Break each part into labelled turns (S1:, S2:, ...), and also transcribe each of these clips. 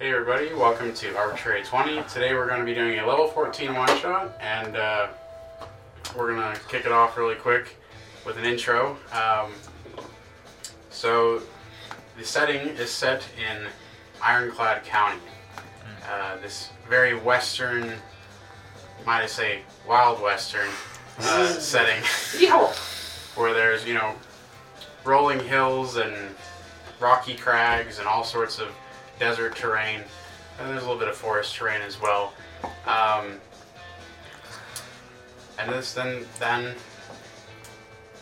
S1: everybody. Welcome to Arbitrary 20. Today we're going to be doing a level 14 one shot, and uh, we're going to kick it off really quick with an intro. Um, so, the setting is set in Ironclad County, uh, this very western, might I say, wild western uh, setting where there's, you know, rolling hills and rocky crags and all sorts of desert terrain. And there's a little bit of forest terrain as well. Um, and this then then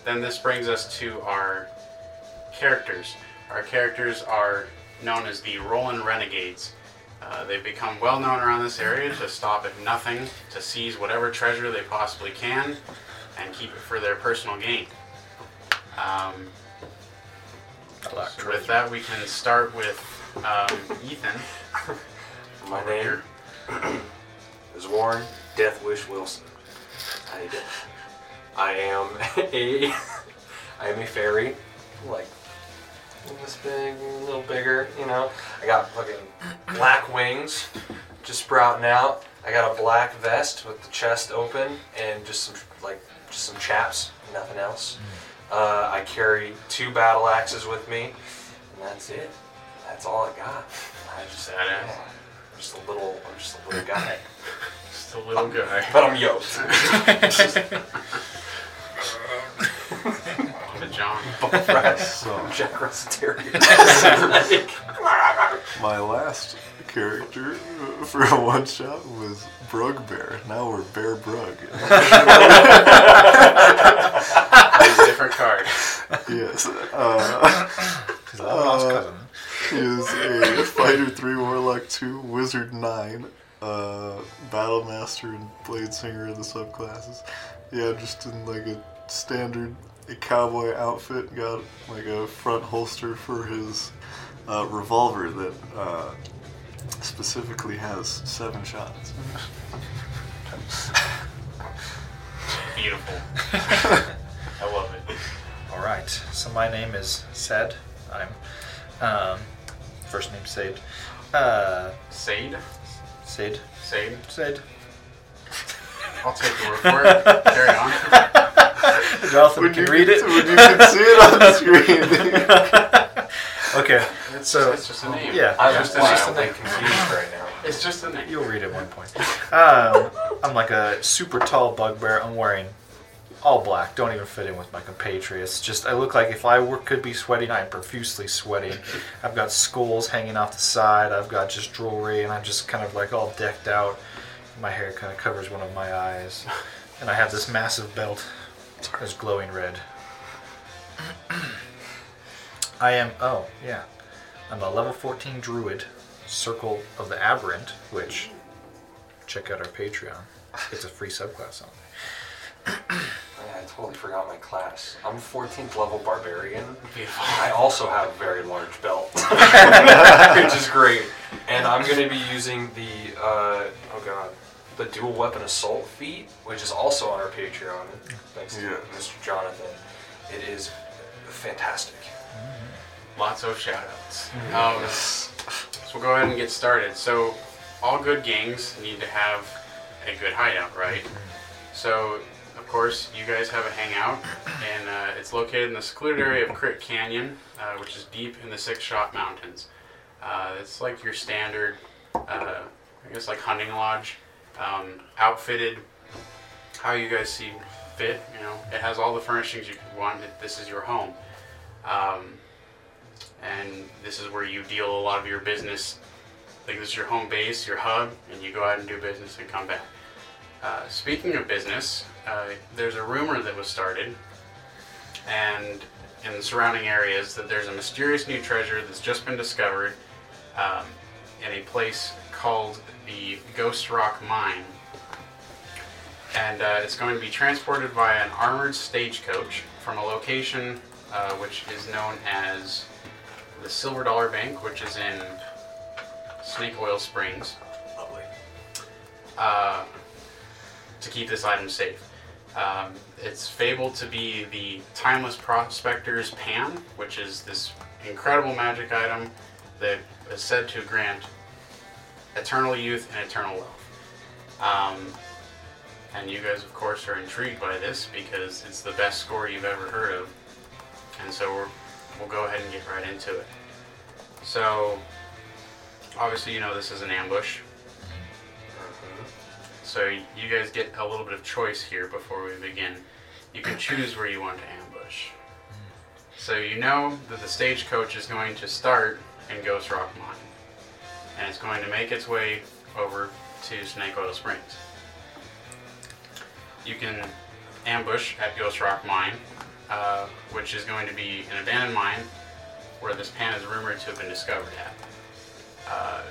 S1: then this brings us to our characters. Our characters are known as the Roland Renegades. Uh, they've become well known around this area to stop at nothing, to seize whatever treasure they possibly can, and keep it for their personal gain. Um, with that, we can start with um, Ethan.
S2: My
S1: over
S2: name
S1: here.
S2: is Warren Death Wish Wilson. I, I am a I am a fairy, like this big, a little bigger, you know. I got fucking black wings, just sprouting out. I got a black vest with the chest open and just some like just some chaps, nothing else. Uh, I carry two battle axes with me, and that's it. That's all I got. I just,
S1: Badass.
S2: yeah, I'm just a little, I'm just a little guy,
S1: Just a little guy.
S2: but I'm yoked.
S1: The John.
S3: So,
S2: Jack Russell Terrier.
S3: my last character uh, for a one shot was Brug Bear. Now we're Bear Brug.
S1: It's a different card.
S3: yes. Uh,
S4: His long-lost
S3: Uh,
S4: cousin.
S3: he is a Fighter 3, Warlock 2, Wizard 9, uh, Battle Master, and Blade Singer of the subclasses. Yeah, just in like a standard cowboy outfit. Got like a front holster for his uh, revolver that uh, specifically has seven shots.
S1: Beautiful. I love it.
S4: All right. So my name is Sed. I'm um, first name Sade. Uh,
S1: Sade?
S4: Sade.
S1: Sade?
S4: Sade.
S1: I'll take the word for it. Carry on.
S4: Jonathan
S3: When
S4: can
S3: you
S4: read
S3: can-
S4: it.
S3: when you can see it on the screen.
S4: okay. So
S1: it's just a name.
S4: yeah.
S2: I'm
S4: yeah.
S2: just,
S1: Wow.
S2: wildly confused right now.
S1: It's just a name.
S4: You'll read at one point. Um, I'm like a super tall bugbear. I'm wearing all black. Don't even fit in with my compatriots. Just I look like if I were, could be sweating, I'm profusely sweating. I've got skulls hanging off the side. I've got just jewelry, and I'm just kind of like all decked out. My hair kind of covers one of my eyes, and I have this massive belt that's glowing red. I am. Oh yeah, I'm a level 14 druid, Circle of the Aberrant, which check out our Patreon. It's a free subclass on there.
S2: Yeah, I totally forgot my class. I'm 14th level barbarian.
S1: Beautiful.
S2: I also have a very large belt, which is great. And I'm going to be using the uh, oh god, the dual weapon assault feat, which is also on our Patreon. Thanks to
S3: Yeah.
S2: Mr. Jonathan. It is fantastic.
S1: Lots of shout outs. Um, so we'll go ahead and get started. So, all good gangs need to have a good hideout, right? So, of course, you guys have a hangout, and uh, it's located in the secluded area of Crit Canyon, uh, which is deep in the Six Shot Mountains. Uh, it's like your standard, uh, I guess, like hunting lodge, um, outfitted how you guys see fit. You know, it has all the furnishings you could want. This is your home. Um, and this is where you deal a lot of your business. Like this is your home base, your hub, and you go out and do business and come back. Uh, speaking of business, uh, there's a rumor that was started, and in the surrounding areas, that there's a mysterious new treasure that's just been discovered um, in a place called the Ghost Rock Mine. And uh, it's going to be transported via an armored stagecoach from a location uh, which is known as the Silver Dollar Bank, which is in Snake Oil Springs,
S2: Lovely.
S1: uh, to keep this item safe. Um, it's fabled to be the Timeless Prospector's Pan, which is this incredible magic item that is said to grant eternal youth, and eternal wealth. Um, and you guys, of course, are intrigued by this because it's the best score you've ever heard of. And so we're, we'll go ahead and get right into it. So, obviously, you know this is an ambush. So you guys get a little bit of choice here before we begin. You can choose where you want to ambush. So you know that the stagecoach is going to start in Ghost Rock Mine, and it's going to make its way over to Snake Oil Springs. You can ambush at Ghost Rock Mine, uh, which is going to be an abandoned mine where this pan is rumored to have been discovered at. Uh,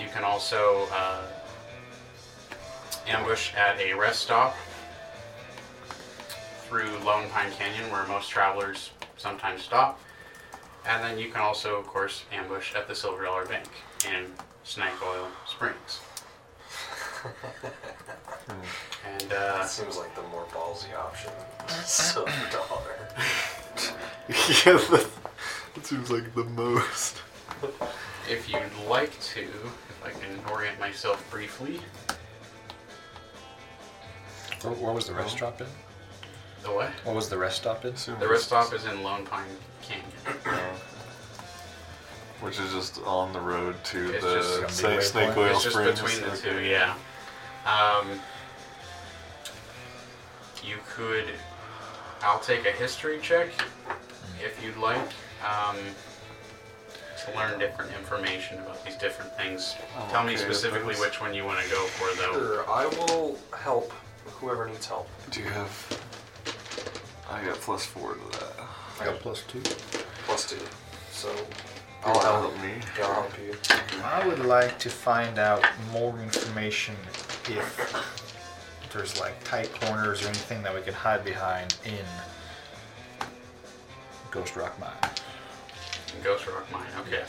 S1: you can also uh, ambush at a rest stop through Lone Pine Canyon, where most travelers sometimes stop. And then you can also, of course, ambush at the Silver Dollar Bank in Snake Oil Springs. and uh,
S2: That seems like the more ballsy option. So dollar.
S3: yeah, that, that seems like the most.
S1: if you'd like to, if I can orient myself briefly,
S4: Where, where was the rest stop in?
S1: the what?
S4: What was the rest stop in?
S1: The rest stop is in Lone Pine Canyon.
S3: Which is just on the road to
S1: It's
S3: the
S1: just-
S3: Snake, Snake
S4: It's
S3: Oil
S1: It's just
S3: Springs.
S1: between the two,
S3: Okay.
S1: yeah. Um, you could. I'll take a history check if you'd like um, to learn different information about these different things. Tell me
S3: Oh, Okay,
S1: specifically
S3: those-
S1: which one you want to go for, though.
S2: Sure, I will help whoever needs help.
S3: Do you have? I got plus four to that.
S4: I got plus two.
S2: Plus two. So
S3: You'll
S2: I'll help.
S3: help me.
S2: Yeah, I'll help you.
S4: I would like to find out more information if there's like tight corners or anything that we could hide behind in Ghost Rock Mine.
S1: Ghost Rock Mine, okay.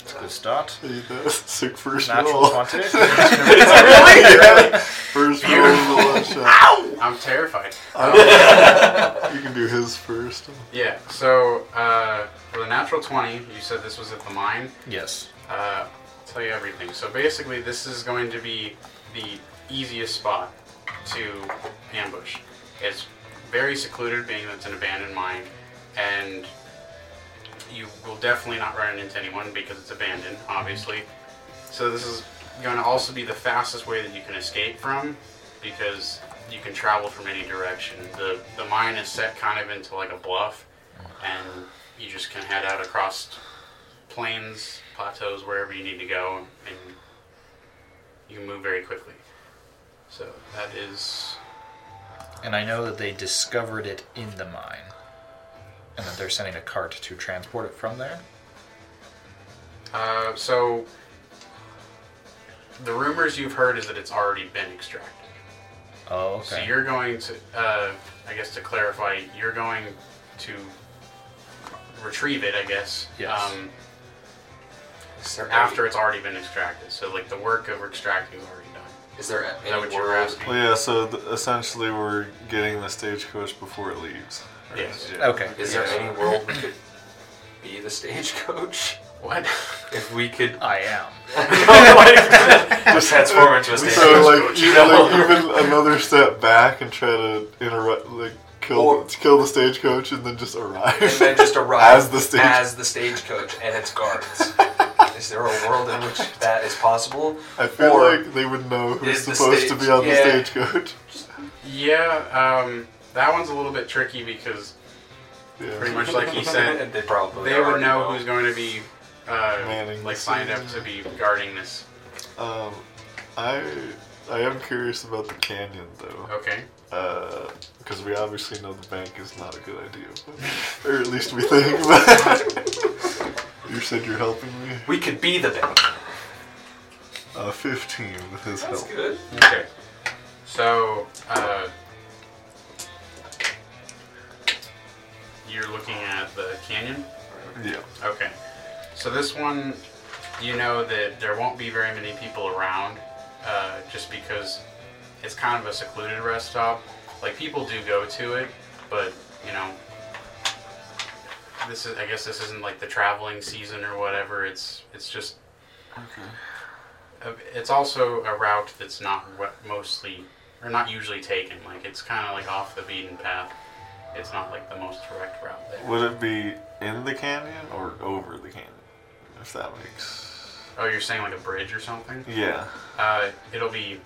S4: It's a good start.
S3: Hey, that's sick first
S4: Natural
S3: roll.
S4: twenty.
S3: First roll is the last shot.
S1: I'm terrified.
S3: You can do his first.
S1: Yeah, so uh, for the natural 20, you said this was at the mine.
S4: yes.
S1: uh, tell you everything. So basically, this is going to be the easiest spot to ambush. It's very secluded, being that it's an abandoned mine, and you will definitely not run into anyone because it's abandoned, obviously. So this is going to also be the fastest way that you can escape from, because you can travel from any direction. the The mine is set kind of into like a bluff, and you just can head out across plains, plateaus, wherever you need to go, and you can move very quickly. So that is
S4: And I know that they discovered it in the mine. And that they're sending a cart to transport it from there.
S1: uh, so. The rumors you've heard is that it's already been extracted.
S4: Oh, okay.
S1: So you're going to, uh, I guess, to clarify, you're going to retrieve it, I guess.
S4: Yes.
S1: Um, after it's already been extracted. So like the work of extracting is already done.
S2: Is there
S1: Is
S2: any
S1: that what you were
S2: word-
S1: asking?
S3: Well, yeah. So th- essentially, we're getting the stagecoach before it leaves. right?
S1: Yes.
S3: Yeah.
S4: okay.
S2: Is
S1: Yeah.
S2: there any world we could be the stagecoach?
S1: What?
S2: If we could
S4: I am.
S2: just transform into a
S3: So
S2: stagecoach,
S3: like, even, like, even another step back and try to interrupt, like kill
S2: Or-
S3: kill the stagecoach, and then just
S2: and
S3: arrive.
S2: then just arrive
S3: As the stage-
S2: as the stagecoach and its guards. is there a world in which that is possible?
S3: I feel
S2: Or-
S3: like they would know who's
S2: Is the
S3: supposed to
S2: stage-
S3: be on
S2: yeah.
S3: the stagecoach.
S1: yeah. Um, that one's a little bit tricky because pretty
S3: Yeah.
S1: much like he said,
S2: they probably
S1: They would
S2: already
S1: know who's going to be uh,
S3: Manning
S1: like
S3: the
S1: signed up
S3: scenes.
S1: to be guarding this.
S3: Um, I I am curious about the canyon though.
S1: Okay.
S3: because we obviously know the bank is not a good idea, but- or at least we think. but- you said you're helping me.
S2: We could be the bank.
S3: Uh, Fifteen with his
S2: That's
S3: help.
S2: good.
S1: Okay. So uh, you're looking at the canyon.
S3: Yeah.
S1: Okay. So this one, you know that there won't be very many people around, uh, just because it's kind of a secluded rest stop. Like people do go to it, but you know, this is I guess this isn't like the traveling season or whatever. It's it's just
S3: Okay.
S1: uh, it's also a route that's not what mostly or not usually taken. Like it's kind of like off the beaten path. It's not like the most direct route there.
S3: Would it be in the canyon or over the canyon? If that makes.
S1: Oh, you're saying like a bridge or something?
S3: Yeah.
S1: Uh, it'll be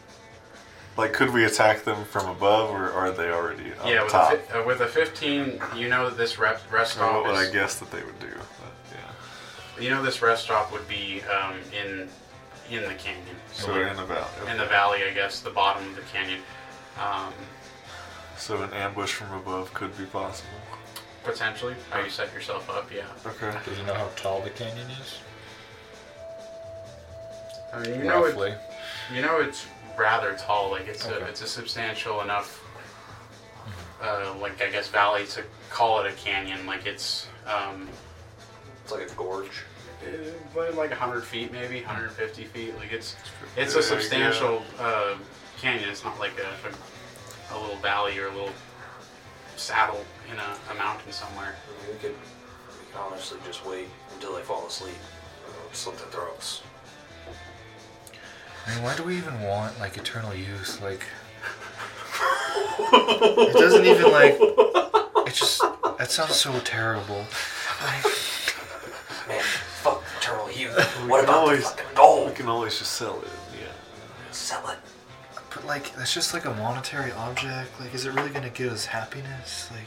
S3: Like, could we attack them from above, or are they already on
S1: yeah with
S3: top?
S1: a, fi- uh, with a 15. You know that this rep, rest
S3: I don't know
S1: stop.
S3: what
S1: is-
S3: I guess that they would do. but, yeah.
S1: you know this rest stop would be um, in in the canyon.
S3: So
S1: like,
S3: in about.
S1: in the valley, I guess, the bottom of the canyon. Um,
S3: So an ambush from above could be possible.
S1: potentially, how you set yourself up, yeah.
S3: Okay.
S4: Do you know how tall the canyon is?
S1: I mean, you know, it,
S4: Roughly.
S1: you know, it's rather tall. Like it's a,
S4: Okay.
S1: it's a substantial enough,
S3: Mm-hmm.
S1: uh, like I guess, valley to call it a canyon. Like it's, um,
S2: It's like a gorge.
S1: uh, what, like 100 feet, maybe 150 feet. Like it's, it's
S3: Yeah,
S1: a substantial uh, canyon. It's not like a, a, a little valley or a little saddle in a, a mountain somewhere.
S2: I mean, we could, we could honestly just wait until they fall asleep. You know, slit their throats.
S4: I mean, why do we even want like eternal youth? Like, it doesn't even like. It just that sounds so terrible.
S2: Man, fuck eternal youth.
S3: We
S2: what
S3: can
S2: about
S3: always-
S2: the fucking
S3: We
S2: gold?
S3: can always just sell it. Yeah.
S2: Sell it.
S4: But like, that's just like a monetary object. Like, is it really gonna give us happiness? Like,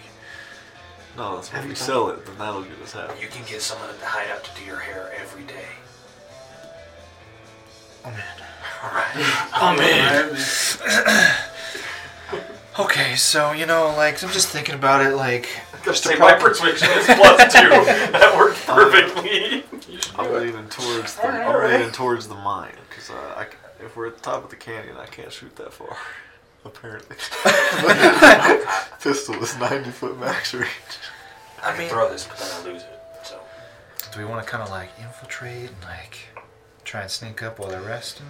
S3: No, that's when
S4: Have
S3: we
S4: you done-
S3: sell it, then that'll get us happy.
S2: You can get someone at the hideout to do your hair every day.
S4: oh man.
S2: All right.
S4: Oh Okay, so you know, like, I'm just thinking about it. Like, just to
S2: my
S4: prop-
S2: persuasion is plus two. that worked perfectly.
S3: I'm leaning towards the.
S2: Alright,
S3: I'm
S2: alright.
S3: leaning towards the mine because uh, I c- if we're at the top of the canyon, I can't shoot that far. Apparently, pistol is 90 foot max range.
S2: I
S4: mean-
S2: can throw this, but then I lose it. So
S4: Do we want to kind of like infiltrate and like try and sneak up while they're resting?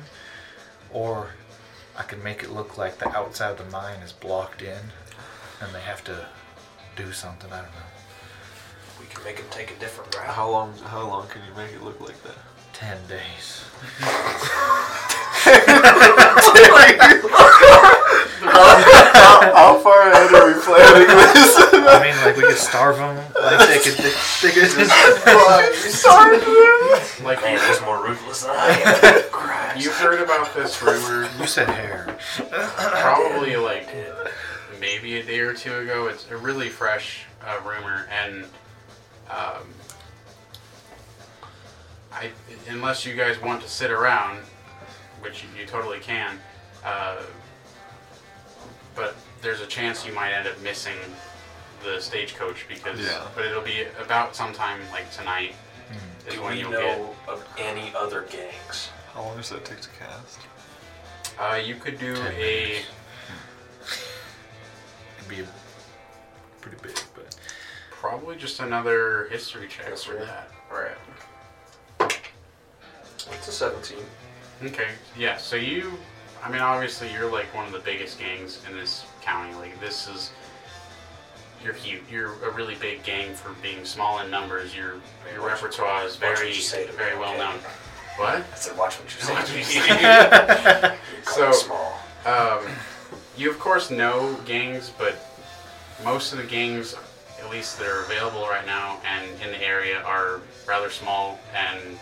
S4: Or I could make it look like the outside of the mine is blocked in and they have to do something. I don't know.
S2: we can make them take a different route.
S3: How long? How long can you make it look like that?
S4: 10 days.
S3: how, how far ahead are we planning this?
S4: I mean, like we could starve them. Like they could, they, could just.
S1: Like
S2: Man, he's more ruthless than I am. Christ.
S1: You've heard about this rumor
S4: You said hair.
S1: probably like maybe a day or two ago. It's a really fresh uh, rumor, and um, I, unless you guys want to sit around, which you, you totally can, uh, but there's a chance you might end up missing the stagecoach because.
S3: Yeah.
S1: But it'll be about sometime like tonight
S4: Hmm.
S1: is
S2: Do
S1: when
S2: we
S1: you'll
S2: know of any other gangs?
S3: How long does that take to cast?
S1: get. Uh, you could do
S4: Ten
S1: a.
S4: minutes. It'd be pretty big, but.
S1: Probably just another history check for
S2: History.
S1: that. Right.
S2: It's a 17.
S1: Okay. Yeah. So you, I mean, obviously you're like one of the biggest gangs in this county. Like this is, you're huge. You're a really big gang for being small in numbers. Your your repertoire is
S2: Watch what
S1: very
S2: you say to me,
S1: very well
S2: okay?
S1: known. What?
S2: I said, watch what you say.
S1: Watch what you
S2: You're
S1: say.
S2: quite
S1: So-
S2: small.
S1: um, you of course know gangs, but most of the gangs, at least that are available right now and in the area, are rather small, and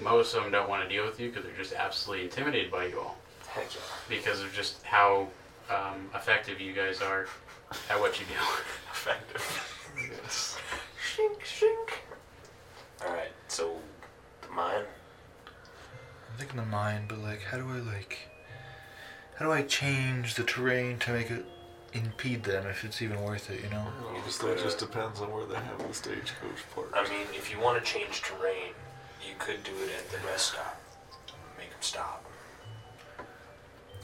S1: most of them don't want to deal with you because they're just absolutely intimidated by you all
S2: Heck yeah.
S1: because of just how um, effective you guys are at what you do. effective.
S3: Yes.
S2: Shink, shink. Alright, so the mine.
S4: I'm thinking of mine, but like, how do I like, how do I change the terrain to make it impede them if it's even worth it? You know.
S3: Well, I guess that just depends on where they have the stagecoach parked.
S2: I mean, if you want to change terrain, you could do it at the rest stop. Make them stop.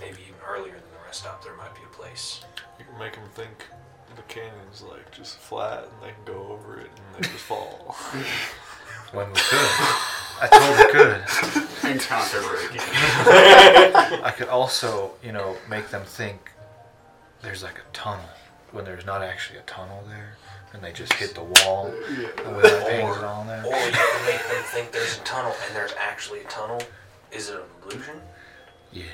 S2: Maybe even earlier than the rest stop, there might be a place.
S3: You can make them think the canyon's like just flat and they can go over it and they just fall.
S4: When we could. I totally could.
S1: Encounter breaking.
S4: I could also, you know, make them think there's like a tunnel when there's not actually a tunnel there, and they just hit the wall
S3: Yeah.
S4: with their
S2: Or-
S4: hands and all that.
S2: Or you can make them think there's a tunnel and there's actually a tunnel. Is it an illusion?
S4: Yeah.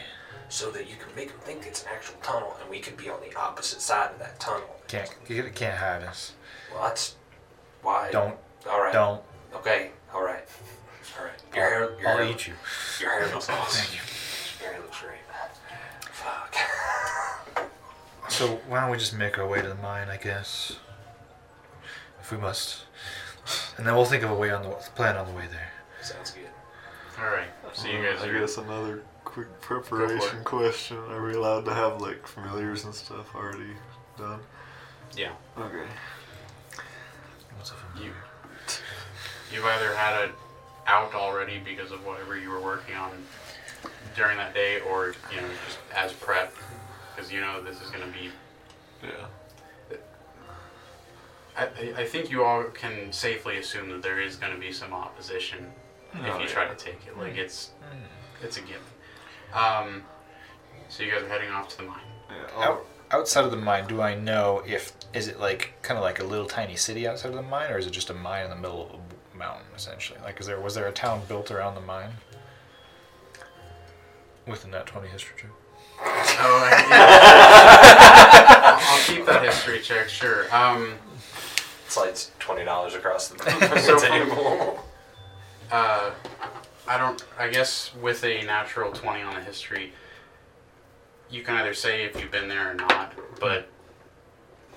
S2: So that you can make them think it's an actual tunnel and we could be on the opposite side of that tunnel.
S4: Can't you can't hide us.
S2: Well, that's why.
S4: Don't
S2: All right.
S4: don't.
S2: Okay. All right. All right. Your hair.
S4: I'll,
S2: Your
S4: I'll
S2: hair,
S4: eat you.
S2: Your hair looks awesome.
S4: Thank you.
S2: Your hair looks great. Fuck.
S4: So why don't we just make our way to the mine? I guess. If we must, and then we'll think of a way on the plan on the way there.
S2: Sounds good.
S1: All right. So you guys
S3: I
S1: are.
S3: guess another quick preparation question. Are we allowed to have like familiars and stuff already done?
S1: Yeah.
S3: Okay.
S4: What's up?
S1: You. You've either had it out already because of whatever you were working on during that day, or you know just as prep because you know this is going to be
S3: Yeah.
S1: I, I- I think you all can safely assume that there is going to be some opposition if
S3: Oh,
S1: you
S3: yeah. Hmm.
S1: try to take it. Like it's it's a given. Um, so you guys are heading off to the mine.
S3: Yeah.
S4: Out, outside of the mine, do I know if is it like kind of like a little tiny city outside of the mine, or is it just a mine in the middle of a b- mountain essentially? Like, is there was there a town built around the mine? Within that twenty history check.
S1: Oh, I, yeah. I'll, I'll keep that history check. Sure. Um,
S2: Slides twenty dollars across the
S1: So
S2: table.
S1: uh, I don't. I guess with a natural twenty on a history, you can either say if you've been there or not. But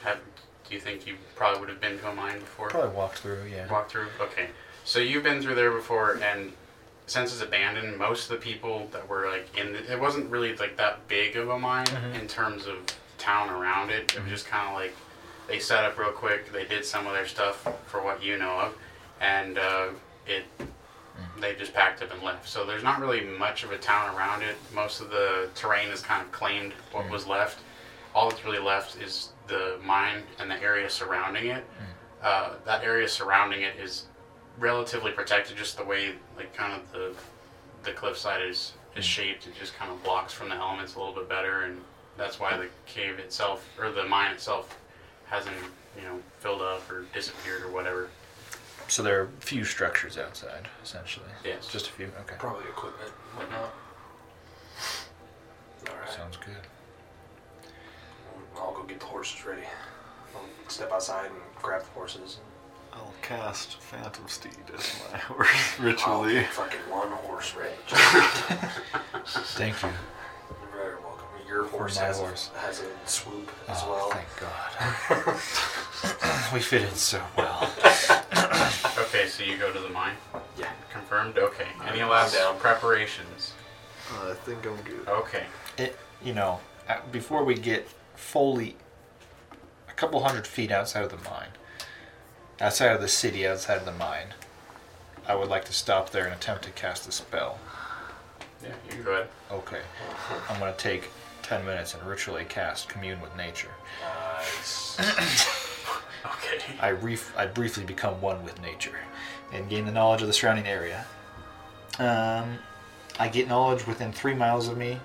S1: have, do you think you probably would have been to a mine before?
S4: Probably walked through, yeah.
S1: Walk through. Okay, so you've been through there before, and since it's abandoned, most of the people that were like in the, it wasn't really like that big of a mine in terms of town around it. It was just kind of like they set up real quick. They did some of their stuff for what you know of, and uh, it they just packed up and left. So there's not really much of a town around it. Most of the terrain is kind of claimed what was left. All that's really left is the mine and the area surrounding it. Uh, that area surrounding it is relatively protected, just the way like kind of the the cliffside is is shaped. It just kind of blocks from the elements a little bit better, and that's why the cave itself or the mine itself hasn't you know filled up or disappeared or whatever.
S4: So there are few structures outside, essentially.
S1: Yes.
S4: Just a few. Okay.
S2: Probably equipment, and whatnot. All right.
S4: Sounds good.
S2: I'll go get the horses ready. I'll step outside and grab the horses.
S3: I'll cast Phantom Steed as my horse ritually.
S2: I'll get fucking one horse ready. You're
S4: Thank you.
S2: very welcome. Your horse
S4: my
S2: has,
S4: horse.
S2: A, has a swoop as
S4: Oh,
S2: well.
S4: thank God. we fit in so well.
S1: Okay, so you go to the mine.
S2: Yeah.
S1: Confirmed. Okay. Any
S2: I'm
S1: last
S2: down.
S1: preparations?
S3: Uh, I think I'm good.
S1: Okay.
S4: it, you know, uh, before we get fully a couple hundred feet outside of the mine, outside of the city, outside of the mine, I would like to stop there and attempt to cast a spell.
S1: Yeah, you go ahead.
S4: Okay. I'm going to take 10 minutes and ritually cast Commune with Nature.
S2: Nice.
S1: Okay.
S4: I, ref- I briefly become one with nature and gain the knowledge of the surrounding area. Um, I get knowledge within three miles of me.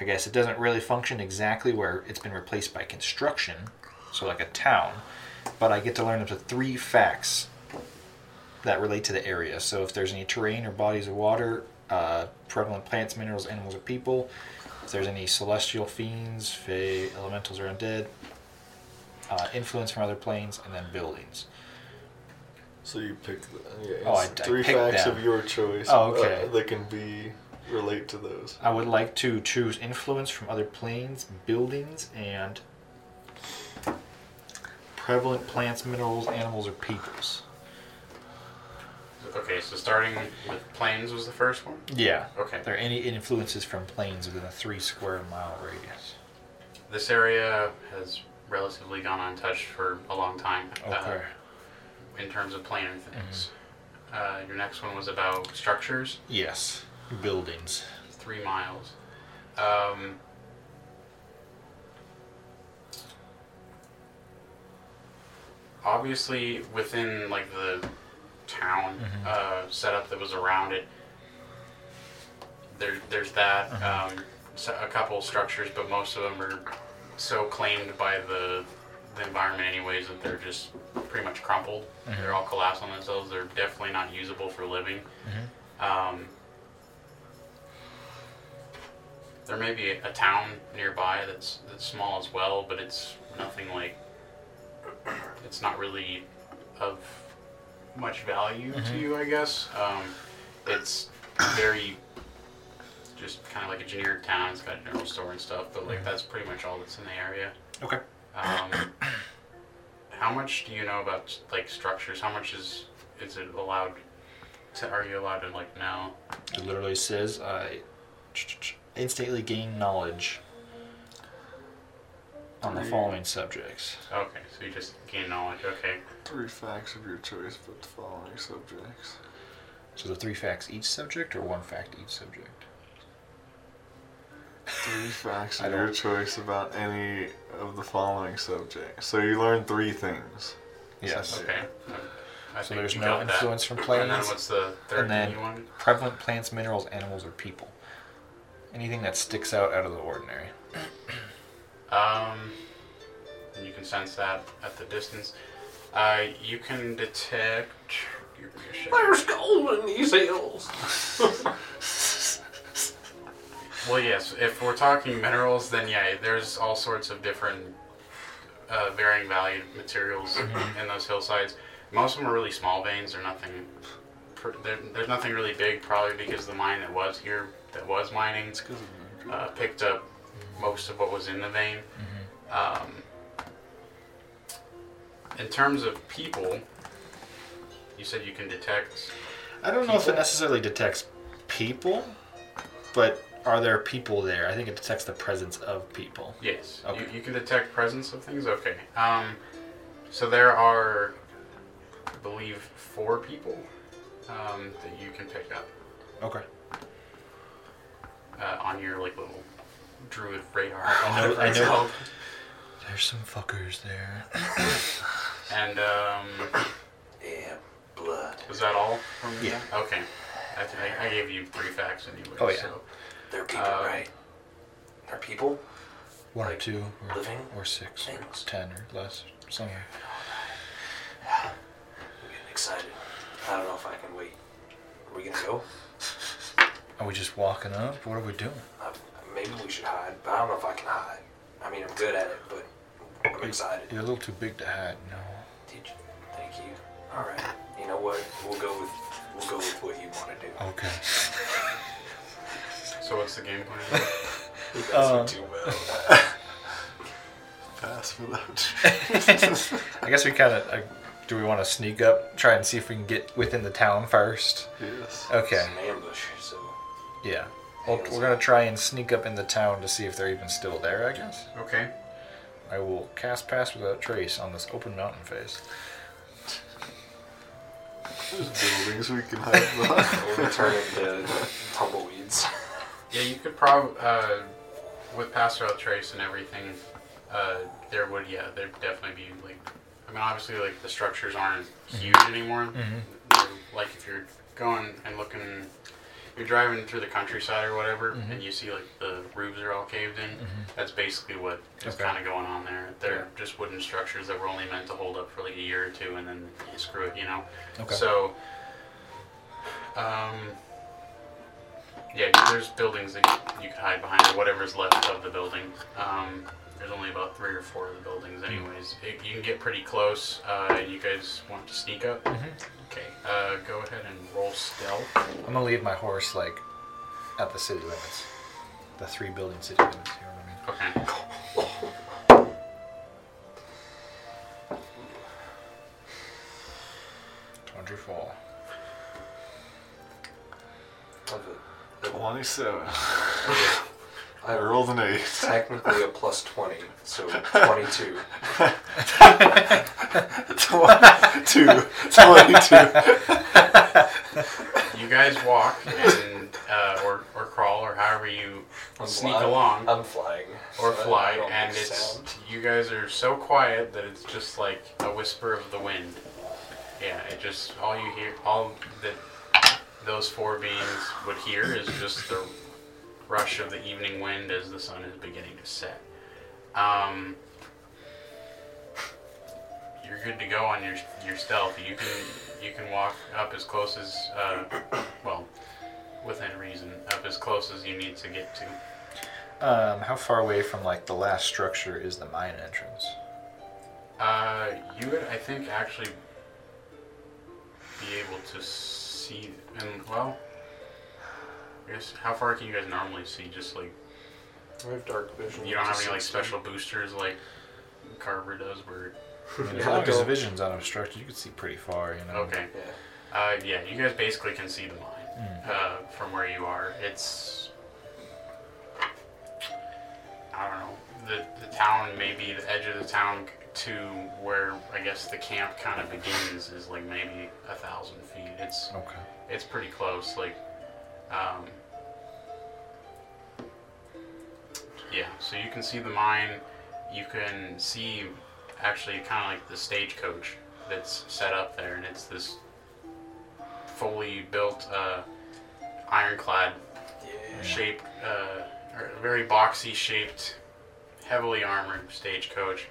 S4: I guess it doesn't really function exactly where it's been replaced by construction, so like a town, but I get to learn up to three facts that relate to the area. So if there's any terrain or bodies of water, uh, prevalent plants, minerals, animals, or people, if there's any celestial fiends, fey, elementals, or undead, uh, influence from other planes, and then buildings.
S3: So you pick the, yeah,
S4: Oh, I-
S3: it's
S4: I
S3: three
S4: picked
S3: facts
S4: them.
S3: of your choice.
S4: Oh, okay.
S3: Uh, that can be relate to those.
S4: I would like to choose influence from other planes, buildings, and prevalent plants, minerals, animals, or peoples.
S1: Okay, so starting with planes was the first one.
S4: Yeah.
S1: Okay.
S4: Are there any influences from planes within a three square mile radius?
S1: This area has relatively gone untouched for a long time uh,
S4: Okay.
S1: in terms of planar things. Uh, your next one was about structures,
S4: Yes. Buildings.
S1: three miles. Um, obviously, within like the town uh, setup that was around it, There, there's that. Um, so a couple structures, but most of them are so claimed by the the environment, anyways, that they're just pretty much crumpled. They're all collapsed on themselves. They're definitely not usable for living. Um, there may be a town nearby that's that's small as well, but it's nothing like. It's not really of much value to you, I guess. Um, it's very just kind of like a generic town. It's got a general store and stuff, but like that's pretty much all that's in the area.
S4: Okay.
S1: Um, how much do you know about like structures? How much is is it allowed? To, are you allowed to like know?
S4: It literally says I instantly gain knowledge on the following subjects.
S1: Okay, so you just gain knowledge. Okay.
S3: Three facts of your choice, but the following subjects.
S4: So the three facts each subject, or one fact each subject?
S3: Three facts
S4: I
S3: of your
S4: don't-
S3: choice about any of the following subjects. So you learn three things.
S4: Yes.
S1: Okay. Um, I
S4: So
S1: think
S4: there's
S1: you
S4: no
S1: got that.
S4: influence from
S1: And then
S4: plants.
S1: what's the third
S4: and then-
S1: thing you wanted?
S4: Prevalent plants, minerals, animals, or people. Anything that sticks out out of the ordinary.
S1: Um, and you can sense that at the distance. Uh, you can detect. Give me a second.
S2: There's gold in these hills.
S1: Well, yes. If we're talking minerals, then yeah, there's all sorts of different, uh, varying value materials in those hillsides. Most of them are really small veins. They're nothing. pr- There, there's nothing really big, probably because the mine that was here, that was mining,
S3: Because of
S1: uh, picked up most of what was in the vein. Um, in terms of people, you said you can detect.
S4: I don't know if it
S1: People?
S4: necessarily detects people, but are there people there? I think it detects the presence of people.
S1: Yes.
S4: Okay.
S1: You, you can detect presence of things. Okay. Um, so there are, I believe, four people um, that you can pick up
S4: Okay.
S1: uh, on your like little druid radar.
S4: know-
S1: whatever
S4: I
S1: it's
S4: know.
S1: called.
S4: There's some fuckers there.
S1: And um,
S2: Yeah, blood.
S1: Was that all from
S4: Yeah.
S1: Okay. I, th- I gave you three facts anyway.
S4: Oh, yeah.
S1: So.
S2: They're people,
S1: Um,
S2: right? They're people.
S4: One or
S2: Like,
S4: two, or,
S2: living
S4: or six, or
S2: things.
S4: ten, or less, somewhere.
S2: I'm getting excited. I don't know if I can wait. Are we gonna go?
S4: Are we just walking up? What are we doing?
S2: Uh, maybe we should hide, but I don't know if I can hide. I mean, I'm good at it, but I'm excited.
S4: You're a little too big to hide. No.
S2: Did you? Thank you. All right. You know what? We'll go with we'll go with what you want to do.
S4: Okay.
S1: so what's the game plan?
S2: You guys
S4: Um,
S2: are too well.
S3: Pass without.
S4: I guess we kind of. Uh, do we want to sneak up, try and see if we can get within the town first?
S3: yes.
S4: Okay.
S2: It's an ambush, so
S4: Yeah. Well, we're gonna try and sneak up in the town to see if they're even still there. I guess.
S1: okay.
S4: I will cast pass without trace on this open mountain face.
S3: There's buildings we can hide behind.
S2: we'll turn into tumbleweeds.
S1: Yeah, you could probably uh, with pass without trace and everything. Uh, there would yeah, there'd definitely be like, I mean obviously like the structures aren't huge anymore. They're- Like if you're going and looking, you're driving through the countryside or whatever, and you see like the roofs are all caved in. That's basically what is
S4: Okay.
S1: kind of going on there. They're just wooden structures that were only meant to hold up for like a year or two, and then you screw it, you know.
S4: Okay.
S1: So, um, yeah, there's buildings that you can hide behind, or whatever's left of the building. Um, there's only about three or four of the buildings, anyways. It, you can get pretty close. Uh, you guys want to sneak up? Okay. Uh, go ahead and roll stealth.
S4: I'm gonna leave my horse like at the city limits, the three building city limits. You know what I mean?
S1: Okay.
S4: Twenty-four.
S3: Twenty-seven. I rolled an eight.
S2: Technically a plus twenty, so twenty-two.
S3: Two. Twenty-two.
S1: You guys walk and uh, or or crawl or however you sneak
S2: flying.
S1: along.
S2: I'm flying.
S1: or
S2: so I
S1: fly,
S2: uh, don't
S1: and
S2: make
S1: it's
S2: sound.
S1: you guys are so quiet that it's just like a whisper of the wind. Yeah, it just all you hear, all that those four beings would hear is just the rush of the evening wind as the sun is beginning to set. Um, you're good to go on your your stealth. You can you can walk up as close as uh, well, within reason, up as close as you need to get to.
S4: Um, how far away from like the last structure is the mine entrance?
S1: Uh, you would, I think, actually be able to see, and well, I guess how far can you guys normally see? Just like
S2: We have dark vision.
S1: you don't have any like special boosters like Carver does, where
S4: I mean, as
S2: Yeah, I
S4: long as the
S2: don't-
S4: vision's unobstructed, you can see pretty far. You know.
S1: okay,
S2: Yeah.
S1: uh, yeah, you guys basically can see the mine uh, from where you are. It's I don't know the the town, maybe the edge of the town c- to where I guess the camp kind of begins is like maybe a thousand feet. It's
S4: Okay.
S1: it's pretty close. Like, um, yeah. So you can see the mine. You can see actually kind of like the stagecoach that's set up there, and it's this fully built uh, ironclad
S2: Yeah.
S1: shaped, uh, or very boxy shaped, heavily armored stagecoach.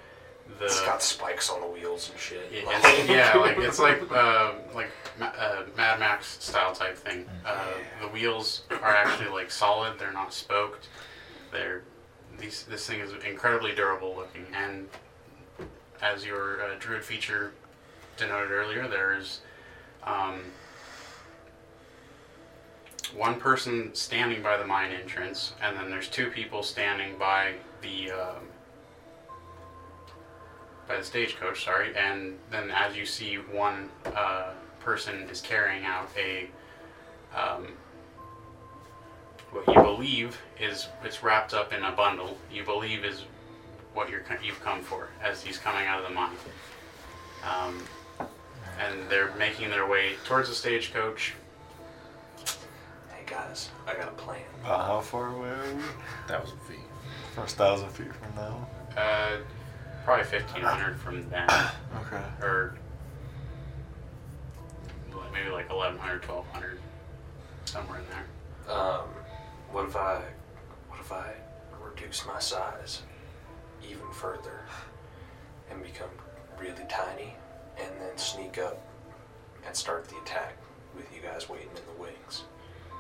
S1: The
S2: It's got spikes on the wheels and shit.
S1: yeah, it's- yeah, like it's like uh, like Ma- uh, Mad Max style type thing. Uh, the wheels are actually like solid; they're not spoked. They're these. This thing is incredibly durable looking, and as your uh, druid feature denoted earlier, there is um, one person standing by the mine entrance, and then there's two people standing by the. Um, by the stagecoach, sorry, and then as you see, one uh, person is carrying out a um, what you believe is it's wrapped up in a bundle. You believe is what you're co- you've come for as he's coming out of the mine, um, and they're making their way towards the stagecoach.
S2: Hey guys, I got a plan.
S3: About how far away are we?
S4: That was a V.
S3: First thousand feet from now.
S1: Uh, probably fifteen hundred from then.
S3: Okay.
S1: or like, maybe like 1100 1200 somewhere in there
S2: Um, what if I, what if I reduce my size even further and become really tiny, and then sneak up and start the attack with you guys waiting in the wings?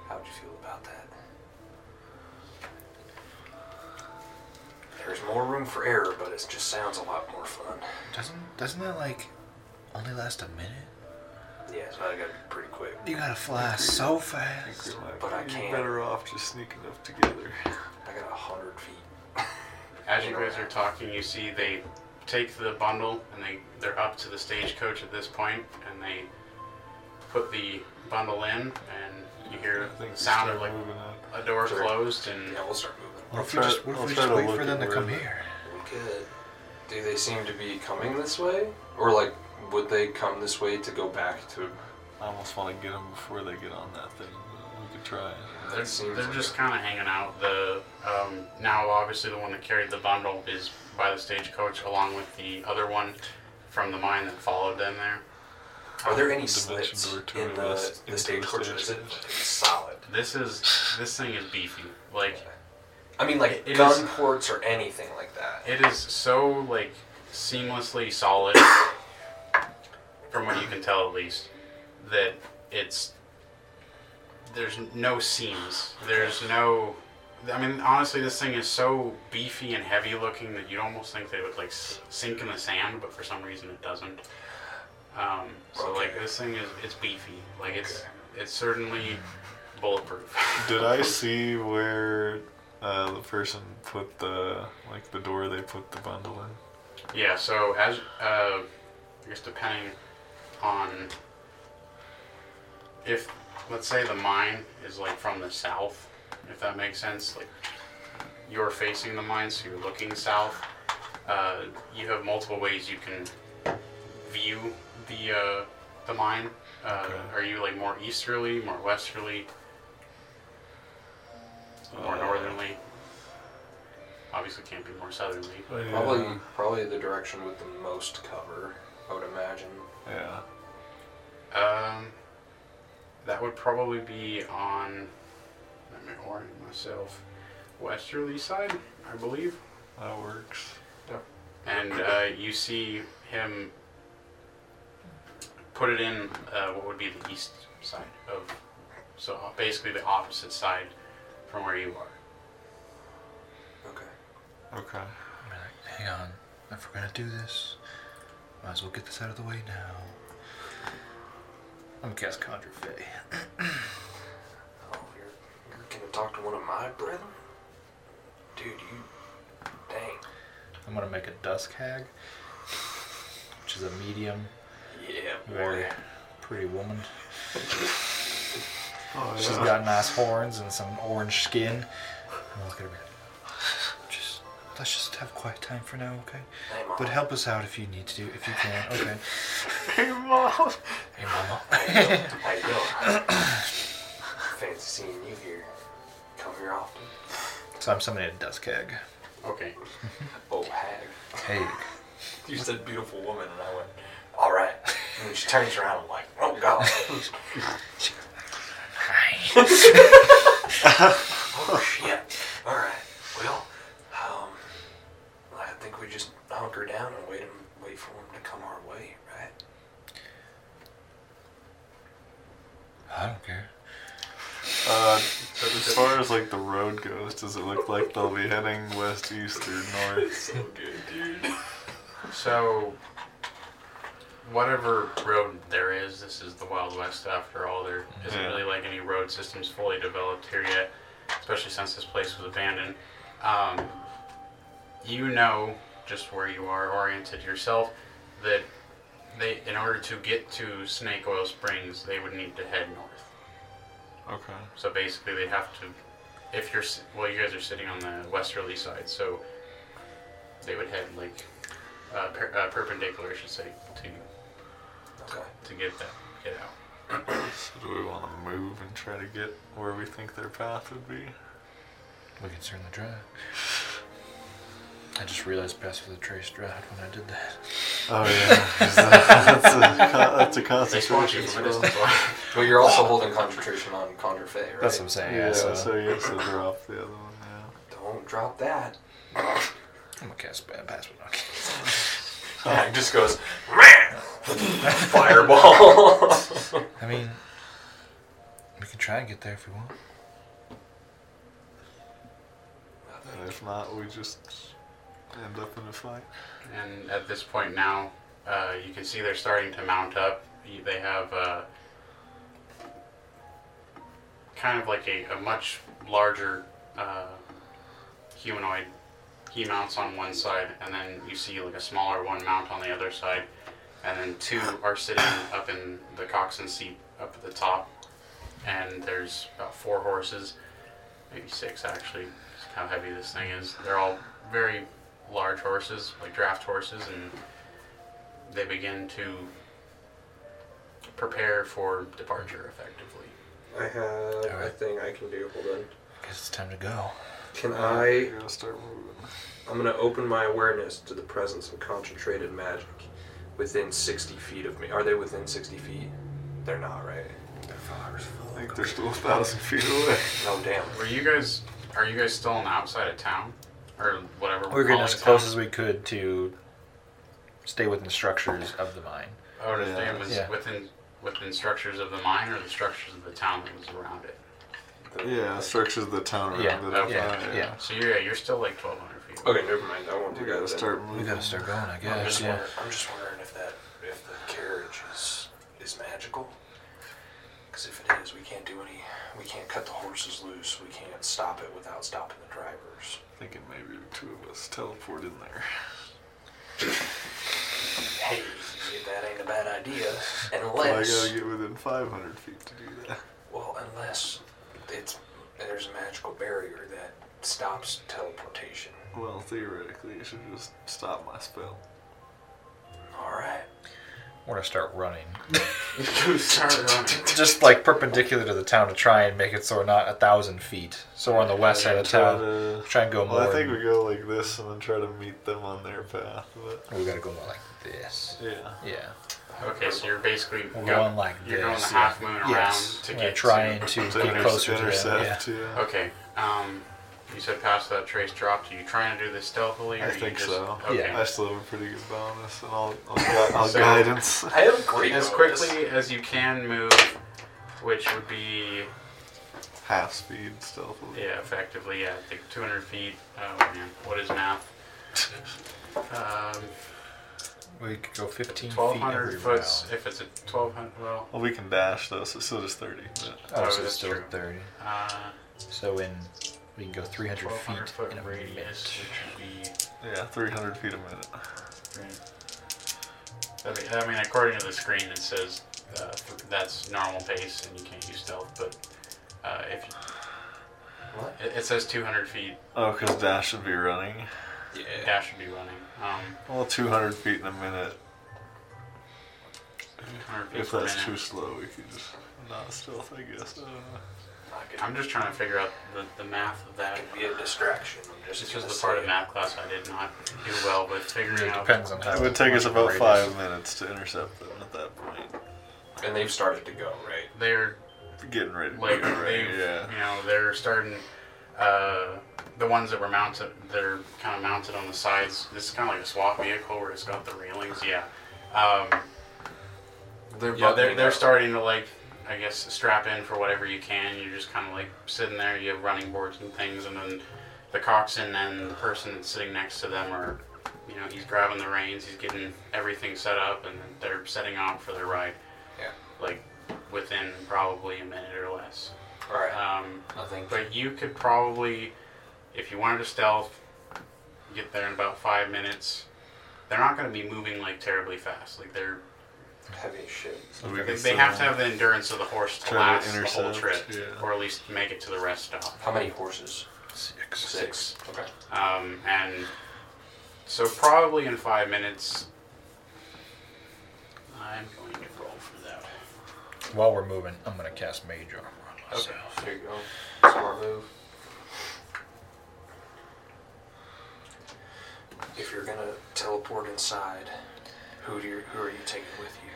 S2: How would you feel about that? There's more room for error, but it just sounds a lot more fun.
S4: Doesn't doesn't that like only last a minute?
S2: Yeah, so I gotta be pretty quick.
S4: You gotta fly so fast.
S2: But I
S3: You're
S2: can't.
S3: better off just sneaking up together.
S2: I got a hundred feet.
S1: as you guys are talking you see they take the bundle and they they're up to the stagecoach at this point and they put the bundle in and you hear
S3: I
S1: the
S3: think
S1: sound
S3: we
S1: of like
S3: start moving up.
S1: a door
S2: Sure.
S1: closed and
S2: Yeah, we'll start moving.
S4: What if
S3: I'll
S4: we just
S3: try-
S4: what if
S3: I'll
S4: we
S3: try
S4: just
S3: to
S4: wait
S3: look
S4: for
S3: at
S4: them to
S3: where
S4: come
S3: the-
S4: here?
S2: We could. Do they seem to be coming this way? Or, like, would they come this way to go back to.
S3: I almost want to get them before they get on that thing. But we could try. it.
S1: They're,
S2: seems
S1: they're
S2: like
S1: just kind of hanging out. The um, now obviously the one that carried the bundle is by the stagecoach, along with the other one from the mine that followed them there.
S2: Are there any
S3: Dimension
S2: slits
S3: door to
S2: in the,
S3: invest into
S2: the
S3: the
S2: stagecoach? or Is it
S3: stagecoach.
S2: solid?
S1: This is this thing is beefy. Like
S2: I mean, like,
S1: It- it
S2: gun
S1: is-
S2: ports or anything like that.
S1: it is so like seamlessly solid, from what you can tell at least, that it's there's no seams. There's no. I mean, honestly, this thing is so beefy and heavy looking that you'd almost think that it would like s- sink in the sand, but for some reason it doesn't. Um, so like
S2: Okay.
S1: this thing is it's beefy. Like it's it's certainly bulletproof.
S3: Did I see where uh, the person put the like the door they put the bundle in?
S1: Yeah, so as uh, I guess depending on if let's say the mine is like from the south, if that makes sense, like you're facing the mine, so you're looking south. Uh, you have multiple ways you can view the uh, the mine. Uh,
S3: Okay.
S1: Are you like more easterly, more westerly, more
S3: Uh,
S1: northerly? Obviously, can't be more southerly. But
S3: Yeah.
S2: Probably, probably the direction with the most cover, I would imagine.
S3: Yeah.
S1: Um, that would probably be on Let me orient myself. Westerly side, I believe.
S3: That works.
S1: And uh, you see him put it in uh, what would be the east side of, so basically the opposite side from where you are.
S2: Okay.
S3: Okay.
S4: I'm like, hang on, if we're gonna do this, might as well get this out of the way now. I'm gonna cast Conjure Fey.
S2: Oh, you're, you're gonna talk to one of my brethren? Dude, you. Dang.
S4: I'm gonna make a Dusk Hag, which is a medium,
S2: Yeah,
S4: very
S2: boy.
S4: pretty woman.
S3: Oh,
S4: She's got nice horns and some orange skin. I'm looking at her. Just let's just have quiet time for now, okay?
S2: Hey, Mom.
S4: But help us out if you need to, if you can. Okay.
S3: Hey, mom.
S4: Hey, mama.
S2: How you doing? Fancy seeing you here. Come here often.
S4: So I'm summoning a Dusk Hag.
S1: Okay.
S2: Oh, hag.
S4: Hag.
S2: You said beautiful woman, and I went, all right. And then she turns around, I'm like, oh, God.
S4: Hi.
S2: oh, shit. All right. Well, um, I think we just hunker down and wait, him, wait for him to come our way, right?
S4: I don't care.
S3: Uh, as far as like the road goes, does it look like they'll be heading west, east, or north?
S2: so good, dude.
S1: So, whatever road there is, this is the Wild West after all. There isn't
S3: Yeah.
S1: really like any road systems fully developed here yet, especially since this place was abandoned. Um, you know, just where you are oriented yourself, that they, in order to get to Snake Oil Springs, they would need to head north.
S3: Okay.
S1: So basically, they have to. If you're s- well, you guys are sitting on the westerly side, so they would head like uh, per, uh, perpendicular, I should say, to
S2: Okay.
S1: to get that get out.
S3: So do we want to move and try to get where we think their path would be?
S4: We can certainly try. I just realized pass for the trace dried when I did that.
S3: Oh yeah, 'cause that- that's a co- that's a
S1: They spot you
S3: concentration
S1: from a
S3: spell.
S1: distance.
S2: But you're also holding concentration on Conjure Fey, right?
S4: That's what I'm saying. Yeah,
S3: Yeah,
S4: so,
S3: so you have to drop the other one. Yeah.
S2: Don't drop that.
S4: I'm gonna cast bad pass with knock.
S2: Hag just goes, "Meh." fireball.
S4: I mean, we can try and get there if we want.
S3: And if not, we just end up in a fight.
S1: And at this point now, uh, you can see they're starting to mount up. You- They have uh, kind of like a, a much larger uh, humanoid. He mounts on one side, and then you see like a smaller one mount on the other side, and then two are sitting up in the coxswain seat up at the top. And there's about four horses, maybe six actually. Just how heavy this thing is. They're all very large horses, like draft horses, and they begin to prepare for departure effectively.
S5: I have a
S4: Alright.
S5: thing I can do. Hold on.
S4: I guess it's time to go.
S5: Can I?
S3: You're gonna start moving.
S5: I'm gonna open my awareness to the presence of concentrated magic within 60 feet of me. Are they within 60 feet? They're not, right?
S3: I think they're still a thousand feet away.
S2: No, damn.
S1: Were you guys? Are you guys still on the outside of town, or whatever?
S4: We were getting
S1: calling
S4: as
S1: town?
S4: close as we could to stay within the structures of the mine.
S1: Oh, to
S3: Yeah.
S1: stay was
S4: Yeah.
S1: within within structures of the mine or the structures of the town that was around it.
S3: Yeah, structures of the town around
S4: Yeah,
S1: yeah,
S3: it. Yeah,
S4: yeah.
S1: So you're yeah, you're still like 1,200 feet. away.
S5: Okay, never mind. I won't
S3: We
S5: do that.
S3: gotta
S5: then.
S3: start moving.
S4: We gotta start going, I
S2: I'm
S4: guess.
S2: just,
S4: Yeah.
S2: wonder- I'm just wondering if that if the carriage is is magical. Because if it is, we can't do any. We can't cut the horses loose. We can't stop it without stopping the drivers.
S3: Thinking maybe the two of us teleport in there.
S2: Hey, that ain't a bad idea.
S3: Well, I
S2: Unless,
S3: gotta get within 500 feet to do that.
S2: well, unless it's there's a magical barrier that stops teleportation.
S3: Well, theoretically, you should just stop my spell.
S2: All right.
S4: We're gonna start running,
S1: Start running.
S4: just like perpendicular to the town to try and make it so we're not a thousand feet. So we're on the west side of
S3: Try
S4: town.
S3: to,
S4: Try and go more.
S3: well, I think we go like this and then try to meet them on their path. But
S4: we gotta go more like this.
S3: yeah.
S4: Yeah,
S1: Okay, so you're basically
S4: we're
S1: go-
S4: going like
S1: you're going
S4: this.
S1: the
S4: yeah.
S1: half moon around
S4: yes.
S1: to
S4: We're
S1: get
S4: trying
S1: to-
S4: to,
S3: To
S4: get
S3: inter-
S4: closer to them. Yeah.
S3: intercept, yeah.
S1: Okay. Um, you said past that trace dropped. Are you trying to do this stealthily? Or
S3: I
S1: you
S3: think
S1: just,
S3: so.
S1: Okay.
S4: Yeah.
S3: I still have a pretty good bonus, and I'll, I'll, gui- I'll
S1: So-
S3: guidance.
S2: I have great
S1: As quickly as you can move, which would be
S3: Half speed stealthily.
S1: yeah, effectively yeah, I think 200 feet. Oh man, what is math? Um,
S4: We could go 15 feet
S1: 1,200
S4: every round.
S1: foot. If it's a 1,200, well,
S3: Well, we can dash though, so it's still just thirty. But
S4: Oh,
S1: Oh,
S4: so it's
S1: that's
S4: still
S1: true.
S4: 30.
S1: uh,
S4: So in we can go 300
S1: 1,200
S4: feet
S1: foot
S4: in a
S1: radius,
S4: minute.
S1: which would be
S3: yeah, three hundred feet a minute.
S1: I mean, I mean, according to the screen, it says uh, that's normal pace and you can't use stealth, but uh, if you,
S2: What?
S1: It, it says 200 feet,
S3: Oh, because dash would be running.
S2: Yeah.
S1: dash should be running. Um,
S3: Well, two hundred feet in a minute.
S1: 200 feet
S3: If
S1: per
S3: that's too
S1: minute.
S3: slow, we could just not stealth. I guess. I don't know.
S1: I'm just trying to figure out the, the math of that.
S2: That could be a distraction. I'm just
S1: This was
S2: gonna
S1: the part of
S2: say.
S1: math class I did not do well with figuring
S4: It
S1: out.
S4: depends on how
S3: It would take us
S4: much
S3: about
S4: radius.
S3: five minutes to intercept them at that point.
S2: And they've started to go, right?
S1: They're
S3: Getting ready to
S1: like
S3: go, right?
S1: they've,
S3: Yeah.
S1: you know they're starting uh, the ones that were mounted they're kind of mounted on the sides this is kind of like a swap vehicle where it's got the railings yeah um, yeah they're,
S2: They're buckling
S1: they're
S2: up.
S1: starting to like i guess strap in for whatever you can you're just kind of like sitting there you have running boards and things and then the coxswain and the person that's sitting next to them are you know he's grabbing the reins he's getting everything set up and they're setting off for their ride
S2: Yeah.
S1: like within probably a minute or less
S2: All right.
S1: um,
S2: I think.
S1: but you could probably, if you wanted to stealth, get there in about five minutes. They're not going to be moving like terribly fast. Like they're
S2: heavy as shit.
S3: So we
S1: they,
S3: can
S1: they have to
S3: still-
S1: have the endurance of the horse to
S3: Try to
S1: last the whole trip,
S3: intercept, yeah.
S1: or at least make it to the rest stop.
S2: How many horses?
S4: Six.
S1: Six.
S2: Okay.
S1: Um, and so probably in five minutes, I'm going to roll for that.
S4: While we're moving, I'm gonna cast Mage Armor on
S2: Okay.
S4: myself.
S2: There you go. Smart move. If you're gonna teleport inside, who do you, who are you taking with you?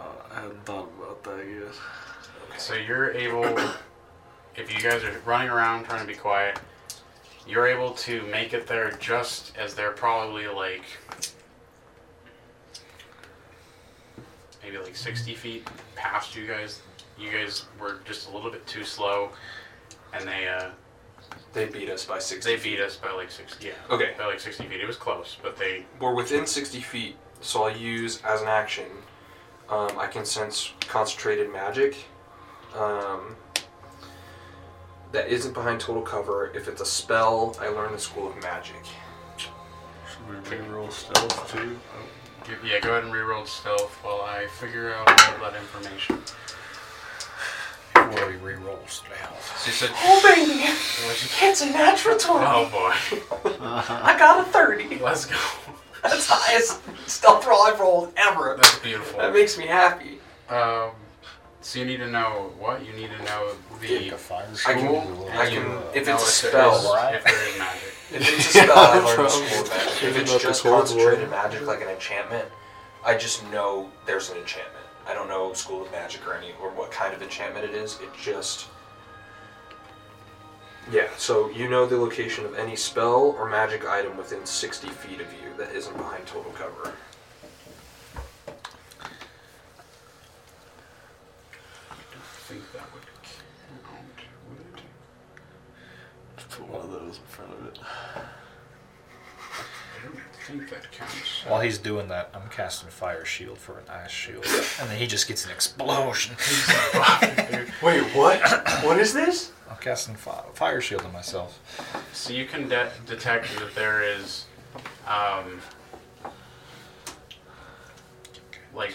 S3: Uh, I hadn't thought about that yet.
S2: Okay.
S1: So you're able, if you guys are running around trying to be quiet, you're able to make it there just as they're probably like maybe like 60 feet past you guys. You guys were just a little bit too slow, and they uh,
S2: they beat us by sixty.
S1: they beat us by like 60. Yeah,
S2: Okay.
S1: by like 60 feet. It was close, but they
S2: We're within sixty feet, so I'll use as an action. Um, I can sense concentrated magic. Um, that isn't behind total cover. If it's a spell, I learn the school of magic.
S3: Should we reroll stealth too?
S1: yeah. Go ahead and reroll stealth while I figure out all that information.
S4: Before we reroll stealth.
S1: So you said,
S6: Oh baby,
S1: what'd you-
S6: it's a natural 20.
S1: oh boy,
S6: I got a 30.
S1: let's go.
S6: That's the highest stealth roll I've rolled ever.
S1: That's beautiful.
S6: That makes me happy.
S1: Um, so you need to know what you need to know the
S4: fire
S2: I can-
S4: school,
S2: I
S4: you,
S2: can-
S4: uh,
S2: if
S1: know
S2: it's a
S1: if there
S2: spell,
S1: is-
S4: right?
S1: if there is magic.
S2: If it's a spell, I learn
S3: Yeah,
S2: the school of magic. If
S3: Even
S2: it's
S3: though
S2: just
S3: the total
S2: concentrated
S3: world-
S2: magic, like an enchantment, I just know there's an enchantment. I don't know school of magic or any or what kind of enchantment it is. It just yeah. So you know the location of any spell or magic item within 60 feet of you that isn't behind total cover.
S1: I think that would count, would it?
S3: Just put one of those in front of it.
S1: I don't think that counts.
S4: While he's doing that, I'm casting Fire Shield for an Ice Shield. and then he just gets an explosion.
S2: Wait, what? what is this?
S4: I'm casting fi- Fire Shield on myself.
S1: so you can de- detect that there is, um, like,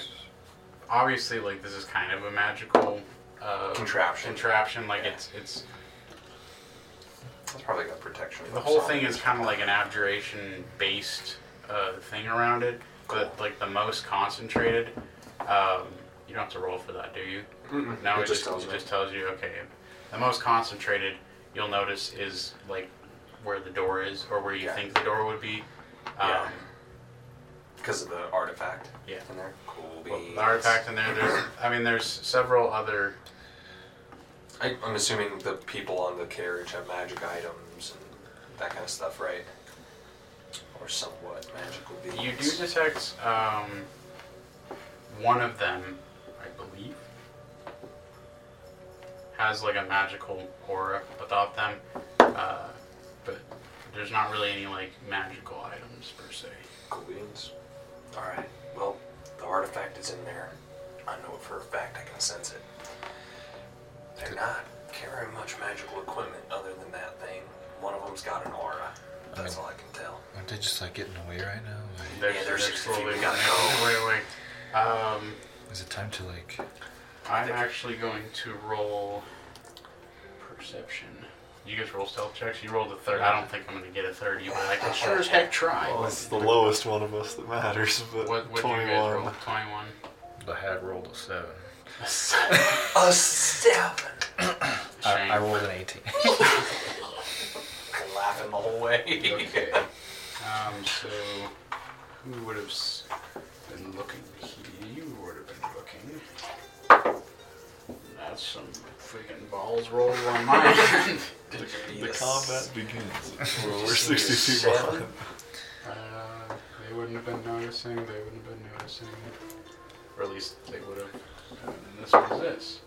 S1: obviously, like this is kind of a magical uh,
S2: Contraption.
S1: Contraption, like it's it's
S2: That's probably got protection.
S1: The whole thing is kind of like an abjuration based uh, thing around it. the like the most concentrated. Um, you don't have to roll for that, do you?
S2: Mm-mm.
S1: No,
S2: It
S1: it,
S2: just
S1: just,
S2: tells
S1: it
S2: me.
S1: just tells you. Okay, the most concentrated you'll notice is like where the door is, or where you
S2: Yeah.
S1: think the door would be. Um,
S2: Yeah. Because of the artifact
S1: Yeah.
S2: in there. Cool
S1: well,
S2: beans.
S1: the artifact in there. There's, I mean, there's several other.
S2: I, I'm assuming the people on the carriage have magic items and that kind of stuff, right? Or somewhat magical beings.
S1: You do detect um, one of them, I believe, has like a magical aura about them, uh, but there's not really any like magical items per se.
S2: Cool beans. Alright, well, the artifact is in there. I know it for a fact, I can sense it. They're not carrying much magical equipment other than that thing. One of them's got an aura. That's all I can tell.
S4: Aren't they just like getting away right now? Like,
S1: They're,
S2: Yeah,
S1: they're
S2: there's just a few
S1: slowly
S2: we
S1: going
S2: gotta
S1: Wait, wait. Um,
S4: is it time to like?
S1: I'm actually going to roll perception. You guys roll stealth checks. You rolled a third. I don't think I'm going to get a thirty, but I can sure as heck try.
S3: Well, it's the lowest one of us that matters, but
S1: What what do you guys roll?
S3: 21.
S1: Twenty-one.
S4: The head rolled a seven.
S2: A seven!
S4: I, I
S1: Shame.
S4: rolled an eighteen.
S2: I'm laughing the whole way.
S1: Okay. Um, so who would have s- been looking? You would have been looking. That's some freaking balls rolled on my end.
S3: The
S2: Yes.
S3: combat begins. Well, we're 60 feet
S2: Seven.
S3: behind.
S1: Uh, they wouldn't have been noticing. They wouldn't have been noticing. Or at least they would have. And then this was this.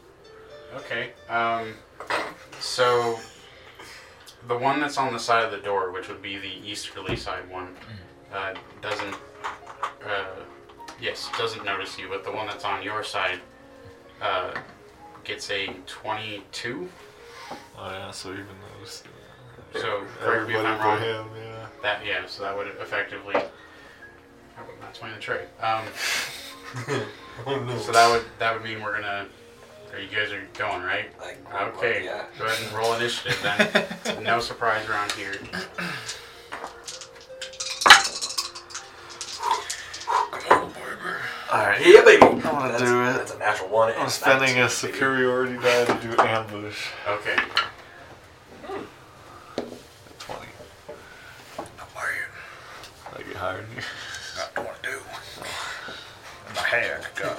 S1: Okay. Um, so the one that's on the side of the door, which would be the easterly side one, uh, doesn't. Uh, yes, doesn't notice you. But the one that's on your side uh, gets a twenty-two.
S3: Oh, yeah, so even those.
S1: So correct
S3: Everybody
S1: me if I'm
S3: but
S1: wrong.
S3: him, yeah.
S1: That yeah, so that would effectively. That's my trade. Um, so that would that would mean we're gonna. Are you guys are going right?
S2: Like,
S1: Okay,
S2: yeah.
S1: go ahead and roll initiative then. no surprise around here.
S3: Alright,
S2: Yeah, baby. I'm
S3: gonna
S2: that's,
S3: do it.
S2: That's a natural one.
S3: I'm
S2: and
S3: spending
S2: 19,
S3: a
S2: baby.
S3: superiority die to do ambush.
S1: Okay,
S3: 20. How are you? I get higher than you.
S4: Not gonna do. My hair. God.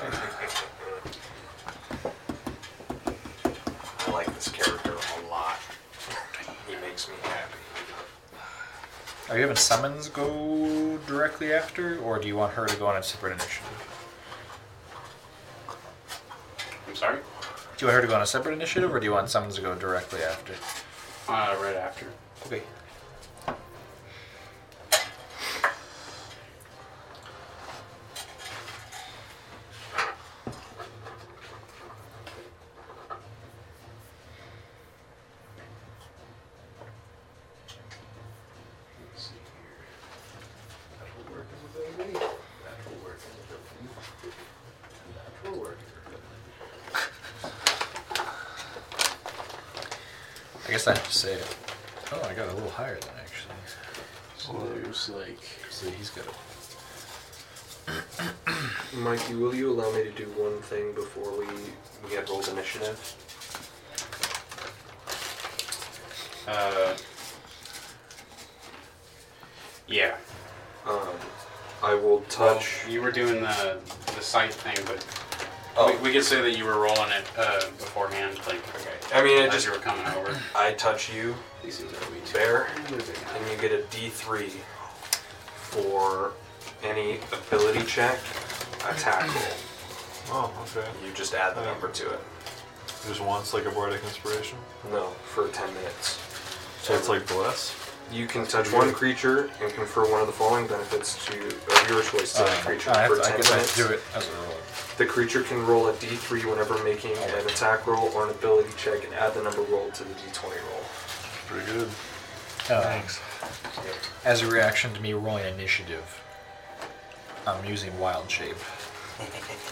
S2: I like this character a lot. He makes me happy.
S4: Are you having summons go directly after, or do you want her to go on a separate initiative?
S1: I'm sorry.
S4: Do you want her to go on a separate initiative, or do you want summons to go directly after?
S1: Uh, right after.
S4: Okay.
S1: Let's see here.
S2: Natural work is a baby. Natural work is a baby. Natural work is a baby.
S4: I guess I have to say it. Oh, I got a little higher than actually.
S1: So there's like
S4: So he's got a
S2: Mikey, will you allow me to do one thing before we we have rolled initiative?
S1: uh. Yeah.
S2: Um, I will
S1: Well,
S2: touch.
S1: you were doing the the site thing, but
S2: Oh.
S1: we, we could say that you were rolling it uh, beforehand, like
S2: okay. I mean, I
S1: as
S2: just
S1: you were coming over.
S2: I touch you,
S1: These are way too
S2: bear,
S1: Moving
S2: and you get a D3 for any ability check, attack roll.
S3: Oh, okay.
S2: You just add the number to it.
S3: There's once like a bardic inspiration.
S2: No, for 10 minutes.
S3: So it's like bless.
S2: You can touch one creature and confer one of the following benefits to of your choice to
S4: uh,
S2: that creature
S4: I, have
S2: for
S4: to,
S2: 10
S4: I guess I have
S2: minutes.
S4: to do it as a roll.
S2: The creature can roll a d3 whenever making an attack roll or an ability check and add the number rolled to the d20 roll.
S3: Pretty good.
S4: Uh, As a reaction to me rolling initiative, I'm using wild shape.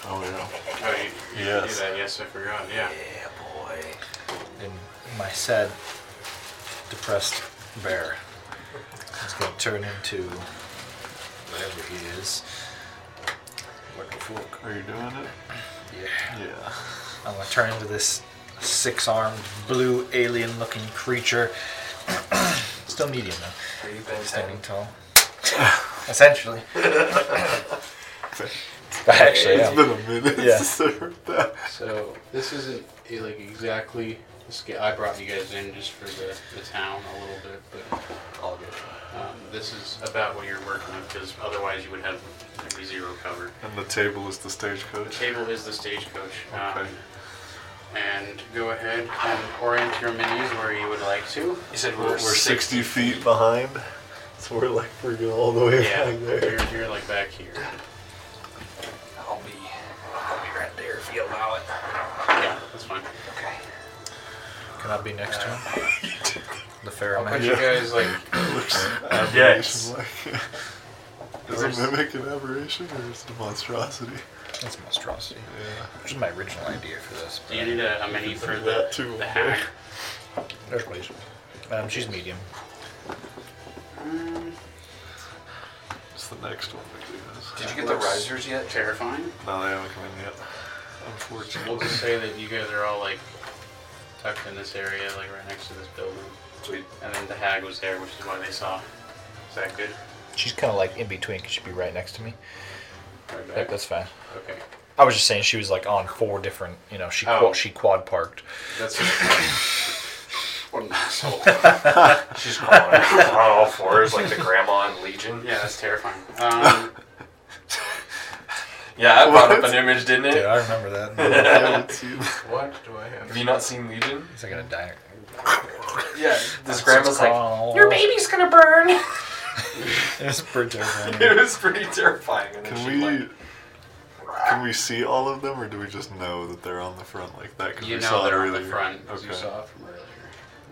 S3: Oh, yeah.
S1: Oh, you, you
S3: Yes.
S1: do that? Yes, I forgot. Yeah.
S2: Yeah, boy.
S4: And my sad, depressed bear is going to turn into whatever he is.
S3: fork. Are you doing it?
S4: Yeah.
S3: Yeah.
S4: I'm gonna turn into this six-armed, blue alien-looking creature. Still medium though,
S2: Are you Ben
S4: standing
S2: 10?
S4: tall. Essentially. Actually,
S3: It's
S4: yeah.
S3: been a minute
S4: Yeah.
S3: since I heard that.
S1: So this isn't eh, like exactly. the sca- I brought you guys in just for the, the town a little bit, but
S2: All good.
S1: um, this is about what you're working with because otherwise you would have there'd be zero cover.
S3: And the table is the
S1: The
S3: stagecoach.
S1: table is the stagecoach. Um,
S3: Okay.
S1: and go ahead and orient your minis where you would like to.
S2: You said we
S3: We're,
S2: were
S3: we're
S2: 60.
S3: 60 feet behind, so we're like we're going all the way
S1: Yeah,
S3: back there.
S1: you're, you're like back here.
S2: I'll be, I'll be right there if you allow it.
S1: Yeah, that's fine.
S2: Okay.
S4: Can I be next to him? The
S1: I'll
S4: Pharaoh
S1: put
S4: man.
S1: you guys like
S3: Yes. is
S1: Where's-
S3: a mimic an aberration or is it a monstrosity?
S4: That's a monstrosity.
S3: Yeah.
S4: Which is my original idea for this.
S1: Do you need a, a mini for the,
S3: That too.
S1: the hack?
S4: There's please. Um, she's medium.
S1: Um,
S3: It's the next one we do this.
S2: Did you get the
S1: Looks-
S2: risers yet?
S1: terrifying.
S3: No, they haven't come in yet.
S1: We'll
S3: Unfortunately.
S1: just say that you guys are all like tucked in this area, like right next to this building.
S2: Sweet.
S1: And then the hag was there, which is why they saw. Is that good?
S4: She's kind of like in between because she'd be right next to me.
S1: Right
S4: Yep,
S1: back?
S4: that's fine.
S1: Okay.
S4: I was just saying she was like on four different, you know, she
S1: Oh.
S4: qua- she quad parked.
S1: That's What an asshole.
S5: She's crawling on all fours like the grandma in Legion.
S1: Yeah, that's terrifying. Um,
S2: Yeah, I brought up
S3: What?
S2: an image, didn't it?
S4: Dude, I remember that.
S3: I haven't seen
S1: what do I
S2: Have
S1: have?
S2: you not seen Legion?
S4: He's like gonna die.
S2: Yeah, this grandma's like,
S4: your
S2: baby's gonna burn.
S4: There's a bridge over
S2: it
S4: there.
S2: was pretty terrifying. And then
S3: Can
S2: she,
S3: we
S2: like,
S3: can we see all of them, or do we just know that they're on the front like that?
S1: You
S3: we
S1: know
S3: saw it
S1: they're on the
S3: earlier.
S1: front, because
S3: Okay,
S1: you saw it from earlier.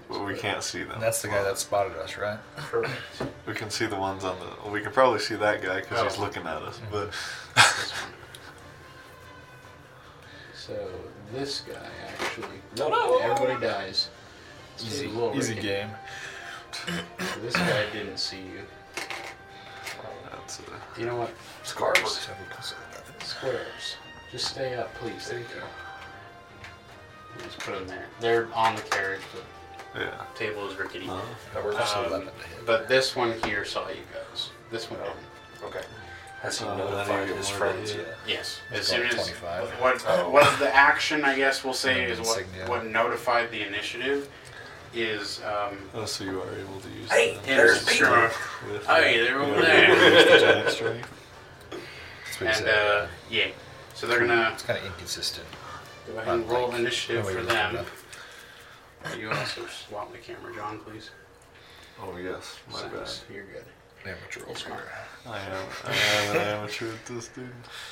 S3: but we can't see them.
S4: And that's the guy that spotted us, right?
S1: Correct.
S3: We can see the ones on the. Well, we can probably see that guy because he's
S1: Oh.
S3: looking at us.
S4: Mm-hmm.
S3: But
S1: This one. So this guy actually. No,
S2: no, no,
S1: everybody dies. It's
S4: Easy,
S1: Lord.
S4: easy game.
S1: So this guy didn't see you.
S3: that's uh,
S1: You know what?
S2: Scars.
S1: Squares. Just stay up, please. There you go. Just put them there. They're on the carriage.
S3: yeah.
S1: The table is rickety.
S3: Uh,
S2: That works.
S1: Um, but this one here saw you guys. This
S4: Oh.
S1: one didn't.
S2: okay. Has he
S3: Uh, then
S2: notified
S3: you get
S2: his
S3: more
S2: friends
S3: than-
S2: yet?
S1: Yes.
S4: It's
S1: As soon
S4: called
S1: as
S4: 25.
S1: what what the action I guess we'll say
S4: And
S1: is
S4: then
S1: what
S4: insignia.
S1: what notified the initiative is um
S3: oh, so you are able to use.
S2: Hey,
S3: them
S2: there's
S1: is
S3: with-
S2: people.
S1: strong-
S3: with,
S1: Hey,
S3: uh,
S1: they're
S3: you
S1: over
S3: know,
S1: there.
S3: with the giant string.
S4: That's what he
S1: and
S4: said.
S1: uh yeah. So they're gonna
S4: it's kind of inconsistent.
S1: go ahead and roll initiative
S4: Nobody
S1: for
S4: looked it
S1: them.
S4: up.
S1: You also swap the camera, John, please.
S3: Oh yes, my bad.
S1: Thanks. You're good.
S4: Amateur
S1: It's fine.
S3: I am. I am an amateur at this, dude.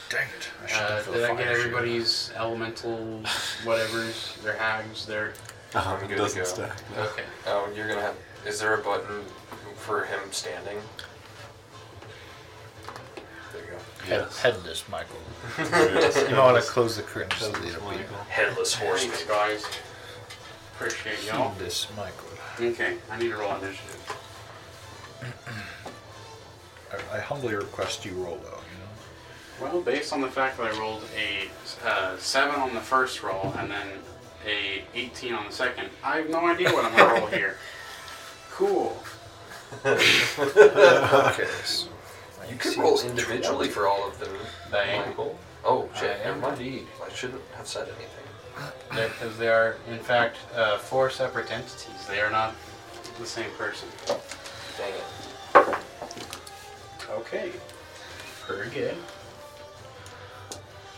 S4: Dang it! I should've
S1: Uh,
S4: done for
S1: did
S4: the
S1: I get
S4: fire shield.
S1: everybody's elemental whatever's, their hags, their...
S3: Um,
S2: good to
S3: it doesn't
S2: go.
S3: stack. No.
S1: Okay.
S2: Oh, you're gonna have. Is there a button for him standing? There you go.
S4: Head, headless, Michael.
S3: Yes.
S4: You might want to close the curtain just
S3: That's
S4: a little bit.
S3: Michael.
S5: Headless horse.
S1: Thanks, guys. Appreciate y'all.
S4: Headless, Michael.
S1: Okay, I need to roll initiative.
S4: I, I humbly request you roll low. You
S1: Well, based on the fact that I rolled a uh, 7 on the first roll and then a 18 on the second, I have no idea what I'm going to roll here. Cool.
S4: know. Okay. So
S2: You could roll individually for all of them.
S1: They,
S2: Michael. Oh
S1: I
S2: shit!
S1: am
S2: Never mind.
S1: indeed.
S2: I shouldn't have said anything.
S1: because they are, in fact, uh, four separate entities. They are not the same person.
S2: Dang it.
S1: Okay. Very good.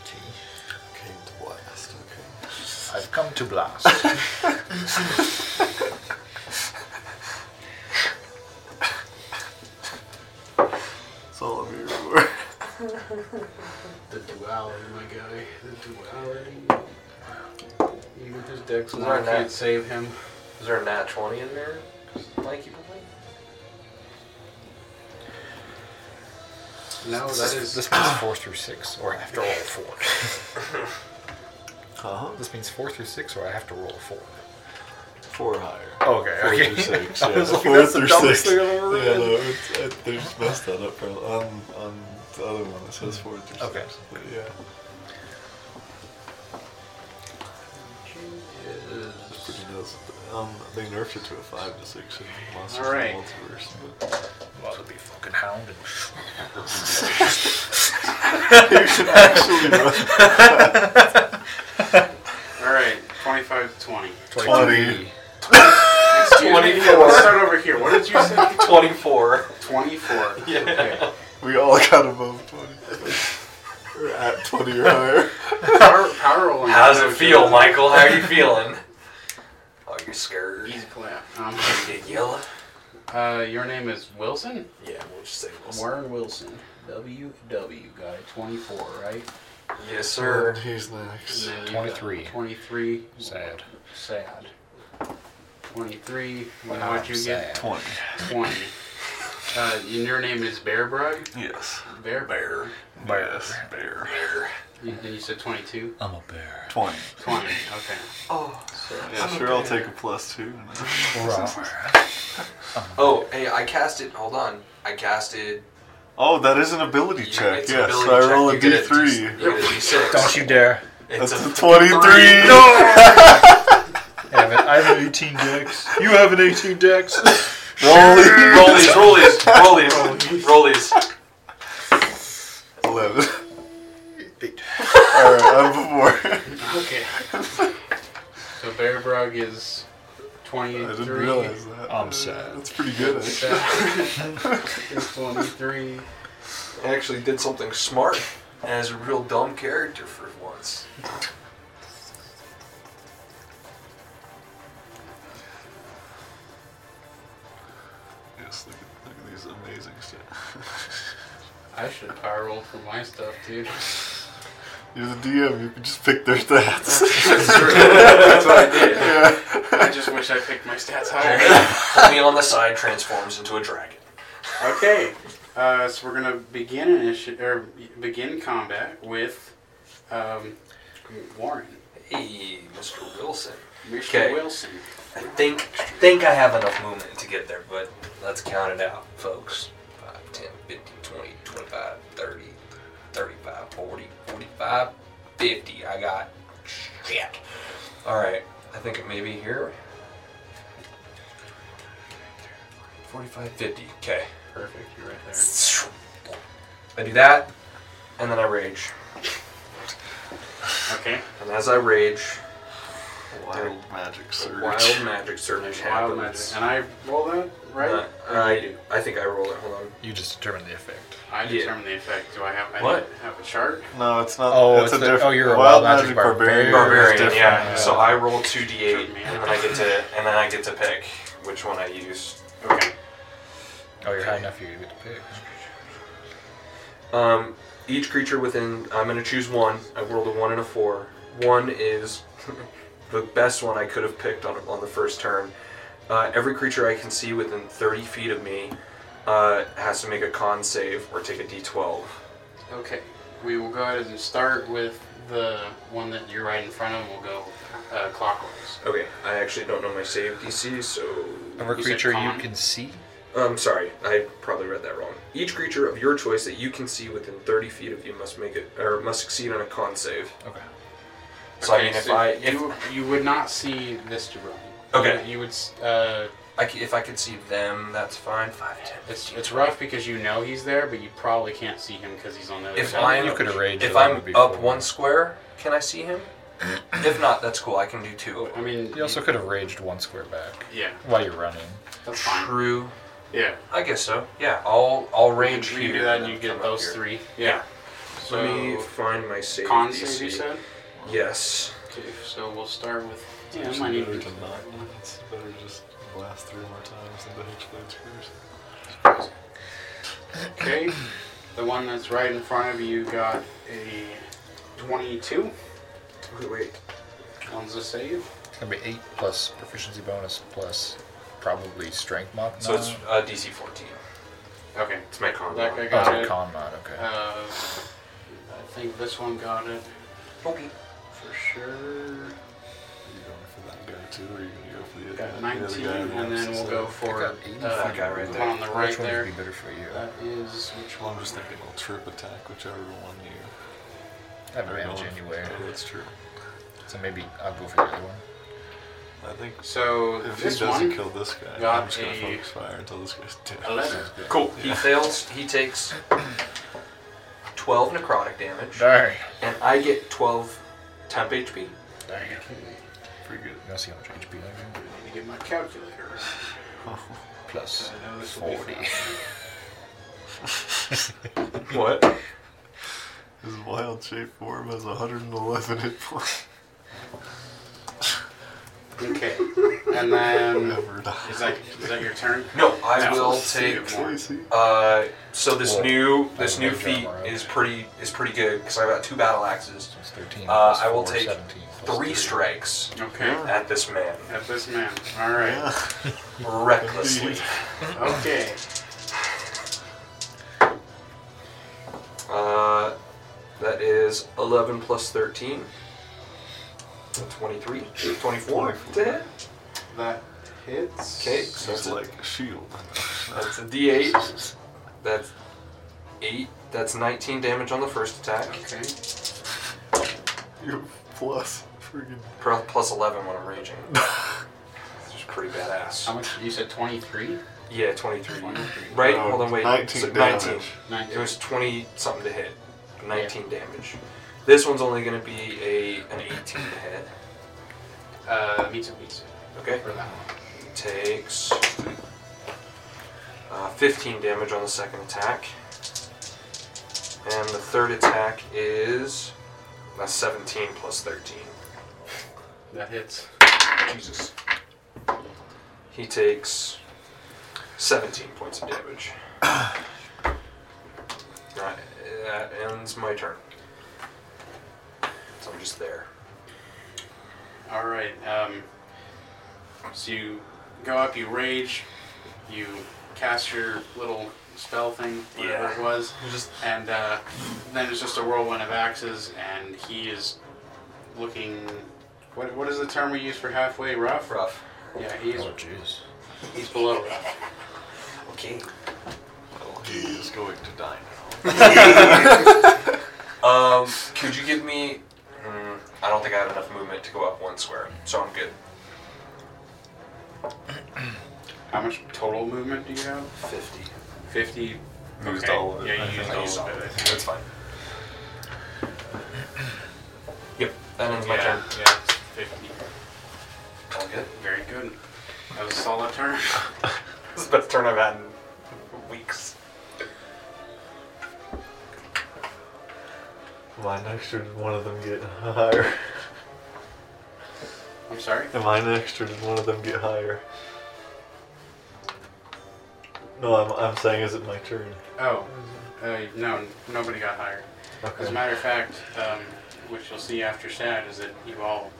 S3: Came to blast. Okay.
S4: I've come to blast. I
S3: That's all I'm here for.
S1: The duality, my guy. The duality. Even his deck's
S2: Is
S1: not
S2: there a
S1: can't
S2: nat-
S1: save him.
S2: Is there a nat twenty in there? Like you believe?
S1: No, that is.
S4: this means four through six, or I have to roll four.
S3: Huh? Uh-huh.
S4: this means four through six, or I have to roll four.
S3: four higher.
S4: Oh, Okay,
S3: Fourth
S4: okay.
S3: or six.
S4: I
S3: Yeah,
S4: was like,
S3: fourth
S4: that's the
S3: or
S4: dumbest
S3: sixth.
S4: thing I've ever
S3: Yeah,
S4: read.
S3: no, it's, I, they just messed that up. probably. On, on the other one, it says fourth or
S4: Okay.
S3: sixth. But yeah, it's pretty nuts. Um, they nerfed it to a five to six in Monsters
S1: All right.
S3: and Multiverse. But
S4: Well, it'd be fucking hound.
S3: you
S4: And...
S3: should actually run
S1: All right, 25 to 20.
S3: twenty.
S1: Excuse me, Let's start over here. What did you say?
S2: 24.
S1: 24. Yeah. Okay.
S3: We all got above twenty. We're at twenty or higher.
S1: Power, power rolling.
S2: How does it feel, Michael? How are you feeling? Oh, you're scared.
S1: Easy clap. Um,
S2: You get yellow?
S1: uh, your name is Wilson?
S2: Yeah, we'll just say Wilson.
S1: Warren Wilson. WW guy, 24, right?
S2: Yes, sir.
S3: He's next.
S1: And then you got
S4: 23.
S1: 23.
S4: Sad.
S1: Sad. 23. What
S4: Wow,
S1: would you
S4: sad.
S1: get?
S3: Twenty.
S1: 20. Uh, and your name is Bear Brug?
S3: Yes.
S1: Bear Bear.
S3: Yes. Bear.
S1: You, and you said 22?
S4: I'm a bear.
S3: Twenty.
S1: 20. Okay.
S2: Oh.
S3: Yeah, sure. I'll take a plus two.
S2: Oh,
S5: Hey, I cast it. Hold on. I cast it.
S3: Oh, that is an ability
S2: Yeah,
S3: check.
S2: it's
S3: Yes,
S2: ability
S3: so I
S2: check.
S3: roll a
S2: You get a
S3: d3.
S2: you get a D6.
S4: Don't you dare.
S2: It's
S3: That's a
S2: a
S3: 23.
S4: I have, an, I have an 18 dex. You have an 18 dex.
S3: Roll
S2: rollies, rollies, rollies, rollies.
S3: 11. Alright, I'm before.
S1: Okay. so Bear Brug is
S3: I didn't
S1: 23.
S3: realize that.
S4: I'm sad.
S3: That's pretty good, actually.
S1: Sad. is 23.
S2: I actually did something smart as a real dumb character for once.
S3: Yes, look at, look at these amazing stats.
S1: I should power roll for my stuff, too.
S3: You're the DM, you can just pick their stats.
S1: That's what I did.
S3: yeah.
S1: I just wish I picked my stats higher.
S2: Me on the side transforms into a dragon.
S1: Okay, uh, so we're gonna begin initi- or begin combat with um, Warren,
S2: Hey, Mr. Wilson.
S1: Mr.
S2: Okay.
S1: Wilson.
S2: I think I think I have enough movement to get there, but let's count it out, folks. 5, 10, 15, 20, 25, 30, 35, 40, 45, 50. I got shit. Alright, I think it may be here. 45, 50. Okay.
S1: Perfect, you're right there.
S2: I do that, and then I rage.
S1: Okay,
S2: And as I rage,
S3: Wild magic surge.
S2: wild magic surge
S1: wild
S2: happens.
S1: magic, and I roll that right.
S2: Uh,
S1: Or you
S2: I,
S1: do?
S2: I think I roll it. Hold on.
S4: You just determine the effect.
S1: I
S2: yeah.
S1: determine the effect. Do I have? I
S2: What?
S1: didn't have a chart.
S3: No, it's not.
S4: Oh,
S3: it's,
S4: it's
S3: a
S4: the-
S3: different.
S4: oh, you're a wild magic
S3: barbarian. is
S4: barbarian.
S2: Barbarian,
S3: different.
S2: yeah.
S4: yeah.
S2: So I roll two d8, and then I get to, and then I get to pick which one I use.
S1: Okay,
S4: Oh, you're high enough you get to pick.
S2: Um, each creature within, I'm gonna choose one. I rolled a one and a four. One is the best one I could have picked on on the first turn. Uh, every creature I can see within 30 feet of me uh, has to make a con save or take a d12.
S1: okay. We will go ahead and start with the one that you're right in front of. We'll go uh, clockwise.
S2: Okay, I actually don't know my save DC, so.
S4: Every
S1: You said
S4: creature you
S1: con?
S4: can see.
S2: I'm Um, sorry, I probably read that wrong. Each creature of your choice that you can see within 30 feet of you must make it or must succeed on a con save.
S4: Okay.
S2: So I mean, if I if,
S1: you you would not see this Jabroni.
S2: Okay.
S1: You, you would. s- Uh,
S2: I c- if I could see them, that's fine. Five, ten.
S1: It's
S2: 15.
S1: it's rough because you know he's there, but you probably can't see him because he's on the other
S2: If
S1: side.
S2: I'm
S4: You could arrange it,
S2: if
S4: that
S2: I'm
S4: would be
S2: up
S4: cool.
S2: one square, can I see him? if not, that's cool. I can do two. of
S1: I
S2: them.
S1: mean,
S4: You also could have raged one square back
S1: yeah,
S4: while you're running.
S1: that's fine.
S2: True.
S1: Yeah,
S2: I guess so. Yeah, I'll I'll range
S1: you
S2: here.
S1: do that,
S2: and
S1: and you
S2: then
S1: get
S2: come up
S1: those
S2: here.
S1: three. Yeah. So
S2: Let me find my save
S1: con
S2: DC.
S1: save you said.
S2: Yes.
S1: Okay, so we'll start with.
S3: It's
S1: Yeah, I might
S3: actually
S1: need
S3: better
S1: to-
S3: to not. It's better just blast three more times than to hitch blades first.
S1: Okay, the one that's right in front of you got a twenty-two
S2: Wait, wait.
S1: on the save.
S4: It's gonna be eight plus proficiency bonus plus probably strength mod.
S2: So
S4: mod?
S2: it's uh, DC 14.
S1: Okay,
S2: It's my con.
S1: that
S2: mod.
S1: guy
S4: oh, it's
S1: got
S4: a
S1: it. Uh,
S4: con mod. Okay.
S1: I think this one got it
S2: Okay.
S1: for sure.
S3: You're going for that guy too, or are you gonna go for the other guy?
S1: Nineteen,
S3: the other guy
S1: and then
S3: who
S1: we'll
S3: has
S1: go
S3: the-
S1: for
S7: got
S1: uh,
S7: 80
S1: that guy right there. on the right
S7: Which one
S1: there. Uh,
S7: would be better for you?
S1: That is which
S3: Well,
S1: one?
S3: I'm just thinking we'll trip attack whichever one you.
S7: I have
S3: are
S7: advantage
S3: going for.
S7: anyway,
S3: Yeah, that's true.
S7: so maybe I'll go for the other one.
S3: I think
S1: So
S3: if he
S1: this
S3: doesn't
S1: one,
S3: kill this guy,
S1: got
S3: I'm just gonna
S1: a
S3: focus fire until this guy's dead.
S1: eleven.
S2: Cool. He fails. He takes 12 necrotic damage,
S7: Darn.
S2: and I get 12 temp HP.
S7: Darn. You
S3: Pretty good.
S7: want to see how much HP I
S1: I need to get my calculator.
S7: got? Plus
S1: So I know this will be
S7: 40.
S1: fun.
S2: What?
S3: His wild shape form has 111 hit points.
S1: Okay, and then
S3: Never die.
S1: is that is that your turn?
S2: No, I
S1: No.
S2: will
S3: See
S2: take.
S3: it, Tracy.
S2: Uh, so this
S7: Well,
S2: new this
S7: I
S2: new
S7: like that
S2: feat
S7: one,
S2: is
S7: okay.
S2: pretty is pretty good because I've got two battle axes,
S7: So it's 13.
S2: Uh,
S7: plus
S2: I will
S7: 4,
S2: take
S7: 17, plus
S2: three strikes
S1: Okay,
S2: at this man
S1: at this man. All right.
S3: Yeah.
S2: recklessly.
S1: Okay.
S2: Uh, that is 11 plus 13. So 23, 24 to hit.
S1: That hits.
S2: Okay, so
S3: He's
S2: that's a,
S3: like a shield.
S2: that's a D8. That's eight. That's 19 damage on the first attack.
S1: Okay.
S3: You're plus friggin'
S2: Pro- Plus 11 when I'm raging. It's just pretty
S1: How
S2: badass.
S1: much? You said 23?
S2: Yeah, 23.
S1: 23.
S2: Right?
S3: No,
S2: Hold on, wait.
S3: 19
S2: So
S3: damage.
S2: 19.
S1: 19.
S2: It was 20 something to hit. 19 damage. This one's only going to be a an 18 to hit.
S1: Uh, meets it, meets
S2: Okay.
S1: it. For that one.
S2: takes uh, 15 damage on the second attack. And the third attack is that's 17 plus 13.
S1: That hits.
S2: Jesus. He takes 17 points of damage. that, that ends my turn. So I'm just there.
S1: All right. Um, so you go up, you rage, you cast your little spell thing, whatever
S2: Yeah.
S1: it was,
S2: Just
S1: and uh, then it's just a whirlwind of axes, and he is looking. What, what is the term we use for halfway rough?
S2: rough.
S1: Yeah, he's
S7: 14. Oh, jeez.
S1: he's below rough.
S2: Okay.
S3: Oh, he is going to die now.
S2: Um, could you give me? Mm, I don't think I have enough movement to go up one square, so I'm good.
S1: How much total movement do you have?
S2: Fifty.
S1: 50.
S3: Used
S1: okay.
S3: all of it,
S1: Yeah,
S3: I
S1: you
S3: think.
S1: used
S2: I
S1: all
S2: use all
S1: of
S2: of
S1: it.
S2: it. That's fine. Yep, that ends my
S1: Yeah,
S2: turn.
S1: yeah, 50.
S2: All good.
S1: Very good. That was a solid turn.
S2: This is the best turn I've had in weeks.
S3: Am I next or did one of them get higher?
S1: I'm sorry?
S3: Am I next or did one of them get higher? No, I'm, I'm saying is it my turn?
S1: Oh, uh, no, nobody got hired. As a matter of fact, um, which you'll see after Sad, is that you all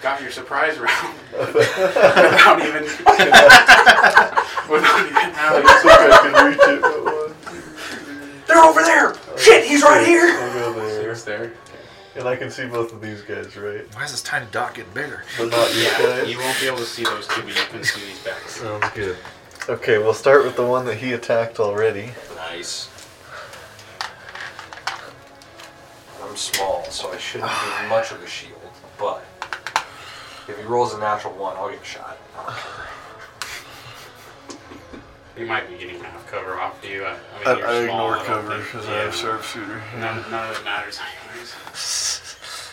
S1: got your surprise round without even, without even having
S3: I think I can reach it, but one, two,
S2: They're over there. Shit, he's right here.
S3: I'll go
S1: So
S3: there.
S1: it's there.
S3: And I can see both of these guys, right?
S7: Why is this tiny dot getting bigger?
S3: But not you
S1: Yeah,
S3: guys?
S1: you won't be able to see those two, but you can see these backs.
S3: Sounds good. Okay, we'll start with the one that he attacked already.
S2: Nice. I'm small, so I shouldn't be much of a shield, but if he rolls a natural one, I'll get shot. Uh,
S1: You might be getting half cover off do you. uh, I,
S3: I,
S1: mean, you're
S3: I
S1: small,
S3: ignore
S1: don't
S3: cover
S1: think-
S3: because I
S1: yeah.
S3: have sharpshooter.
S1: None, none of it matters anyways.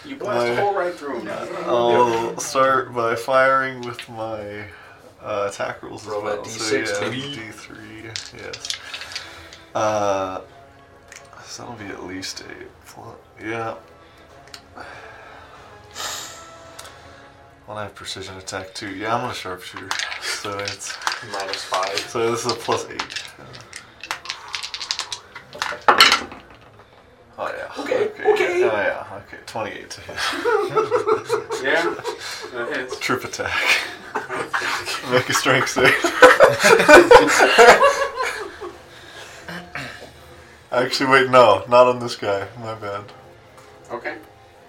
S1: You blast a
S3: My-
S1: hole right through him.
S3: I'll start by firing with my uh, attack rolls as
S2: Roll that
S3: well.
S2: D6,
S3: so yeah,
S2: baby.
S3: D3, yes. Uh, so that'll be at least a pl- yeah. Well, I have precision attack too. Yeah, I'm a sharpshooter, so it's
S2: Minus five.
S3: so this is a plus eight. Oh yeah.
S2: Okay, okay.
S3: Oh yeah. Okay. Twenty-eight to hit.
S1: Yeah, Uh, that hits.
S3: Trip attack. Make a strength save. Actually, wait, no, not on this guy. My bad.
S1: Okay.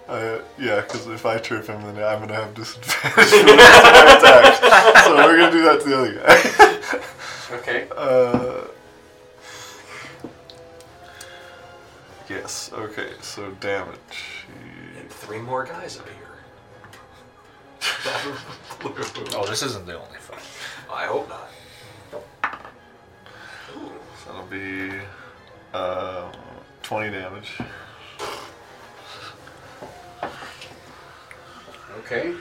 S3: Uh, yeah, because if I trip him, then I'm gonna have disadvantage for the entire attack. So we're gonna do that to the other guy.
S1: Okay.
S3: Uh, yes. Okay. So damage.
S2: And three more guys appear.
S4: Oh, this isn't the only fight.
S2: I hope not.
S3: So that'll be um, twenty damage.
S1: Okay.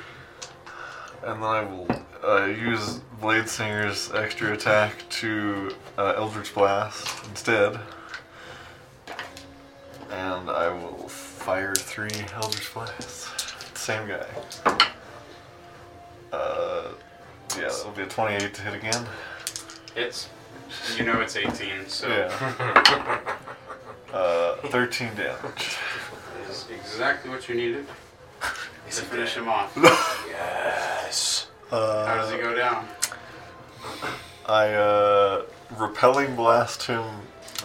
S3: And then I will uh, use Blade Singer's extra attack to uh, Eldritch Blast instead. And I will fire three Eldritch Blasts. Same guy. Uh, yeah, that'll be a 28 to hit again.
S1: It's. You know it's 18, so
S3: Yeah. Uh, 13 damage.
S1: is exactly what you needed to finish him off.
S2: Yes.
S1: How does
S3: Uh,
S1: he go down?
S3: I uh, repelling blast him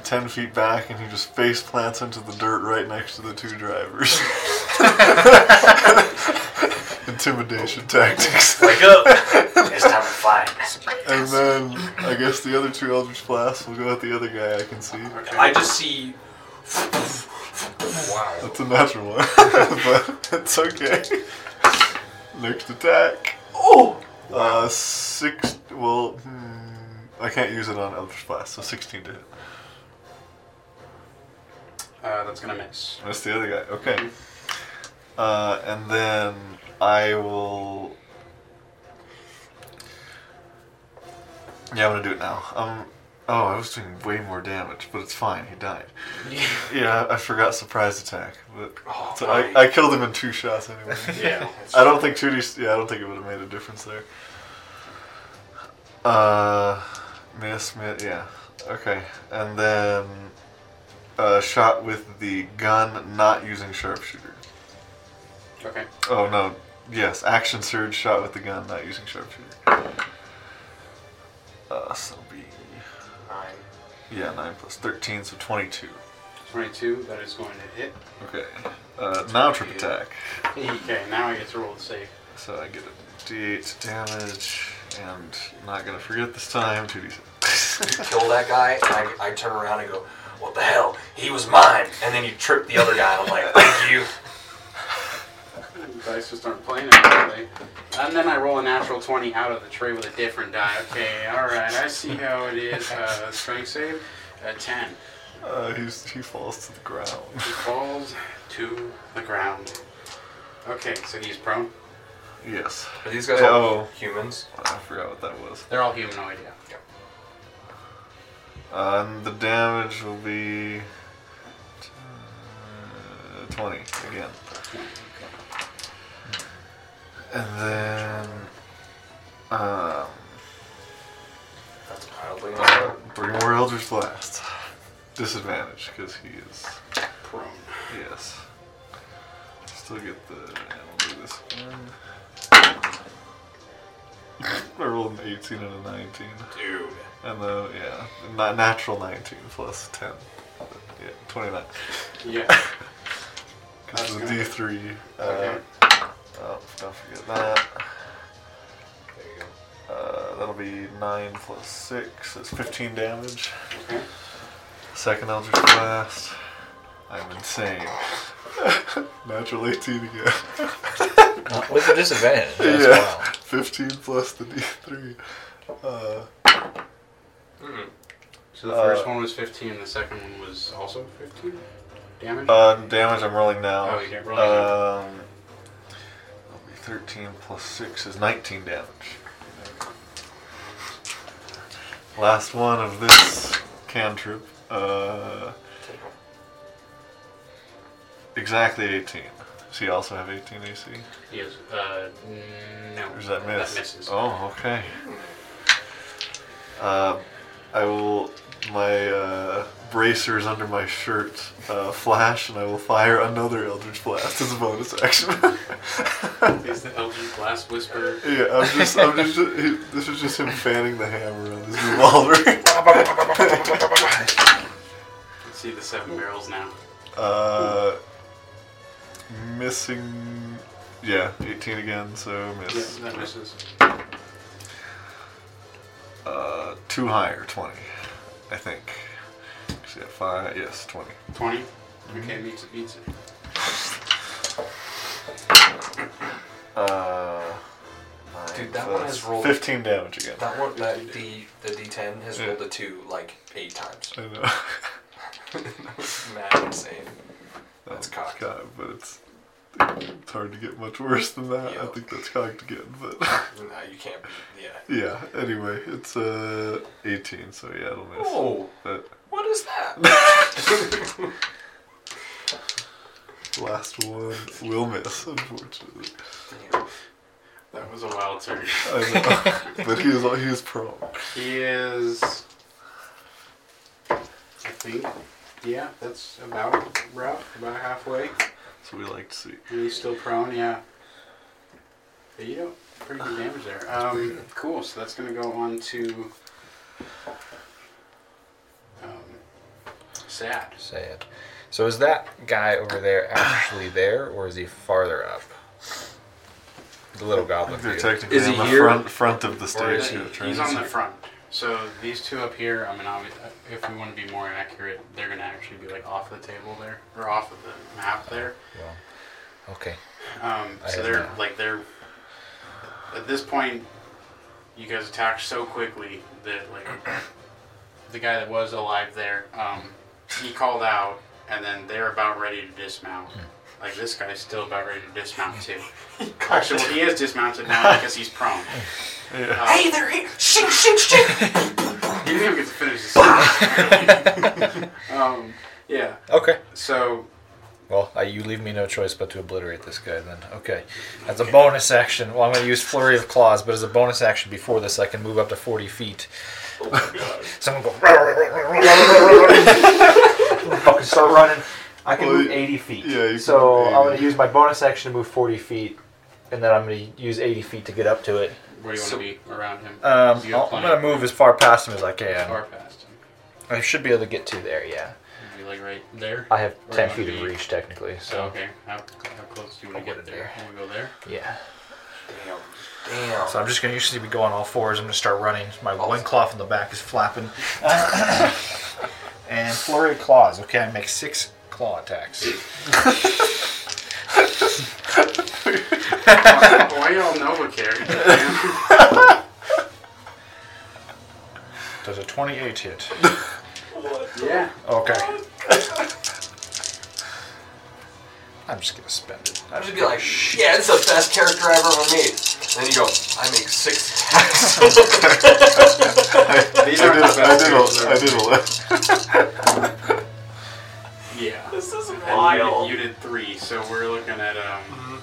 S3: 10 feet back, and he just face plants into the dirt right next to the two drivers. Intimidation tactics.
S5: Wake up! it's time to fight.
S3: And then I guess the other two Eldritch Blasts will go at the other guy I can see.
S1: Okay.
S2: I just see.
S3: That's a natural one, but it's okay. Next attack.
S2: Oh!
S3: Uh, six. Well, hmm, I can't use it on Eldritch Blast, so 16 to hit.
S1: Uh, that's gonna miss.
S3: That's the other guy. Okay. Uh, and then I will. Yeah, I'm gonna do it now. Um. Oh, I was doing way more damage, but it's fine. He died. Yeah, I, I forgot surprise attack, but
S2: Oh,
S3: so
S2: my.
S3: I, I killed him in two shots anyway.
S1: Yeah.
S3: I don't think two D. Yeah, I don't think it would have made a difference there. Uh, miss, miss. Yeah, okay. And then uh, shot with the gun, not using sharpshooter.
S1: Okay.
S3: Oh no. Yes, action surge shot with the gun, not using sharpshooter. Uh, so be
S2: Nine.
S3: yeah, nine plus thirteen, so twenty-two.
S1: 22, that is going to hit.
S3: Okay. Uh, now trip attack.
S1: Okay, now I get to roll the save.
S3: So I get a d8 damage, and not gonna forget this time, 2d6.
S2: kill that guy, and I, I turn around and go, "What the hell? He was mine!" And then you trip the other guy, and I'm like, "Thank you."
S1: Dice just aren't playing apparently. And then I roll a natural 20 out of the tray with a different die. Okay, alright, I see how it is. Uh, strength save, a 10.
S3: uh, he's, he falls to the ground.
S1: He falls to the ground. Okay, so he's prone.
S3: Yes.
S2: Are these guys
S3: Yeah,
S2: all
S3: oh.
S2: humans?
S3: I forgot what that was.
S1: They're all humanoid, yeah.
S3: Uh, and the damage will be. uh, 20 again. And then. Um,
S2: That's mildly
S3: uh, three more Eldritch Blast. Disadvantage, because he is.
S1: Prone.
S3: Yes. Still get the. And we'll do this one. I rolled an 18 and a 19.
S2: dude.
S3: And the, yeah, na- natural 19 plus 10. Yeah, 29.
S1: Yeah.
S3: Because the
S1: That's good.
S3: D3. Uh,
S1: Okay.
S3: Oh, don't forget that.
S2: There you go.
S3: Uh, that'll be 9 plus 6. That's 15 damage.
S1: Okay.
S3: Second Eldritch Blast. I'm insane. natural 18 again.
S7: With a disadvantage. That's
S3: yeah.
S7: wild.
S3: 15 plus the D3. Uh,
S2: Mm-hmm.
S1: So the first
S3: Uh,
S1: one was 15, and the second one was also 15 damage?
S3: uh, damage I'm rolling now.
S1: Oh, you're rolling now.
S3: um, that'll be 13 plus 6 is 19 damage. Last one of this cantrip. Uh, exactly 18. So you also have 18 AC?
S1: he is, uh, no.
S3: Or does that miss?
S1: That misses.
S3: Oh, okay. Uh, I will. My uh, bracers under my shirt uh, flash, and I will fire another Eldritch Blast as a bonus action.
S1: Is the Eldritch Blast Whisper
S3: yeah, I'm just. I'm just. He, this is just him fanning the hammer on his revolver.
S1: Let's see the seven barrels now.
S3: Uh, missing. Yeah, 18 again, so
S1: Yeah,
S3: miss.
S1: that misses.
S3: Uh, two higher, 20, I think. 'Cause Yeah, five, yes, 20.
S1: 20? Okay, beats it, beats it.
S3: Uh,
S2: Dude, that
S3: so
S2: one
S3: that's
S2: has rolled.
S3: 15 damage again.
S2: That one, that D, the D10 has
S3: Yeah.
S2: rolled a two like eight times.
S3: I know.
S2: That was Mad insane. That's
S3: Oh,
S2: cocked.
S3: God, but it's, it's hard to get much worse than that. I
S2: Yeah.
S3: think that's cocked again, but
S2: No, you can't. be- Yeah.
S3: yeah. Anyway, it's uh 18, so yeah, it'll miss.
S2: Oh,
S3: But
S2: what is that?
S3: last one will miss, unfortunately.
S2: Damn.
S1: That was a wild turn.
S3: I know, but he was he was prone.
S1: He is. I think. Yeah, that's about route, about halfway.
S3: So we like to see.
S1: And he's still prone, yeah. But you know, pretty good damage there. Um, cool, so that's going to go on to. Um, sad.
S7: Sad. So is that guy over there actually there, or is he farther up? The little goblin.
S3: They're
S7: dude.
S3: technically
S2: Is he
S3: on the
S2: here?
S3: front front of the
S1: Or
S3: stage.
S1: is he-
S3: here,
S1: he's
S3: trying
S1: on
S3: to
S1: the
S3: see.
S1: front. So these two up here, I mean, obvi- if we want to be more accurate, they're going to actually be like off the table there, or off of the map there.
S7: Well, okay.
S1: Um,
S7: I
S1: so
S7: have
S1: they're
S7: no-
S1: like they're at this point. You guys attacked so quickly that like the guy that was alive there, um, he called out, and then they're about ready to dismount. Like this guy's still about ready to dismount too. Actually, well, he is dismounted now because he's prone. Uh,
S6: Hey, they're here! Shoot, shoot, shoot!
S1: he didn't even get to finish his sentence. um, yeah.
S7: Okay.
S1: So
S7: Well, I, you leave me no choice but to obliterate this guy then. Okay. As a bonus action, well, I'm going to use Flurry of Claws, but as a bonus action before this, I can move up to 40 feet.
S2: Oh my god.
S7: Someone go. "Rah, rah, rah, rah, rah, rah."
S4: Fucking start running. I can
S3: Well,
S4: move
S3: you-
S4: 80 feet.
S3: yeah, you can
S4: so
S3: move
S4: I'm going
S3: 80.
S4: to use my bonus action to move 40 feet, and then I'm going to use 80 feet to get up to it.
S1: where do you want to be around him?
S7: Um,
S1: You have
S7: I'll- I'm
S1: plenty.
S7: going to move as far past him as I can.
S1: Far past him.
S7: I should be able to get to there, yeah.
S1: Be like right there.
S4: I have
S1: Or
S4: 10
S1: you
S4: feet
S1: wanna
S4: of
S1: be-
S4: reach, technically.
S1: So
S4: So,
S1: okay, how, how close do you want to
S7: I'll
S1: get
S7: put it
S1: there?
S7: there.
S1: Can we go there?
S7: yeah.
S2: Damn. Damn.
S4: so I'm just going to usually be going all fours. I'm going to start running. My
S2: Awesome.
S4: loincloth in the back is flapping. and Flurry of Claws. Okay, I make six claw attacks.
S1: Why y'all Novacare?
S4: Does a 28 hit?
S1: yeah.
S4: Okay. I'm just going to spend it.
S2: I'd just be like, yeah, it's the best character I ever made. And then you go, I make six attacks.
S1: These
S3: I
S1: aren't
S3: did,
S1: the
S3: I
S1: best
S3: did,
S1: rolls,
S3: a, I
S1: though.
S3: did a left.
S1: Yeah.
S2: this is
S1: And you, did, you did three, so we're looking at um,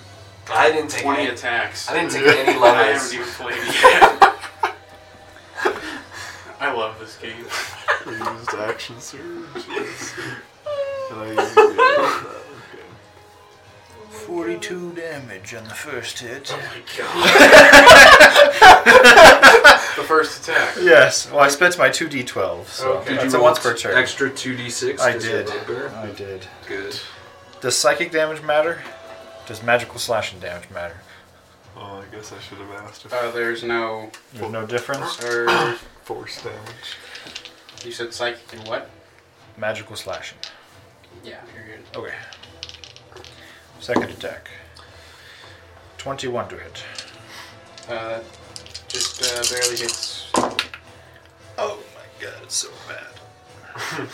S2: I didn't take
S1: 20
S2: any.
S1: attacks.
S2: Mm-hmm. I didn't take any
S1: I haven't
S2: levels.
S1: even played yet. I love this game.
S3: I used action surge. yes. And I used, yeah, okay.
S4: 42 damage on the first hit.
S1: The first attack.
S4: Yes. Well, I spent my two d12. So
S1: Okay. Oh, Did
S4: that's a once per turn.
S2: extra 2d6?
S4: I
S2: 'cause you're
S4: did.
S2: bugbear?
S4: I did.
S2: Good.
S4: Does psychic damage matter? Does magical slashing damage matter?
S3: Oh, I guess I should have asked if
S1: Uh, there's no.
S4: There's no difference.
S1: Or,
S3: force damage.
S1: you said psychic and what?
S4: Magical slashing.
S1: Yeah, you're good.
S4: Okay. Second attack. 21 to hit.
S1: Uh, just uh, barely hits.
S4: Oh my god, it's so bad.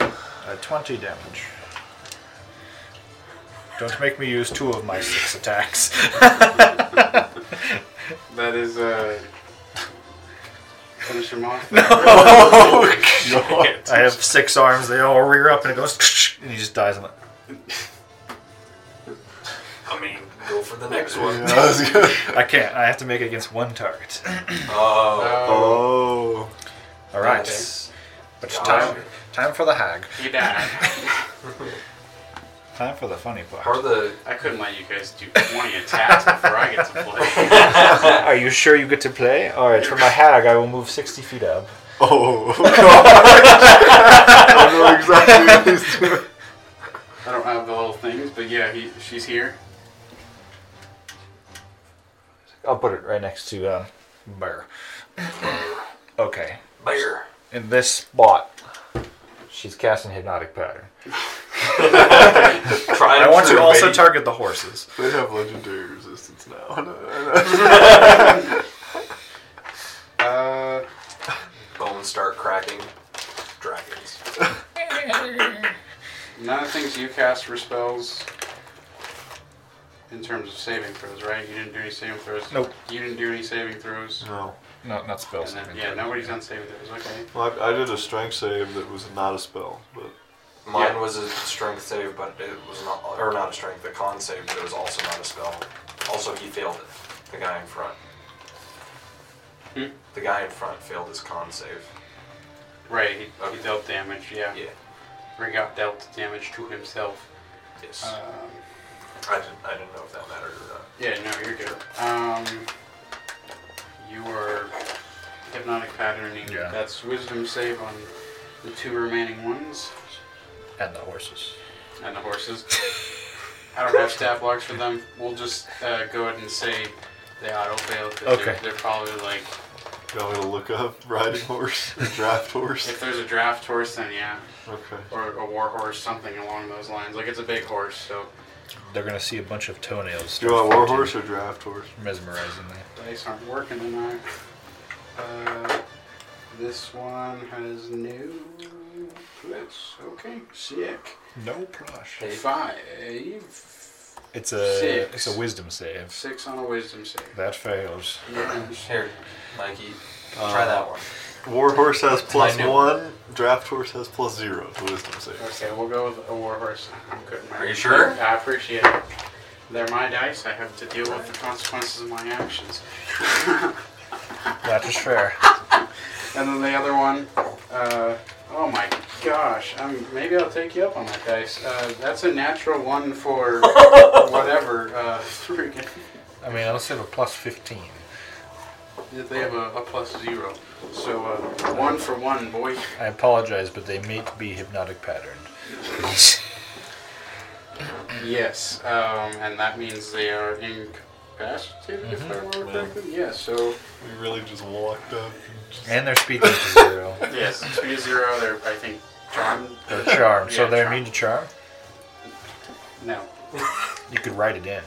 S4: uh, 20 damage. Don't make me use two of my six attacks.
S1: That is. Uh, finish him off.
S4: I have six arms, they all rear up and it goes and he just dies. I'm like,
S2: I mean, go for the next one.
S3: Yeah, I was gonna-
S4: I can't. I have to make it against one target.
S2: Oh.
S1: Oh,
S3: Oh.
S4: All right.
S2: That's-
S4: But it's time, time for the hag.
S1: he died.
S4: Time for the funny
S2: Are
S4: part.
S2: the
S1: I couldn't let you guys do 20 attacks before I get to play.
S4: Are you sure you get to play? All right. For my hag, I will move sixty feet up.
S3: Oh, God. I know exactly what he's doing.
S1: I don't have the little things, but yeah, he, she's here.
S4: I'll put it right next to uh, Bear. okay.
S2: Bear.
S4: In this spot, she's casting hypnotic pattern.
S2: Try
S8: I
S2: and
S8: want to
S2: true,
S8: also
S2: baby.
S8: target the horses.
S3: They have legendary resistance now. I know, I know.
S1: Uh,
S2: bones start cracking. Dragons.
S1: none of the things you cast were spells in terms of saving throws, right? You didn't do any saving throws.
S4: Nope.
S1: You didn't do any saving throws.
S3: No.
S4: No, not
S1: And
S4: spells.
S1: then, yeah, nobody's on saving throws. Okay.
S3: Well, I, I did a strength save that was not a spell, but
S2: Mine
S1: Yeah.
S2: was a strength save, but it was not, or not a strength, a con save, but it was also not a spell. Also, he failed it. The guy in front.
S1: Hmm?
S2: The guy in front failed his con save.
S1: Right, he,
S2: Okay.
S1: he dealt damage, yeah.
S2: Yeah.
S1: Or he got dealt damage to himself.
S2: Yes.
S1: Um,
S2: I, didn't, I didn't know if that mattered or not.
S1: yeah, no, you're good. Um, you are hypnotic patterning.
S4: Yeah.
S1: That's wisdom save on the two remaining ones
S4: And the horses.
S1: and the horses. I don't have stat blocks for them. We'll just uh, go ahead and say they auto fail because
S4: Okay.
S1: they're, they're probably like
S3: you want me to look up riding horse or draft horse?
S1: if there's a draft horse, then yeah,
S3: Okay.
S1: or a war horse, something along those lines. Like it's a big horse, so
S4: They're going to see a bunch of toenails.
S3: Do you want war horse or draft horse?
S4: Mesmerizingly.
S1: dice aren't working tonight. Uh, this one has no plus. Okay, sick.
S4: No plush.
S1: Five,
S4: It's a
S1: Six.
S4: it's a wisdom save.
S1: six on a wisdom save.
S4: That fails.
S1: Yes.
S2: Here, Uh, Mikey, try that one.
S3: War horse has plus
S2: knew-
S3: one, draft horse has plus zero to wisdom save.
S1: Okay, we'll go with a war horse. I'm good. man.
S2: Are you sure?
S1: I appreciate it. They're my dice. I have to deal with the consequences of my actions.
S4: That is fair.
S1: And then the other one, uh, oh my gosh, I'm, maybe I'll take you up on that dice. Uh, that's a natural one for whatever. Uh, freaking-
S4: I mean, let's have a plus 15.
S1: they have a, a plus zero. So uh, one for one, boy.
S4: I apologize, but they may be hypnotic patterned.
S1: Yes, um, and that means they are incapacitated, if I
S4: Mm-hmm.
S1: remember correctly. Yeah, so
S3: We really just walked up. and just-
S4: And they're speaking to zero.
S1: yes, two to zero. They're I think charmed.
S4: They're charmed. so
S1: Yeah,
S4: they're
S1: charmed.
S4: immune to charm?
S1: No,
S4: You could write it in.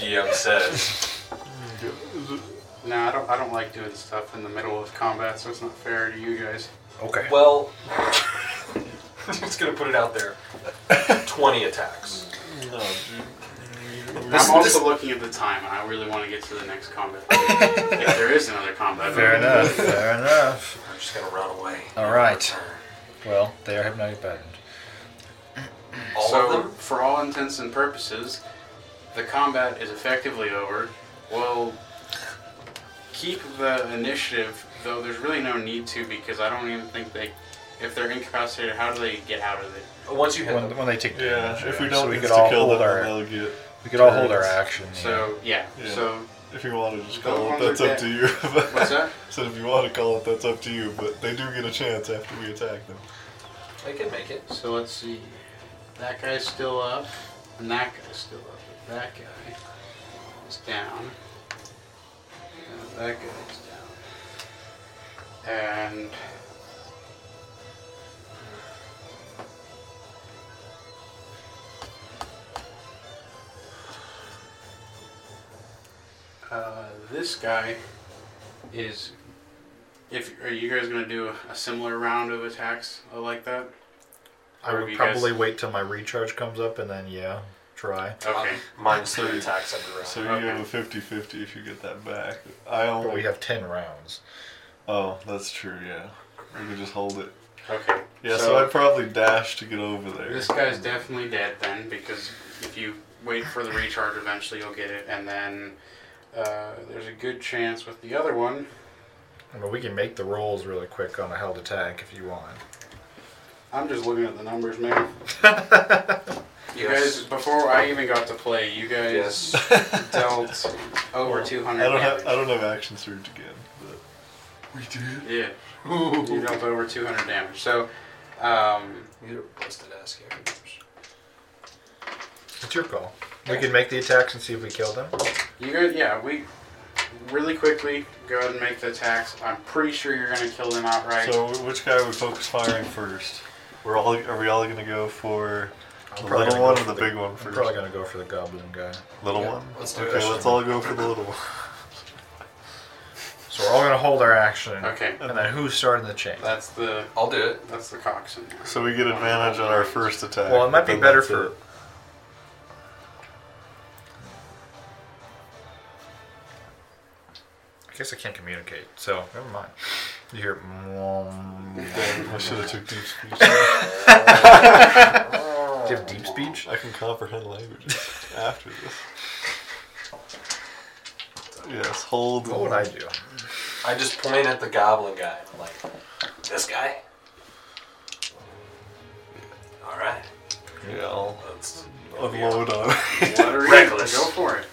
S2: DM says,
S3: Is it-
S1: no, I don't. I don't like doing stuff in the middle of combat, so it's not fair to you guys.
S4: Okay.
S2: well, I'm just going to put it out there 20 attacks.
S1: I'm also looking at the time, and I really want to get to the next combat. if there is another combat,
S4: Fair enough. Fair enough.
S2: I'm just going to run away.
S4: All right. Well, they are hypnotic patterned.
S2: All
S1: so,
S2: of them?
S1: for all intents and purposes, the combat is effectively over. We'll keep the initiative, though there's really no need to because I don't even think they. If they're incapacitated, how do they get out of it?
S2: Once you hit
S4: When,
S2: them,
S4: when they take damage.
S3: Yeah, if
S4: yeah.
S3: we
S4: So
S3: don't
S4: we
S3: need
S4: could
S3: to
S4: all
S3: kill
S4: hold
S3: them,
S4: our
S3: they'll get.
S4: we could all hold our
S3: turns.
S4: action. yeah.
S1: So, yeah.
S3: Yeah.
S1: So,
S3: If you want to just
S1: Those
S3: call it,
S1: ones
S3: that's
S1: are
S3: up to you.
S1: what's that?
S3: so if you want to call it, that's up to you. But they do get a chance after we attack them.
S2: they can make it.
S1: So let's see. That guy's still up, and that guy's still up. But that guy is down. And that guy is down. And uh, this guy is. If are you guys gonna do a, a similar round of attacks like that?
S8: I
S1: Or
S8: would
S1: you guys-
S8: probably wait till my recharge comes up and then yeah, try.
S1: Okay.
S2: Minus three attacks every round.
S3: So you
S1: Okay.
S3: have a 50-50 if you get that back. I only.
S8: But we have ten rounds.
S3: Oh, that's true. Yeah, we could just hold it.
S1: Okay.
S3: Yeah, so,
S1: So-
S3: I'd probably dash to get over there.
S1: This guy's definitely dead then, because if you wait for the recharge, eventually you'll get it, and then uh, there's a good chance with the other one.
S8: I mean, we can make the rolls really quick on a held attack if you want.
S1: I'm just looking at the numbers, man. You
S2: Yes.
S1: guys, before I even got to play, you guys
S2: Yes.
S1: dealt over 200
S3: I don't have I
S1: damage.
S3: don't have action surge again. But We did.
S1: Yeah. You dealt over 200 damage. So, um,
S2: You requested ass characters.
S4: It's your call. We can make the attacks and see if we kill them.
S1: you go, yeah, we really quickly go ahead and make the attacks. I'm pretty sure you're going to kill them outright.
S3: So which guy would focus firing first? We're all are we all gonna go for
S4: I'm
S3: the
S4: probably
S3: little
S4: gonna
S3: one
S4: go
S3: or the
S4: for
S3: big one
S4: I'm
S3: first?
S4: probably gonna go for the goblin guy.
S3: Little
S2: Yeah,
S3: one.
S2: let's do
S3: okay,
S2: it.
S3: let's all go for the little one.
S4: So we're all gonna hold our action.
S1: Okay.
S4: And then who's starting the chain?
S1: That's the
S2: I'll do it.
S1: that's the coxswain.
S3: So we get advantage on our first attack.
S4: Well, it might be
S3: but
S4: better
S3: that's
S4: for.
S3: it.
S4: I guess I can't communicate, so never mind. You hear. Do
S3: Damn, I should have took deep speech.
S4: you have deep speech?
S3: I can comprehend language after this. Yes, hold.
S4: What would I do?
S2: I just point at the goblin guy. I'm like, this guy? Alright.
S3: Yeah, I'll
S2: Let's.
S3: unload on.
S1: Lottery.
S2: Reckless.
S1: Go for it.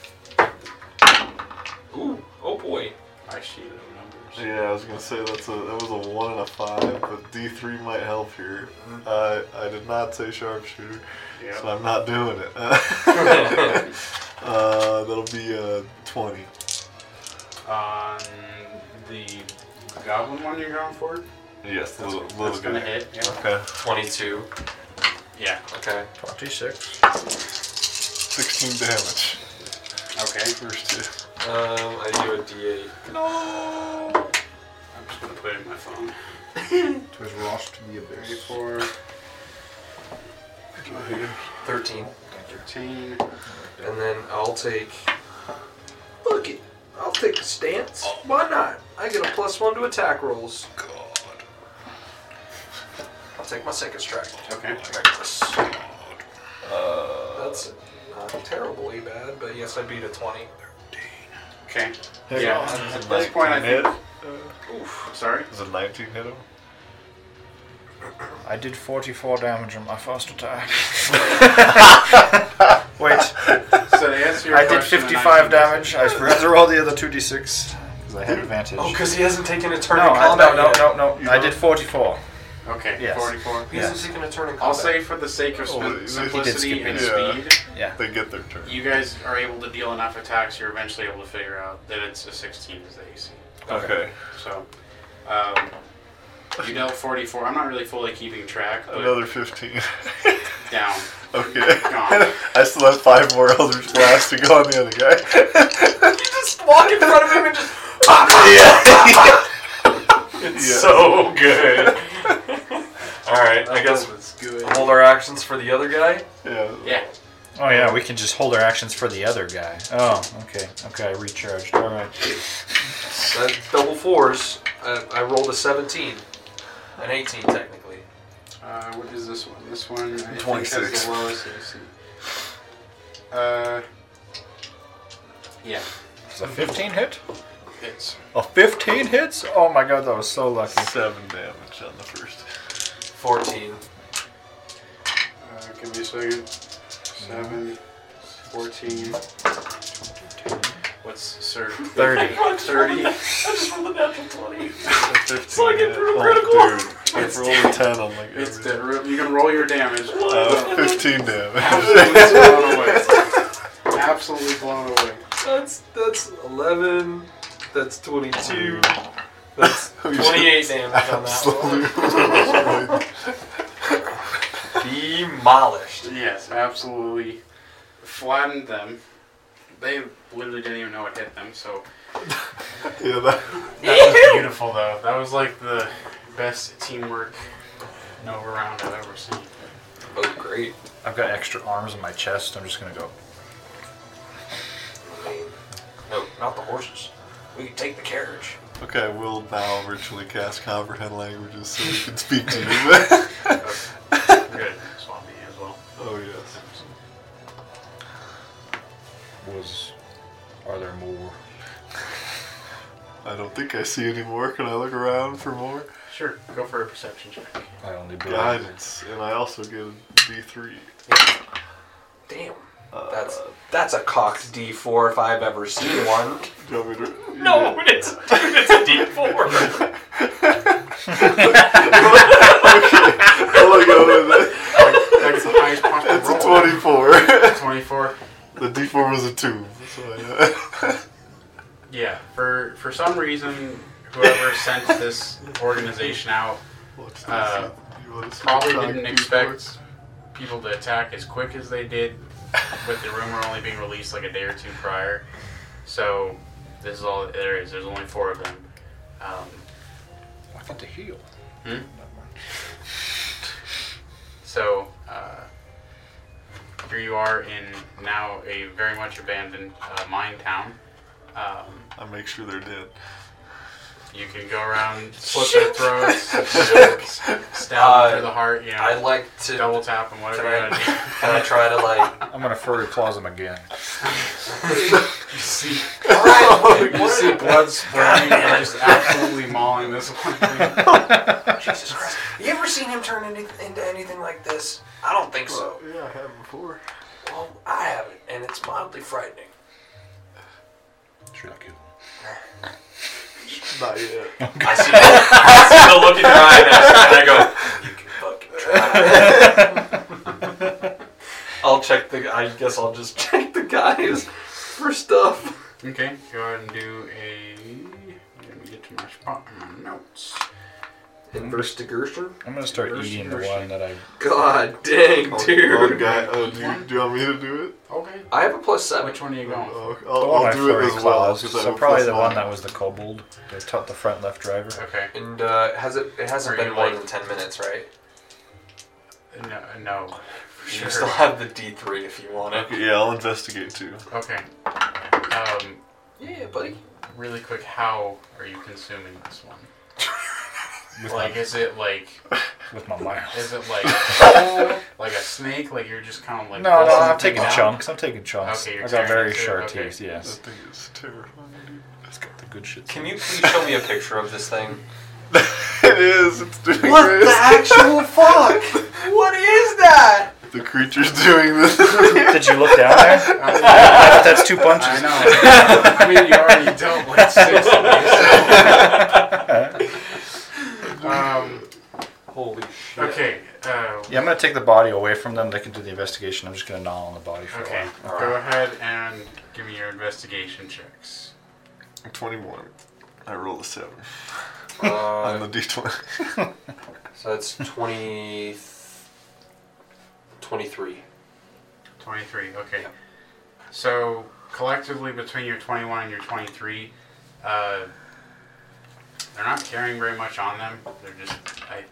S2: Ooh, oh boy.
S1: I see the numbers.
S3: yeah, I was gonna say that's a that was a one and a five, but D three might help here.
S4: Mm-hmm.
S3: I I did not say sharpshooter, so
S1: Yeah.
S3: I'm not doing it. uh, that'll be uh twenty.
S1: On the goblin one you're going for,
S3: Yes, the little, little
S1: that's going to
S3: guy.
S1: hit. Yeah.
S3: Okay,
S2: 22.
S1: yeah.
S2: Okay.
S4: 26.
S3: sixteen damage.
S1: Okay.
S3: First hit.
S2: Um, I do a D8.
S1: I'm just going to put it in my phone.
S4: Twas lost to the abyss.
S1: 34,
S2: 13.
S1: 13.
S2: And then I'll take. Look it. I'll take a stance. Why not? I get a plus one to attack rolls. God. I'll take my second strike.
S1: Okay.
S2: Reckless. That's not terribly bad, but yes, I beat a 20.
S1: Okay. Yeah. At this point, I
S3: Hit.
S1: think. Sorry.
S3: Is it nineteen hit him?
S9: I did 44 damage on my first attack.
S4: Wait,
S1: So to answer your
S4: I did
S1: question, the 19
S4: 55 damage. I forgot to roll the other 2d6 because I had advantage.
S2: Oh, because he hasn't taken a turn
S4: No,
S2: in
S4: I,
S2: combat.
S4: no, no,
S2: yet.
S4: no, no. I did 44.
S1: Okay.
S4: Yes.
S1: 44.
S2: He hasn't taken a turn in combat.
S1: I'll say for the sake of
S3: Oh, he
S1: sim-
S3: did
S1: simplicity
S3: skip
S1: and
S3: it. Yeah.
S1: speed,
S9: Yeah.
S3: They get their turn.
S1: you guys are able to deal enough attacks. You're eventually able to figure out that it's a 16 is the AC.
S3: Okay.
S1: So, um, you dealt 44. I'm not really fully keeping track, but
S3: Another 15.
S1: down.
S3: okay.
S1: Gone.
S3: I still have five more Eldritch Blasts to go on the other guy.
S2: You just walk in front of him and just.
S3: It's
S2: So good. Alright, I guess
S1: was good.
S2: hold our actions for the other guy.
S3: Yeah.
S1: Yeah.
S9: Oh, yeah, we can just hold our actions for the other guy. Oh, okay. Okay, I recharged. Alright.
S2: That Uh, double fours. I, I rolled a 17. An 18, technically.
S1: Uh, what is this one? This one I think, has
S3: 26.
S1: the lowest AC. Uh, yeah,
S9: Is a 15 hit?
S1: it's
S9: A 15 hits? Oh my god, that was so lucky.
S3: Seven damage on the first.
S2: 14.
S1: Uh, give me a second. 7, 14. What's sir?
S9: 30.
S1: 30.
S3: It's like it oh, dude. I rolled a 10 on like
S1: It's
S3: everything.
S1: dead. Ro- You can roll your damage.
S3: Uh, 15 damage.
S1: Absolutely blown away. Absolutely blown away.
S2: That's that's 11. That's 22. That's 28 damage on that one.
S3: Absolutely.
S2: Demolished.
S1: Yes, absolutely flattened them. They literally didn't even know it hit them, so.
S3: yeah, that,
S1: That was beautiful, though. That was like the best teamwork Nova round I've ever seen.
S2: Oh, great.
S9: I've got extra arms in my chest. I'm just gonna go.
S2: No, not the horses. We can take the carriage.
S3: okay, we'll now virtually cast Comprehend Languages so we can speak to you.
S1: Good. Swampy as well.
S3: oh, yes.
S9: Was. Are there more?
S3: I don't think I see any more. Can I look around for more?
S1: Sure, go for a perception check.
S9: I only blew.
S3: Guidance. And I also get a D3.
S2: Damn.
S3: Uh,
S2: That's that's a cocked D4 if I've ever seen one.
S3: Do you want me to?
S2: it's, it's a D4.
S3: uh,
S1: reason, whoever sent this organization out
S3: Watch this.
S1: Uh,
S3: you want to
S1: probably didn't expect people to attack as quick as they did, with the rumor only being released like a day or two prior. So this is all there is. There's only four of them. Um,
S7: I got to heal.
S1: Hmm? so uh, here you are in now a very much abandoned uh, mine town. Um,
S3: I make sure they're dead.
S1: you can go around, slit their throats, stab them
S2: Uh,
S1: through the heart, you know,
S2: I'd like to.
S1: double tap them, whatever
S2: Can
S1: you
S2: I,
S1: gotta do.
S2: can I try to like?
S7: I'm gonna furry claws him again.
S1: You see blood splattering and just absolutely mauling this one thing.
S5: Jesus Christ. You ever seen him turn any, into anything like this? I don't think so.
S3: Oh, yeah, I have before.
S5: Well, I haven't, and it's mildly frightening.
S7: Should I kill him?
S3: Not yet.
S2: I see, the, I see the look in your eye, and I go.
S5: You can fucking try.
S2: I'll check the. I guess I'll just check the guys for stuff.
S1: Okay, go ahead and do a. Let me get to my spot in my notes.
S2: Investigation.
S7: I'm gonna start
S1: Mercy,
S7: eating the
S1: mercy.
S7: one that I.
S2: God dang,
S3: One
S2: dude.
S3: guy. Oh, do, you, do you want me to do it?
S1: Okay.
S2: I have a plus seven.
S1: Which one are you going for?
S3: Oh,
S7: The
S3: I'll,
S7: one I
S3: I'll do it
S7: furry
S3: as well.
S7: claws,
S3: 'cause I
S7: So
S3: have
S7: probably
S3: plus
S7: the one
S3: nine.
S7: that was the kobold. They taught the front left driver.
S1: Okay.
S2: And uh, it has it? It hasn't
S1: Are
S2: been
S1: you
S2: more
S1: like-
S2: than ten minutes, right?
S1: No. no.
S2: You still have the D three if you want it.
S3: Okay, yeah, I'll investigate too.
S1: Okay. Um,
S2: Yeah, buddy.
S1: really quick, how are you consuming this one? Like, is it like,
S7: With my mouth.
S1: is it like, whole, like a snake? Like you're just kind of like.
S7: No, no,
S1: pulsing
S7: I'm taking
S1: it out?
S7: chunks. I'm taking chunks.
S1: Okay, you're
S7: I got
S1: tearing
S7: very
S1: into it,
S7: sharp
S1: okay.
S7: teeth. Yes,
S3: That thing is terrifying. dude.
S7: it's got the good shit.
S2: Can you please show me a picture of this thing?
S3: it is. It's doing
S6: What the
S3: this.
S6: actual fuck? What is that?
S3: The creature's doing this.
S7: Did you look down there? That- That's two
S1: I
S7: punches.
S1: know. I mean, you already dealt like six of these, so. um,
S2: Holy shit.
S1: okay. Uh,
S7: Yeah, I'm gonna take the body away from them. They can do the investigation. I'm just gonna gnaw on the body for a
S1: okay.
S7: while.
S1: Go ahead and give me your investigation checks.
S3: Twenty-one. I roll a seven on
S2: Uh,
S3: the d20.
S2: so that's 20, 23.
S1: 23. Okay. So collectively, between your 21 and your 23, uh, they're not carrying very much on them. They're just. I, you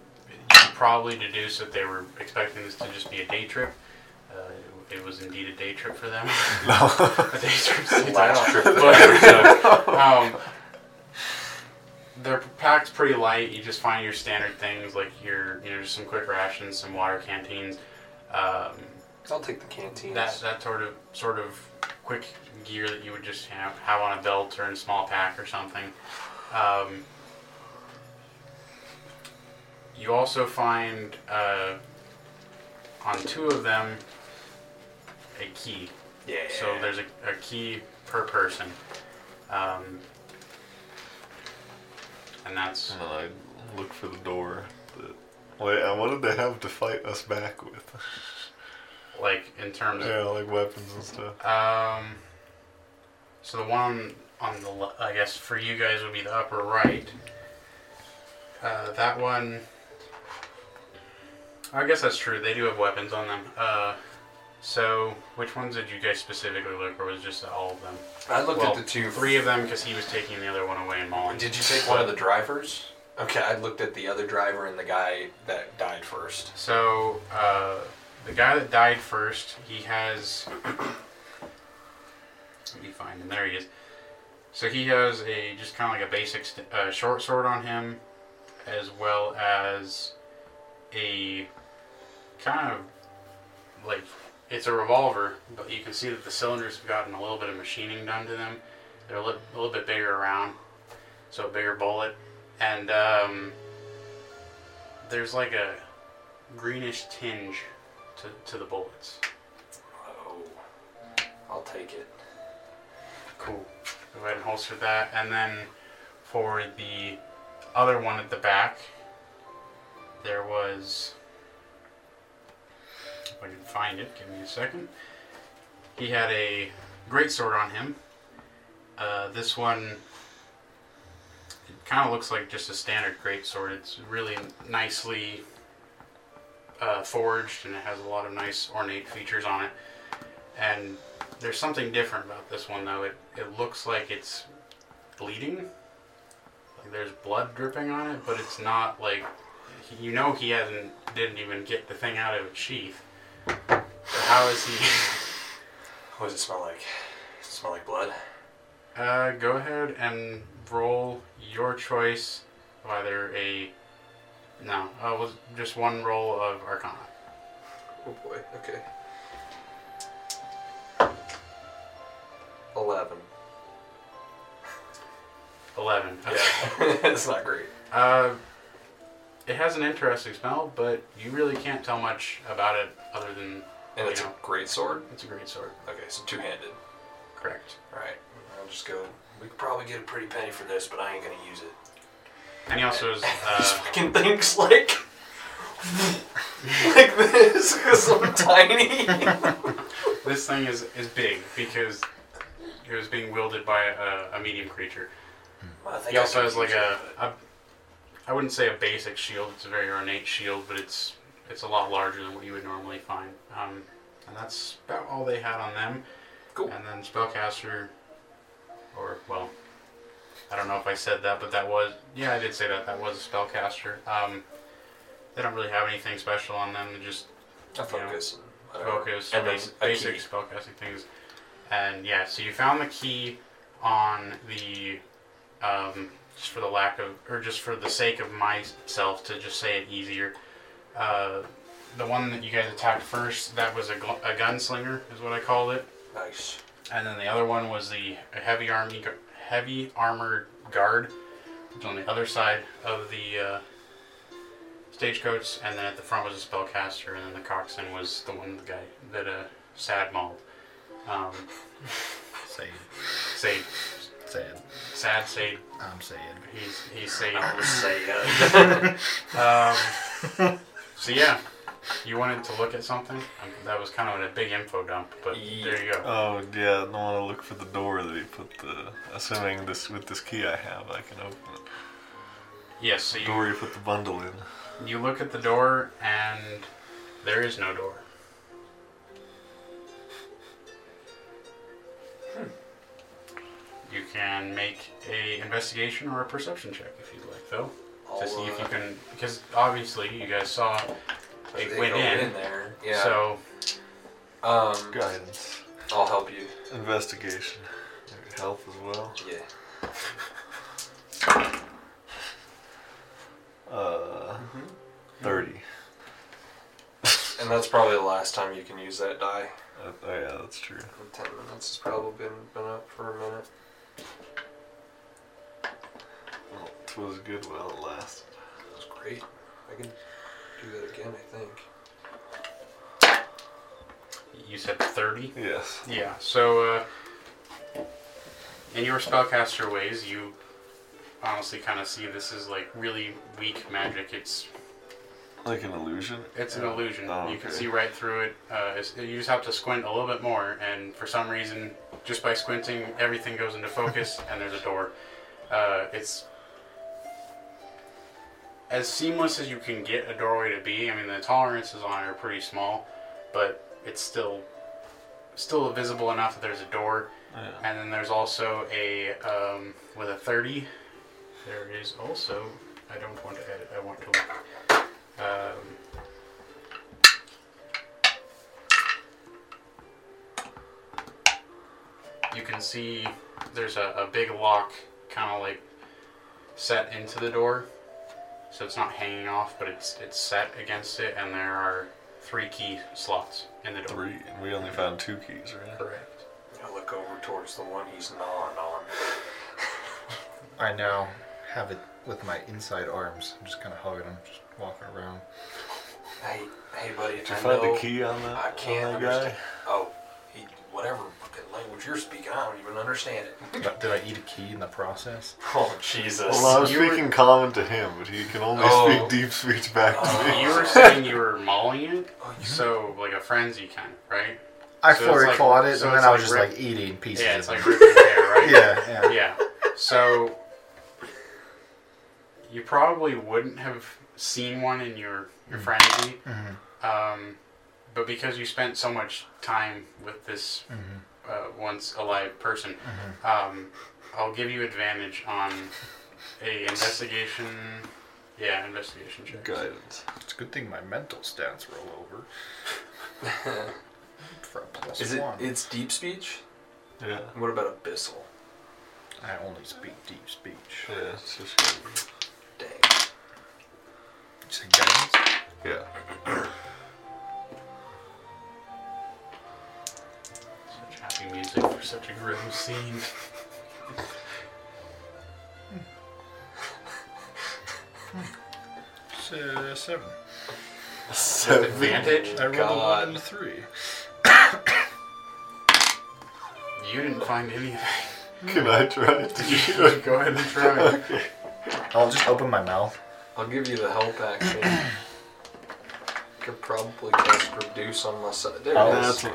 S1: could probably deduce that they were expecting this to just be a day trip. Uh, it, it was indeed a day trip for them.
S3: No.
S1: a day trip. They
S2: Last trip.
S1: But, um, they're packed pretty light. You just find your standard things like your, you know, just some quick rations, some water canteens, um,
S2: I'll take the canteens.
S1: that that sort of sort of quick gear that you would just have have on a belt or in a small pack or something. Um, you also find uh, on two of them a key.
S5: Yeah.
S1: So there's a, a key per person. Um, and that's.
S3: And I look for the door. That, wait, I wanted to have to fight us back with.
S1: Like, in terms of.
S3: Yeah, like weapons and stuff.
S1: Um, so the one on the, le- I guess for you guys would be the upper right. Uh, that one. I guess that's true. They do have weapons on them. Uh, so which ones did you guys specifically look, or was it just all of them?
S2: I looked
S1: well,
S2: at the two.
S1: Three of them, because he was taking the other one away and mauling.
S2: Did you take one of the drivers? Okay, I looked at the other driver and the guy that died first.
S1: So uh, the guy that died first, he has. Let me find him. There he is. So he has a just kind of like a basic st- uh, short sword on him, as well as a kind of like it's a revolver, but you can see that the cylinders have gotten a little bit of machining done to them. They're a little, a little bit bigger around, so a bigger bullet, and um, there's like a greenish tinge to, to the bullets.
S2: Oh, I'll take it.
S1: Cool. Go ahead and holster that. And then for the other one at the back, there was. If I can find it, give me a second. He had a greatsword on him. Uh, this one kind of looks like just a standard greatsword. It's really nicely uh, forged and it has a lot of nice ornate features on it. And there's something different about this one though. It it looks like it's bleeding. Like there's blood dripping on it, but it's not like he- you know he hasn't didn't even get the thing out of its sheath. So how is he?
S5: What does it smell like? Does it smell like blood?
S1: Uh, go ahead and roll your choice of either a no, uh, was just one roll of Arcana.
S2: Oh boy, okay. 11.
S1: 11. Okay.
S2: That's not great.
S1: Uh, it has an interesting smell, but you really can't tell much about it other than
S2: And
S1: you
S2: it's
S1: know,
S2: a great sword.
S1: it's a great sword.
S2: Okay, so two handed.
S1: Correct.
S2: Alright, I'll just go.
S5: We could probably get a pretty penny for this, but I ain't gonna use it.
S1: And he also is
S5: This
S1: uh,
S5: fucking thing's like. like this, because I'm tiny.
S1: this thing is is big because it was being wielded by a, a medium creature.
S5: I think
S1: He
S5: I
S1: also
S5: could
S1: has like
S5: use it,
S1: a, a I wouldn't say a basic shield. It's a very ornate shield, but it's it's a lot larger than what you would normally find. Um, and that's about all they had on them.
S2: Cool.
S1: And then spellcaster, or well, I don't know if I said that, but that was yeah, I did say that. That was a spellcaster. Um, they don't really have anything special on them. They just
S2: A focus. and whatever.
S1: focus,
S2: And then
S1: bas-
S2: a
S1: basic
S2: key.
S1: spellcasting things. And yeah, so you found the key on the, um, just for the lack of, or just for the sake of myself to just say it easier. Uh, the one that you guys attacked first, that was a, gl- a gunslinger, is what I called it.
S2: Nice.
S1: And then the other one was the heavy army, heavy armored guard, which was on the other side of the uh, stagecoach. And then at the front was a spellcaster, and then the coxswain was the one the guy that uh, sad mauled. Um,
S7: Sad.
S1: Sade,
S7: Sad.
S1: sad Sade.
S7: I'm sad.
S1: He's he's Sade. Um,
S5: Say, uh,
S1: so yeah, you wanted to look at something. Um, that was kind of a big info dump, but there you go.
S3: Oh yeah, I want to look for the door that he put the. Assuming this with this key I have, I can open it.
S1: Yes. So
S3: The
S1: you
S3: door you put the bundle in.
S1: you look at the door, and there is no door. Hmm. You can make a investigation or a perception check if you'd like, though,
S2: I'll,
S1: to see if you
S2: uh,
S1: can. Because obviously, you guys saw it
S2: they
S1: went
S2: go
S1: in.
S2: there. Yeah.
S1: So
S2: um,
S3: Guidance,
S2: I'll help you.
S3: investigation, Maybe health as well.
S2: Yeah.
S3: Uh, thirty.
S2: And that's probably the last time you can use that die.
S3: Uh, oh yeah, that's true.
S2: In Ten minutes. It's probably been been up for a minute.
S3: Well, twas good while it lasted.
S2: That was great. I can do that again. I think.
S1: you said thirty.
S3: Yes.
S1: Yeah. So, uh, in your spellcaster ways, you honestly kind of see this is like really weak magic. It's
S3: Like an illusion.
S1: It's an illusion.
S3: Oh,
S1: You can
S3: okay.
S1: see right through it. Uh, it's, you just have to squint a little bit more, and for some reason, just by squinting, everything goes into focus, and there's a door. Uh, it's as seamless as you can get a doorway to be. I mean, the tolerances on it are pretty small, but it's still still visible enough that there's a door,
S3: Yeah.
S1: and then there's also a um, with a thirty. There is also. I don't want to edit. I want to. Look. Um, you can see there's a, a big lock kind of like set into the door so it's not hanging off but it's it's set against it and there are three key slots in the door
S3: Three, and we only found two keys, right?
S1: correct
S5: I look over towards the one he's gnawing on.
S7: I now have it with my inside arms. I'm just kind of hugging him, just walking around.
S5: Hey, hey, buddy.
S3: Did you
S5: I
S3: find
S5: know,
S3: the key on that?
S5: I can't
S3: on that guy?
S5: understand. Oh, he, whatever fucking language you're speaking, I don't even understand it.
S7: But did I eat a key in the process?
S5: Oh, Jesus.
S3: Well, I was
S1: You were-
S3: speaking common to him, but he can only
S2: Oh.
S3: speak deep speech back to me.
S1: you were saying you were mauling it
S7: Mm-hmm.
S2: Oh,
S1: so like a frenzy kind right
S7: I
S1: So it's
S7: flurry
S1: like-
S7: clawed it,
S1: so
S7: and then
S1: it's
S7: I was
S1: like
S7: just like
S1: rip-
S7: eating pieces.
S1: yeah
S7: of
S1: it's
S7: them.
S1: like ripping hair right
S7: yeah, yeah.
S1: yeah. So you probably wouldn't have seen one in your, your frenzy. Um, but because you spent so much time with this uh, once alive person, um, I'll give you advantage on a investigation. Yeah, investigation check.
S3: Guidance.
S4: It's a good thing my mental stats roll over. For a plus
S2: Is it?
S4: one.
S2: It's deep speech.
S5: Yeah.
S2: And What about abyssal?
S4: I only speak deep speech.
S5: Yeah, it's just gonna be-
S2: Dang.
S4: You said guidance?
S5: Yeah.
S1: Such happy music for such a grim scene.
S4: It's, uh, seven.
S1: Advantage?
S4: I rolled a
S2: God.
S4: one and a three.
S1: You didn't find anything.
S3: Can I try it?
S1: You should go ahead and try.
S4: I'll just open my mouth.
S2: I'll give you the help action. Could probably just reduce on my side. There it is.
S3: Oh, That's what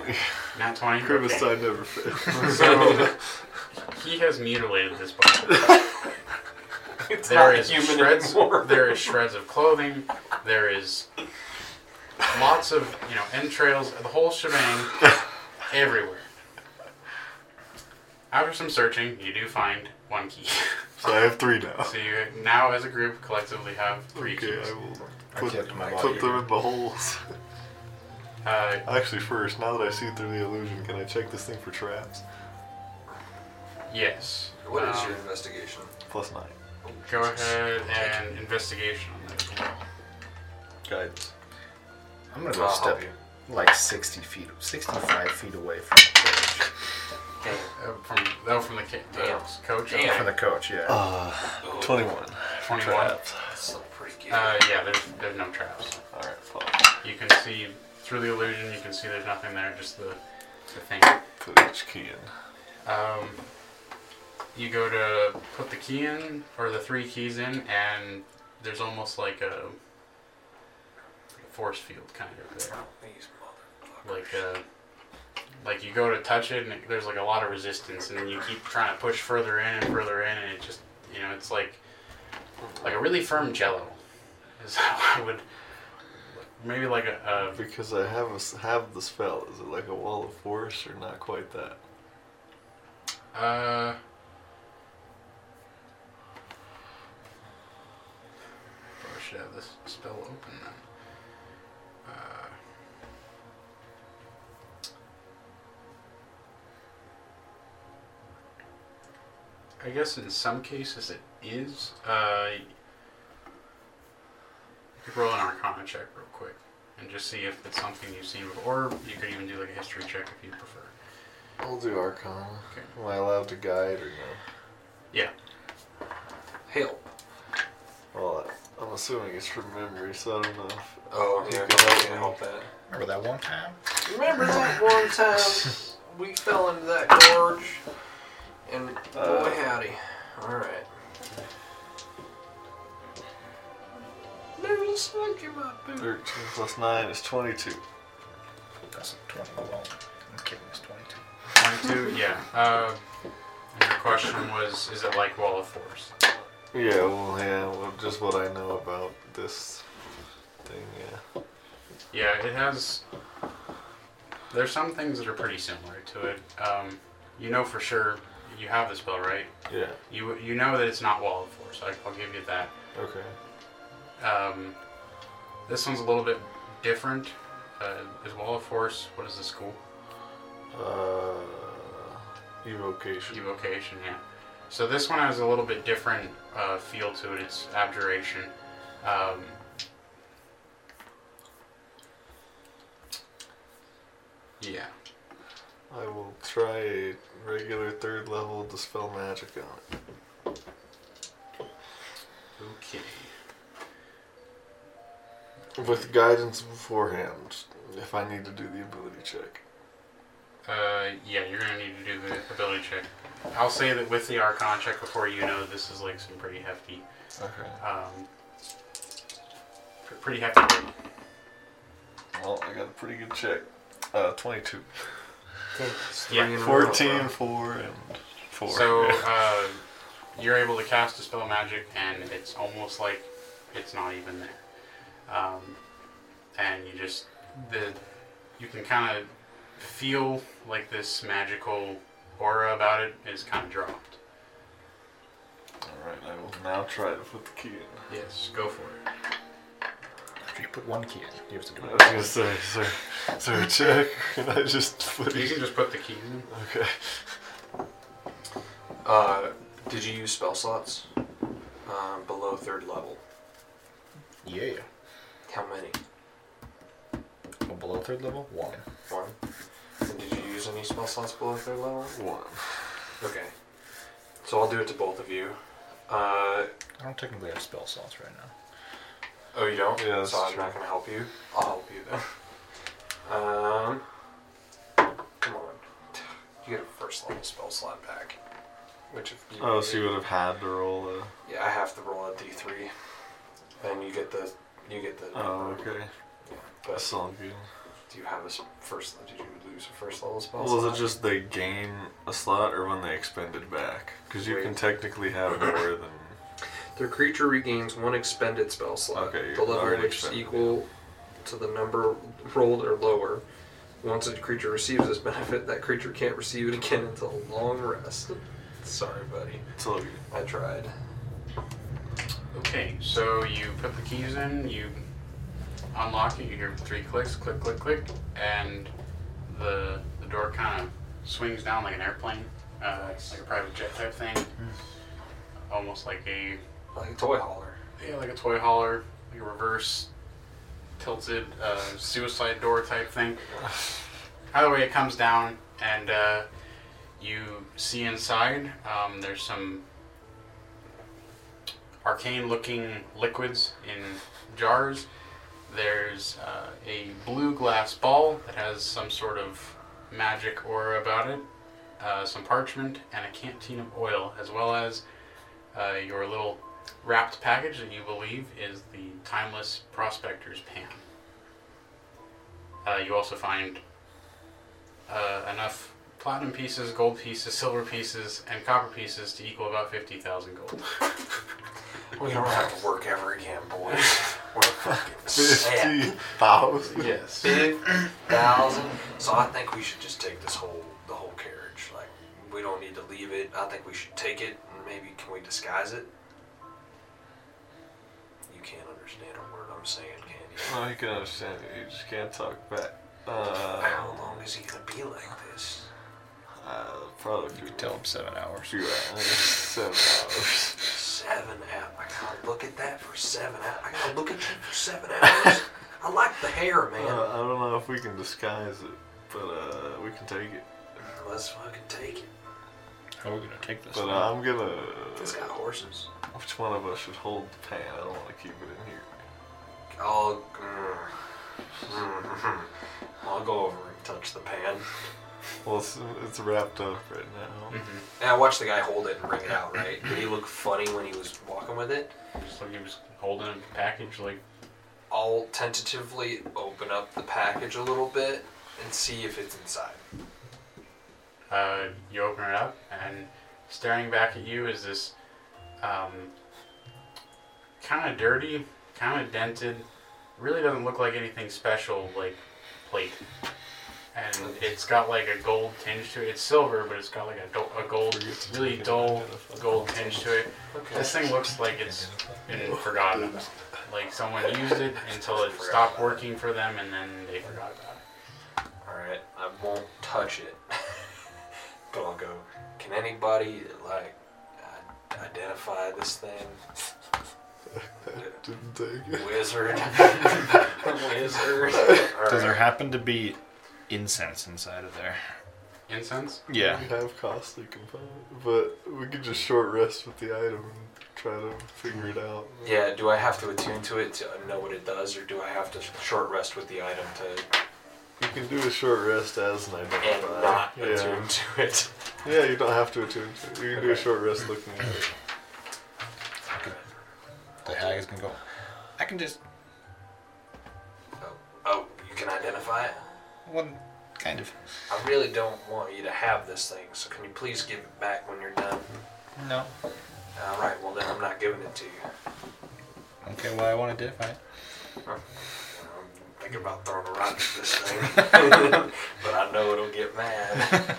S1: Not 20.
S3: Grimace I never fails.
S1: So, he has mutilated this body.
S2: It's
S1: There
S2: not
S1: is
S2: human
S1: shreds.
S2: anymore.
S1: There is shreds of clothing. There is lots of you know entrails. The whole shebang everywhere. After some searching, you do find one key.
S3: So I have three now.
S1: so you now, as a group, collectively have three
S3: Okay,
S1: keys.
S3: I will
S7: I
S3: put,
S7: kept my
S3: put
S7: body.
S3: them in the holes.
S1: Uh,
S3: Actually, first, now that I see through the illusion, can I check this thing for traps?
S1: yes.
S2: What is
S1: Um,
S2: your investigation?
S3: Plus nine.
S1: Go ahead and investigation on that. as well.
S3: Guidance.
S4: I'm gonna
S2: I'll
S4: go
S2: help
S4: step
S2: you.
S4: like 60 feet, 65 feet away from the coach.
S2: Damn.
S1: Uh, from oh, from the, ca- the
S2: Damn.
S1: coach.
S2: Damn.
S4: From the coach, yeah.
S3: Uh,
S2: Ooh,
S3: 21.
S1: Twenty-one. Uh,
S3: Traps.
S2: That's so pretty good.
S1: yeah, there's there's no traps.
S3: Alright, fuck.
S1: You can see through the illusion. You can see there's nothing there, just the the thing.
S3: Put each key in.
S1: Um, you go to put the key in or the three keys in, and there's almost like a, like a force field kind of there.
S2: These motherfuckers.
S1: like uh, like you go to touch it and it, there's like a lot of resistance and then you keep trying to push further in and further in and it just you know it's like like a really firm jello is how I would maybe like a, a
S3: Because I have a s have the spell. Is it like a wall of force or not quite that?
S1: Uh, I should have this spell open then. Uh, I guess in some cases it is. Uh, you could roll an Arcana check real quick and just see if it's something you've seen before, or you could even do like a history check if you prefer.
S3: I'll do Arcana.
S1: Okay.
S3: Am I allowed to guide or no?
S1: Yeah.
S2: Help.
S3: Well, I- I'm assuming it's from memory, so I don't know. If,
S2: Oh,
S3: You
S2: yeah,
S3: can help
S2: I can
S3: me.
S2: help that.
S4: Remember that one time?
S2: Remember that one time we fell into that gorge? And boy,
S3: Uh.
S2: howdy. Alright. Maybe just look at my boot.
S3: 13 plus 9 is 22.
S4: That's a 20 alone. I'm kidding, it's 22.
S1: 22, yeah. Uh, and your question was, is it like Wall of Force?
S3: Yeah, well, yeah, well, just what I know about this thing, yeah.
S1: Yeah, it has. There's some things that are pretty similar to it. Um, you know for sure you have the spell, right?
S3: Yeah,
S1: You you know that it's not Wall of Force. I, I'll give you that.
S3: okay.
S1: Um, this one's a little bit different. Uh, is Wall of Force, what is the school?
S3: Uh, evocation.
S1: Evocation, yeah. So this one has a little bit different uh, feel to it. It's abjuration. Um, yeah.
S3: I will try a regular third level dispel magic on it.
S1: Okay.
S3: With guidance beforehand, if I need to do the ability check.
S1: Uh, yeah, you're gonna need to do the ability check. I'll say that with the Archon check before you know this is like some pretty hefty,
S3: Okay.
S1: um, pr- pretty hefty. weight.
S3: Well, I got a pretty good check. Uh, 22.
S1: Yeah.
S2: Three in a row,
S3: 14,
S2: bro.
S3: 4, and 4.
S1: So uh, you're able to cast a spell magic, and it's almost like it's not even there. Um, and you just the you can kind of feel like this magical aura about it is kind of dropped.
S3: Alright, I will now try to put the key in.
S1: Yes, go for it.
S4: After you put one key in, you have to do
S3: I
S4: it.
S3: was gonna say, sir, sir, check. Can I just put
S1: You
S3: it?
S1: can just put the keys in.
S3: Okay.
S2: Uh, did you use spell slots? Um, below third level.
S4: Yeah.
S2: How many?
S4: Well, below third level, one.
S2: One. And did you use any spell slots below third level?
S3: One.
S2: Okay. So I'll do it to both of you. Uh,
S4: I don't technically have spell slots right now.
S2: oh, you don't?
S3: Yeah, that's
S2: so I'm
S3: true.
S2: not going to help you. I'll help you then. Um, come on. You get a first level spell slot back. Which if you
S3: Oh, so you would have had to roll a.
S2: Yeah, I have to roll a d3. And you get the you get the
S3: Oh, okay.
S2: Yeah,
S3: That's
S2: but
S3: all good.
S2: do you have a s- first did you lose a first level spell?
S3: Well, was
S2: slot?
S3: it just they gain a slot or when they expend it back? Because you can technically have more than.
S2: The creature regains one expended spell slot,
S3: Okay, you're
S2: the level
S3: already
S2: which is
S3: expended,
S2: equal to the number rolled or lower. Once a creature receives this benefit, that creature can't receive it again until a long rest. Sorry, buddy.
S3: It's all good.
S2: I tried.
S1: Okay, so you put the keys in, you unlock it, you hear three clicks, click, click, click, and the the door kind of swings down like an airplane, uh, like a private jet type thing, almost like a
S2: Like a toy hauler.
S1: yeah, like a toy hauler, like a reverse tilted uh, suicide door type thing. Either way, it comes down, and uh, you see inside. Um, there's some arcane-looking liquids in jars. There's uh, a blue glass ball that has some sort of magic aura about it. Uh, some parchment and a canteen of oil, as well as uh, your little wrapped package that you believe is the Timeless Prospector's Pan. Uh, you also find uh, enough platinum pieces, gold pieces, silver pieces, and copper pieces to equal about 50,000 gold.
S5: We don't have to work ever again, boys. We're fucking set.
S3: Fifty thousand.
S1: Yes.
S5: thousand. So I think we should just take this whole the whole carriage. Like we don't need to leave it. I think we should take it and maybe can we disguise it? You can't understand a word I'm saying, can you?
S3: I can understand it. You just can't talk back. Uh,
S5: How long is he gonna be like this?
S3: uh probably you
S7: Tell him seven hours.
S3: two hours, seven hours.
S5: Seven hours. I gotta look at that for seven hours. I gotta look at you for seven hours. I like the hair, man.
S3: Uh, I don't know if we can disguise it, but uh, we can take it.
S5: Let's fucking take it.
S7: How are we gonna take this?
S3: But uh, I'm gonna.
S5: It's got horses.
S3: Which one of us should hold the pan? I don't want to keep it in here.
S5: I'll. Mm, mm, I'll go over and touch the pan.
S3: Well, it's, it's wrapped up right now.
S5: And I watched the guy hold it and bring it out, right? Did he look funny when he was walking with it?
S1: Just like he was holding a package, like,
S5: I'll tentatively open up the package a little bit and see if it's inside.
S1: uh, you open it up, and staring back at you is this um, kind of dirty, kind of dented, really doesn't look like anything special, like plate. And it's got like a gold tinge to it. It's silver, but it's got like a, do- a gold, really dull gold tinge to it. This thing looks like it's been forgotten about. Like someone used it until it stopped working for them, and then they forgot about it.
S5: Alright, I won't touch it. but I'll go, can anybody, like, i- identify this thing?
S3: Didn't take it.
S5: Wizard. Wizard.
S7: Does there
S5: Alright.
S7: happen to be incense inside of there?
S1: Incense?
S7: Yeah.
S3: We have costly component, but we could just short rest with the item and try to figure it out.
S5: Yeah, do I have to attune to it to know what it does, or do I have to sh- short rest with the item to
S3: You can do a short rest as an
S5: and
S3: identifier.
S5: not
S3: yeah.
S5: attune to it?
S3: yeah, you don't have to attune to it. You can do a short rest looking at it.
S7: The hag is gonna go. I can just
S5: Oh, oh, you can identify it?
S7: one kind of.
S5: I really don't want you to have this thing, so can you please give it back when you're done?
S7: No.
S2: All right. Well, then I'm not giving it to you.
S7: Okay, well, I want to identify it.
S2: I'm thinking Um, about throwing a rock at this thing, but I know it'll get mad.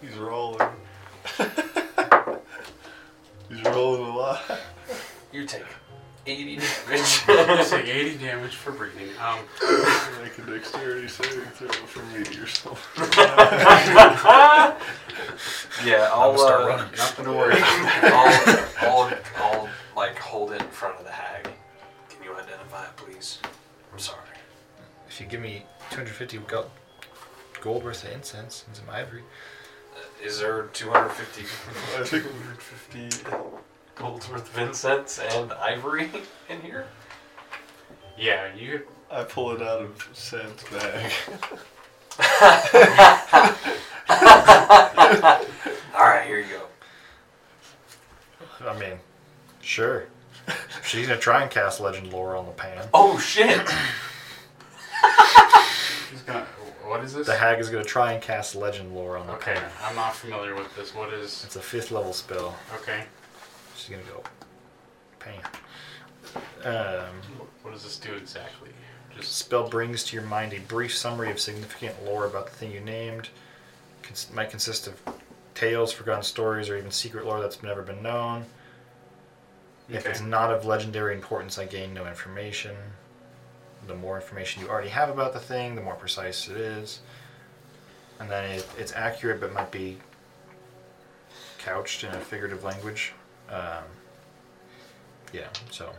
S3: He's rolling. He's rolling a lot.
S2: You take 80 damage.
S1: You take 80 damage for breathing. Um,
S3: Make a dexterity saving throw for me or something.
S2: yeah,
S7: I'm
S2: I'll
S7: gonna start
S2: uh,
S7: running.
S1: nothing to worry about.
S2: I'll, I'll, I'll like hold it in front of the hag. Can you identify it, please? I'm sorry.
S7: If you give me 250 gold, gold worth of incense and some ivory,
S2: Is there 250
S3: I think 150.
S2: golds worth of incense and ivory in here?
S1: Yeah, you.
S3: I pull it out of Sam's bag.
S2: All right, here you go.
S4: I mean, sure. She's gonna try and cast Legend Lore on the pan.
S2: Oh shit!
S1: He's gonna. What is this?
S4: The hag is gonna try and cast Legend Lore on the
S1: Okay,
S4: pan.
S1: I'm not familiar with this. What is?
S4: It's a fifth level spell.
S1: Okay,
S4: She's gonna go pan. Um,
S1: what does this do exactly? Just
S4: spell brings to your mind a brief summary of significant lore about the thing you named. Cons- might consist of tales, forgotten stories, or even secret lore that's never been known. If
S1: Okay.
S4: it's not of legendary importance, I gain no information. The more information you already have about the thing, the more precise it is. And then it, it's accurate, but might be couched in a figurative language. Um, yeah, so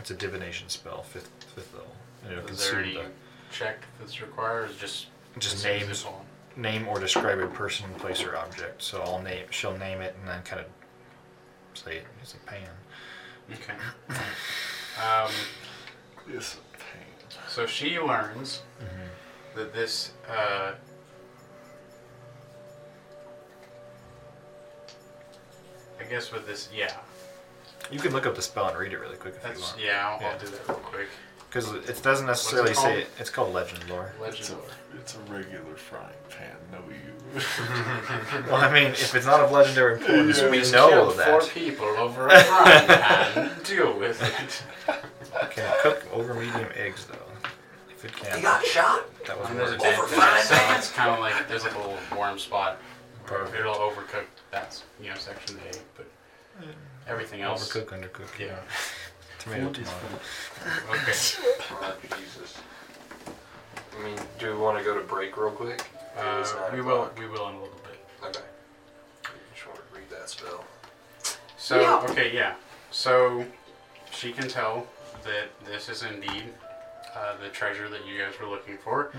S4: it's a divination spell, fifth fifth level. And it'll
S1: is there
S4: consume
S1: any check that's required? Or is just
S4: the, uh, just
S1: save
S4: name
S1: the soul?
S4: name or describe a person, place, or object. So I'll name. She'll name it and then kind of say it. It's a pan.
S1: Okay. Um,
S3: Yes, pain.
S1: so she learns
S4: Mm-hmm.
S1: that this uh, I guess with this, yeah,
S4: You can look up the spell and read it really quick if you
S1: that's
S4: want.
S1: yeah. I'll,
S4: Yeah.
S1: I'll do that real quick.
S4: Because it doesn't necessarily
S1: it
S4: say
S1: called?
S4: it. It's called Legend Lore.
S1: Legend
S3: It's a,
S1: lore.
S3: it's a regular frying pan, no you.
S4: well, I mean, if it's not of legendary importance,
S3: Yeah,
S4: we
S3: it's
S4: know
S1: Killed
S4: that.
S1: four people over a frying pan. Deal with it.
S4: Can it cook over medium eggs though? If it can.
S5: You got shot?
S4: That was
S1: And there's a
S4: worse.
S1: dead
S5: Over
S1: finish, so
S5: frying
S1: it's kind of like there's like a little warm spot. Where it'll overcook that you know section A, but everything else.
S4: Overcook, undercook.
S1: Yeah.
S4: Tomato, tomato.
S1: Okay.
S2: Oh, Jesus. I mean, do we want to go to break real quick? It is
S1: Uh,
S2: nine
S1: we will.
S2: o'clock.
S1: We will in a little bit.
S2: Okay. Just want to read that spell.
S1: So okay, yeah. So she can tell that this is indeed uh, the treasure that you guys were looking for.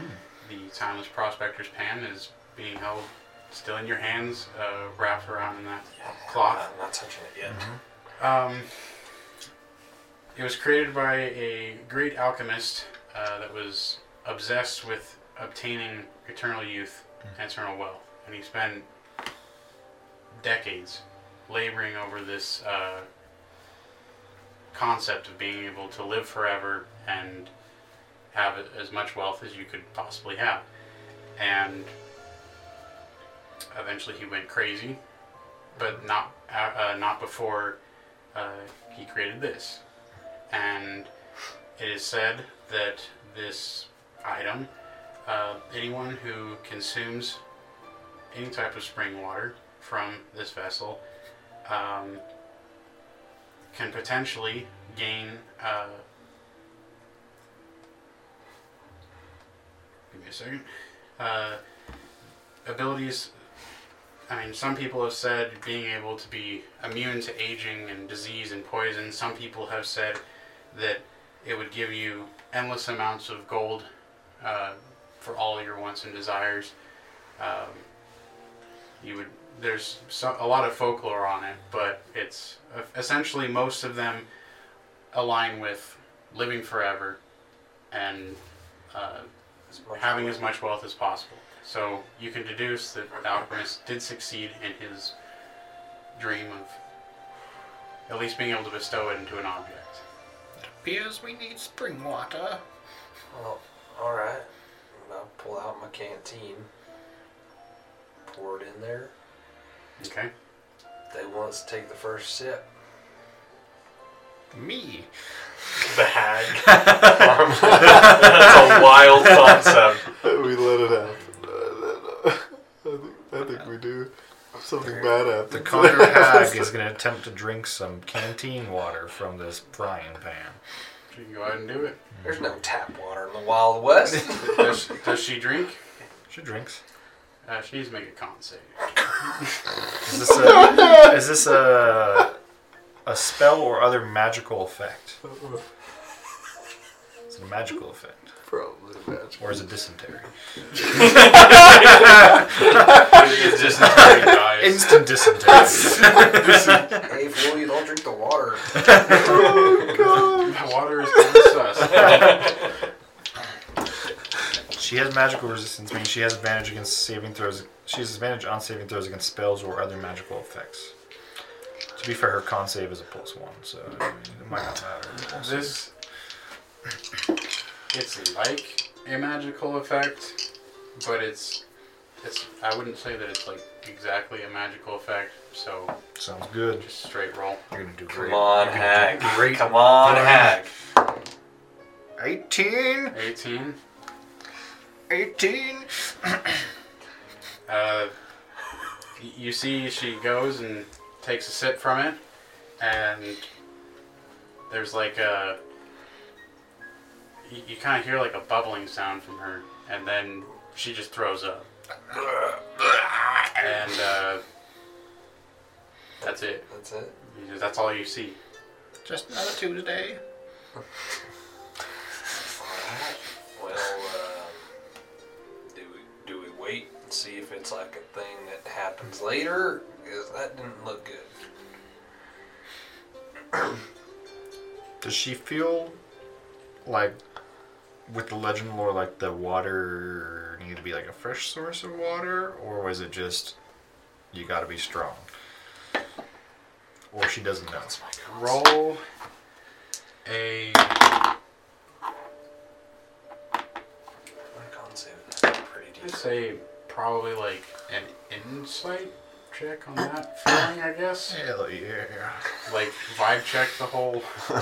S1: The timeless prospector's pan is being held still in your hands, uh, wrapped around in that cloth.
S2: I'm not touching it yet.
S1: Um, it was created by a great alchemist uh, that was obsessed with obtaining eternal youth and eternal wealth. And he spent decades laboring over this uh, concept of being able to live forever and have a- as much wealth as you could possibly have. And eventually he went crazy, but not, uh, uh, not before uh, he created this. And it is said that this item, uh, anyone who consumes any type of spring water from this vessel, um, can potentially gain. Uh, give me a second. Uh, abilities I mean, some people have said being able to be immune to aging and disease and poison. Some people have said that it would give you endless amounts of gold uh, for all your wants and desires. Um, you would there's so, a lot of folklore on it, but it's essentially most of them align with living forever and uh,
S2: As much
S1: having as much wealth as possible. So you can deduce that the alchemist did succeed in his dream of at least being able to bestow it into an object.
S7: Appears we need spring water.
S2: Well, alright. I'll pull out my canteen, pour it in there,
S1: Okay.
S2: They want us to take the first sip.
S1: Me.
S10: Bag. That's a wild concept.
S3: we let it happen. I think, I think we do. Something bad happened.
S4: The Conquer Hag is going to attempt to drink some canteen water from this frying pan.
S1: She can go ahead and do it.
S2: There's no tap water in the Wild West.
S1: Does, does she drink?
S4: She drinks.
S1: Uh, she needs to make a con save.
S4: Is this a, is this a, a spell or other magical effect? Is it a magical effect?
S3: Probably magic.
S4: Or is it dysentery?
S1: It's just dies.
S4: Instant dysentery.
S2: hey, fool, you don't drink the water.
S1: The water is kind of sus.
S4: she has magical resistance, meaning she has advantage against saving throws. She has advantage on saving throws against spells or other magical effects. To be fair, her con save is a plus one, so I mean, it might not matter.
S1: This. It's like a magical effect, but it's. It's. I wouldn't say that it's like exactly a magical effect. So
S4: Sounds good.
S1: just straight roll.
S4: You're gonna do great.
S2: Come on, Hag.
S4: Great.
S2: Come on, Hag.
S4: 18,
S1: 18.
S4: 18.
S1: Uh, y- you see, she goes and takes a sip from it, and there's like a. You, you kind of hear like a bubbling sound from her, and then she just throws up. And uh, that's it.
S2: That's it.
S1: You just- That's all you see.
S4: Just another Tuesday.
S2: Well, um, do we do we wait and see if it's like a thing that happens later? Because that didn't look good.
S4: Does she feel like, with the legend lore, like the water needed to be like a fresh source of water, or was it just you got to be strong? Or she doesn't know.
S1: Roll a.
S2: My con save is pretty
S1: I'd
S2: decent.
S1: say probably like an insight check on that feeling, I guess.
S4: Hell yeah.
S1: Like vibe check the whole.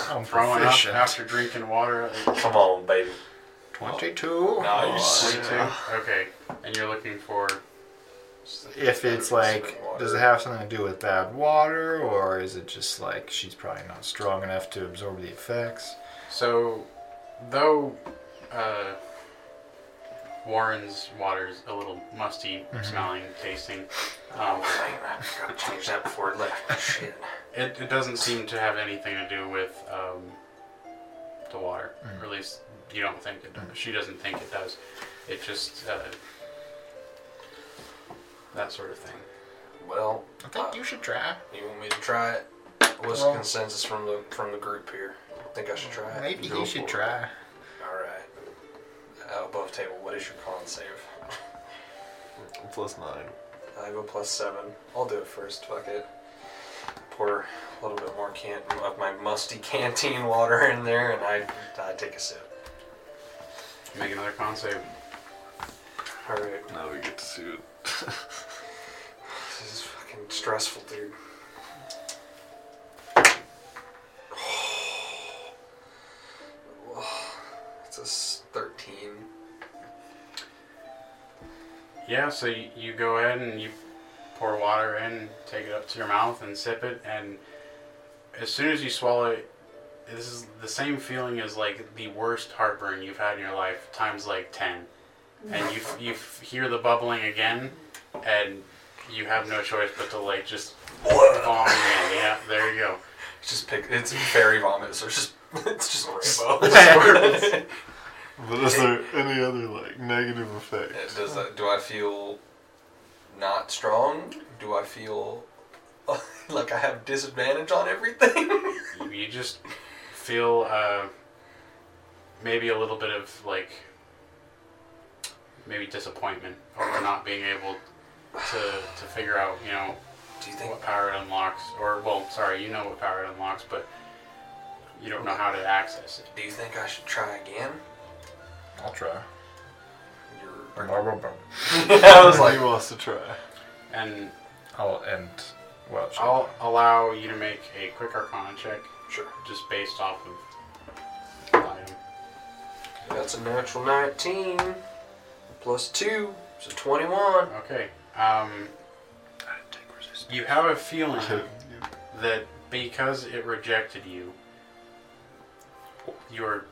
S4: I'm
S1: throwing up
S4: proficient.
S1: after drinking water.
S10: Come on, baby.
S4: 22.
S10: Nice.
S1: 22. Okay, and you're looking for.
S4: If it's like, does it have something to do with bad water, or is it just like she's probably not strong enough to absorb the effects?
S1: So, though uh, Warren's water's a little musty smelling, tasting, um,
S2: Dang, I forgot to change that before it left. Shit.
S1: it, it doesn't seem to have anything to do with um, the water. Or at least you don't think it does. She doesn't think it does. It just. Uh, that sort of thing.
S2: Well,
S4: I
S2: think
S4: you should try.
S2: you want me to try it? What's the
S4: Well-
S2: consensus from the from the group here? Think I should try it?
S4: Maybe
S3: Go
S4: you
S3: for
S4: should
S3: it.
S4: try.
S2: All right. Uh, above table, what is your con save?
S3: Plus nine.
S2: I have a plus seven. I'll do it first. Fuck it. Pour a little bit more can of my musty canteen water in there, and I I take a sip.
S1: Make another con save.
S2: All right.
S3: Now we get to see it.
S2: This is fucking stressful, dude. It's a s- 13.
S1: Yeah, so y- you go ahead and you pour water in, take it up to your mouth and sip it, and as soon as you swallow it, this is the same feeling as like the worst heartburn you've had in your life times like ten, and you f- you f- hear the bubbling again, and you have no choice but to like just vomit. in. Yeah, there you go.
S2: It's just pick. It's fairy vomit, so it's just it's just rainbow.
S3: But is there any other like negative effects?
S2: Does that, do I feel not strong? Do I feel like I have disadvantage on everything?
S1: You- You just feel uh, maybe a little bit of like maybe disappointment over not being able to to figure out you know
S2: Do you think
S1: what power it unlocks or well sorry you know what power it unlocks but you don't know how to access it.
S2: Do you think I should try again?
S4: I'll try.
S2: You're,
S4: Blah, blah, blah.
S2: I was like,
S3: he wants to try.
S1: And
S4: I'll and well. should-
S1: I'll allow you to make a quick Arcana check,
S2: Sure.
S1: just based off of item.
S2: That's a natural 19 plus 2, so 21.
S1: Okay. Um, you have a feeling that because it rejected you, your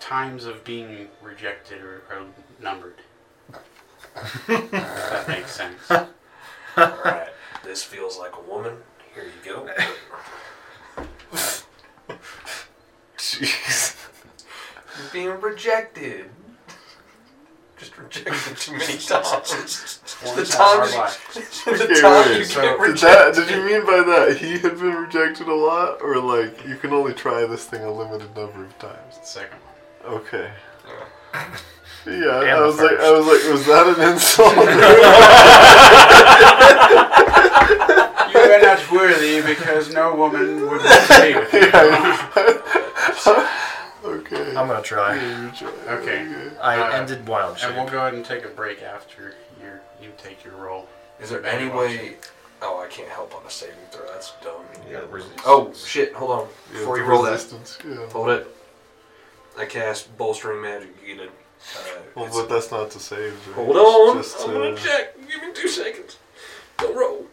S1: times of being rejected are, are numbered. if that makes sense.
S2: Alright, this feels like a woman. Here you go. Jeez. You're being rejected. Just rejected too many times.
S1: One
S2: the
S1: time
S2: time,
S1: our life.
S2: you, the
S3: Okay,
S2: time
S3: wait,
S2: you
S1: so
S2: get
S3: Did,
S2: rejected.
S3: that, did you mean by that he had been rejected a lot, or like you can only try this thing a limited number of times?
S1: Second one.
S3: Okay. Yeah,
S4: And
S3: I
S4: the
S3: was like, I
S4: first.
S3: was like, was that an insult?
S1: You are not worthy because no woman would stay with you.
S3: okay.
S4: I'm gonna try.
S3: Yeah, you're trying.
S1: Okay.
S4: I
S1: Uh,
S4: ended wild shape.
S1: And we'll go ahead and take a break after you you take your roll.
S2: Is there any way. Oh, I can't help on the saving throw. That's dumb.
S4: Yeah, resist.
S2: Oh, shit. Hold on.
S3: Yeah,
S2: Before
S3: the
S2: you roll that.
S3: resistance. Yeah.
S2: Hold it. I cast bolstering magic. You get a. Uh,
S3: Well,
S2: it's-
S3: but that's not to save. Right?
S2: hold on.
S3: It's just uh,
S2: I'm
S3: to-
S2: gonna check. Give me two seconds. Don't roll.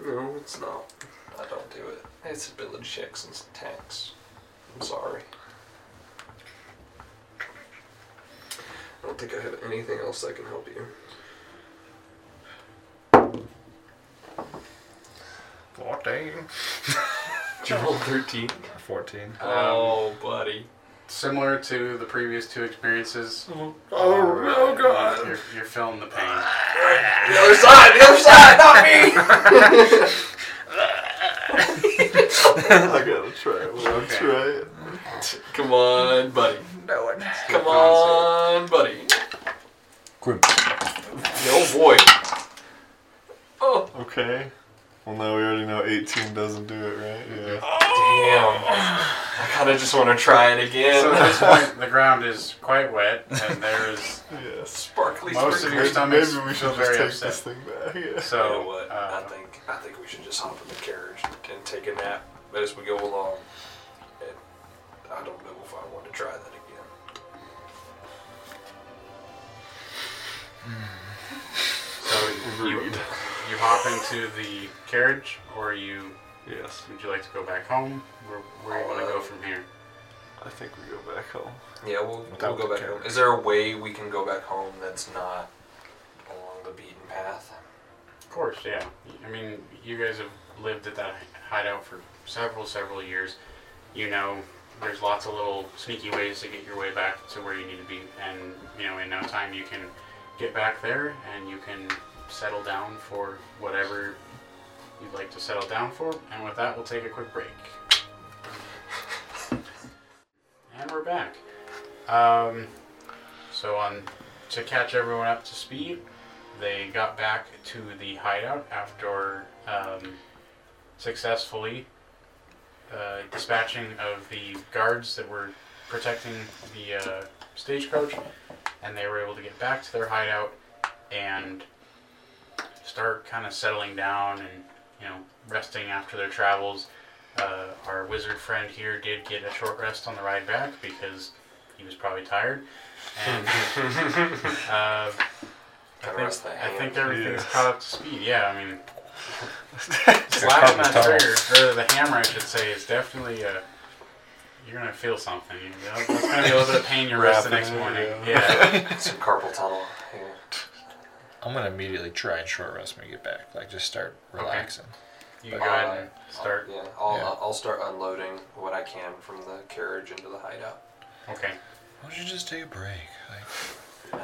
S2: No, it's not. I don't do it. It's ability checks and attacks. I'm sorry. I don't think I have anything else that can help you.
S4: Fourteen.
S2: Did you roll 13?
S4: Fourteen.
S2: Oh, buddy.
S1: Similar to the previous two experiences,
S4: Oh, oh god.
S1: you're, you're feeling the pain.
S2: The other side! The other side! Not me!
S3: I gotta try it. Well, Let's
S1: Okay.
S3: try it.
S2: Come on, buddy.
S4: No one.
S2: Come on, buddy.
S7: Grim.
S2: No boy. Oh.
S3: Okay. Well, now we already know 18 doesn't do it, right? Yeah.
S2: Damn. I kind of just want to try it
S1: So
S2: again.
S1: at this point, the ground is quite wet, and there is
S3: Yes.
S2: Sparkly
S1: Most of
S2: sprinkles.
S1: your
S3: Maybe,
S1: stomach's
S3: maybe we should
S1: very
S3: just
S1: upset.
S3: take this thing back. Yeah.
S1: so.
S2: you know what?
S1: uh,
S2: I think I think we should just hop in the carriage and take a nap as we go along. And I don't know if I want to try that again.
S1: So you, you hop into the carriage, or you
S3: Yes.
S1: would you like to go back home? Where, where you want to go from here?
S3: I think we go back home.
S2: Yeah, we'll, we'll go
S4: Without the
S2: back home.
S4: carriage.
S2: Is there a way we can go back home that's not along the beaten path?
S1: Of course, yeah. I mean, you guys have lived at that hideout for several, several years. You know, there's lots of little sneaky ways to get your way back to where you need to be, and you know, in no time you can get back there and you can settle down for whatever you'd like to settle down for. And with that, we'll take a quick break. And we're back. Um, so on to catch everyone up to speed, they got back to the hideout after um, successfully uh, dispatching of the guards that were protecting the uh, stagecoach, and they were able to get back to their hideout and start kind of settling down and you know resting after their travels. Uh, our wizard friend here did get a short rest on the ride back because he was probably tired, and uh, I
S2: Gotta
S1: think,
S2: rest that
S1: I
S2: hand.
S1: think everything's
S3: Yeah.
S1: caught up to speed. Yeah, I mean,
S7: cut
S1: slapping
S7: the
S1: that
S7: tunnel.
S1: trigger, or the hammer, I should say, is definitely uh You're gonna feel something. You know? It's gonna be a little bit of pain your rest the next
S3: Wrapping it,
S1: morning.
S3: yeah.
S1: Yeah.
S2: Some carpal tunnel here.
S4: I'm gonna immediately try and short rest when I get back. Like just start relaxing.
S1: You can go ahead and start.
S2: Yeah, I'll,
S4: Yeah.
S2: I'll start unloading what I can from the carriage into the hideout.
S1: Okay.
S4: Why don't you just take a break? Like,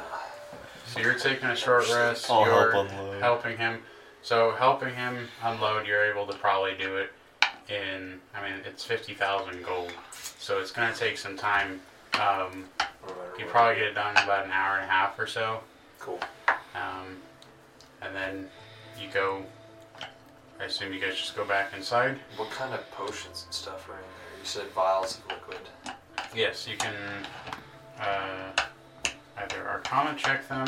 S1: So you're taking a short rest.
S3: I'll
S1: you're
S3: help unload.
S1: helping him. So helping him unload, you're able to probably do it in. I mean, it's fifty thousand gold, so it's gonna take some time. Um,
S2: No matter
S1: you
S2: what.
S1: probably get it done in about an hour and a half or so.
S2: Cool.
S1: Um, and then you go. I assume you guys just go back inside.
S2: What kind of potions and stuff are in there? You said vials of liquid.
S1: Yes, you can uh, either Arcana check them,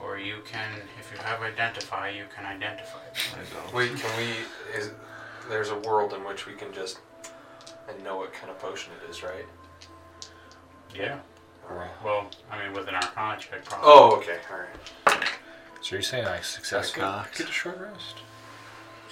S1: or or you can, if you have identify, you can identify. them.
S2: Wait, can we? Is there's a world in which we can just and know what kind of potion it is, right?
S1: Yeah. Well, I mean, with an arcana check, probably.
S2: Oh, okay, all right.
S4: So you're saying I successfully
S3: That's
S4: get a short rest?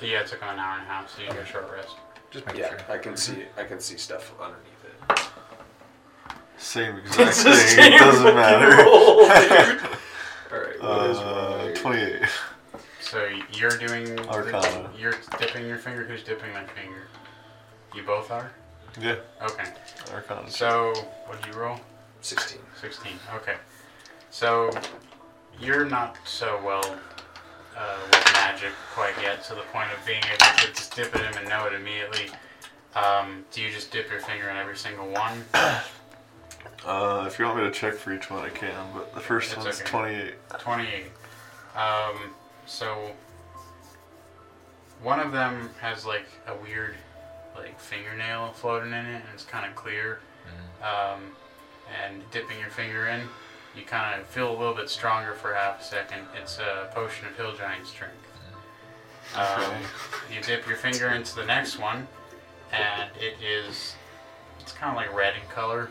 S1: So yeah, it took an hour and a half, so you get a short rest.
S4: Just making
S2: Yeah,
S4: sure.
S2: I can see I can see stuff underneath it.
S3: Same exact thing. It doesn't matter.
S2: All right, what is
S3: Uh,
S2: my-
S3: 28.
S1: So you're doing.
S3: Arcana.
S1: You're dipping your finger. Who's dipping their finger? You both are.
S3: Yeah,
S1: Okay.
S3: Arcana.
S1: So what did you roll?
S2: sixteen?
S1: Sixteen. Okay. So you're not so well uh, with magic quite yet to the point of being able to just dip at him and know it immediately. Um, do you just dip your finger in every single one?
S3: Uh, if you want me to check for each one, I can, but the first
S1: It's
S3: one's
S1: okay.
S3: 28.
S1: 28. Um, so one of them has like a weird like fingernail floating in it and it's kind of clear. Um, and dipping your finger in, you kind of feel a little bit stronger for half a second. It's a potion of hill giant strength. Um, you dip your finger into the next one and it is it's kind of like red in color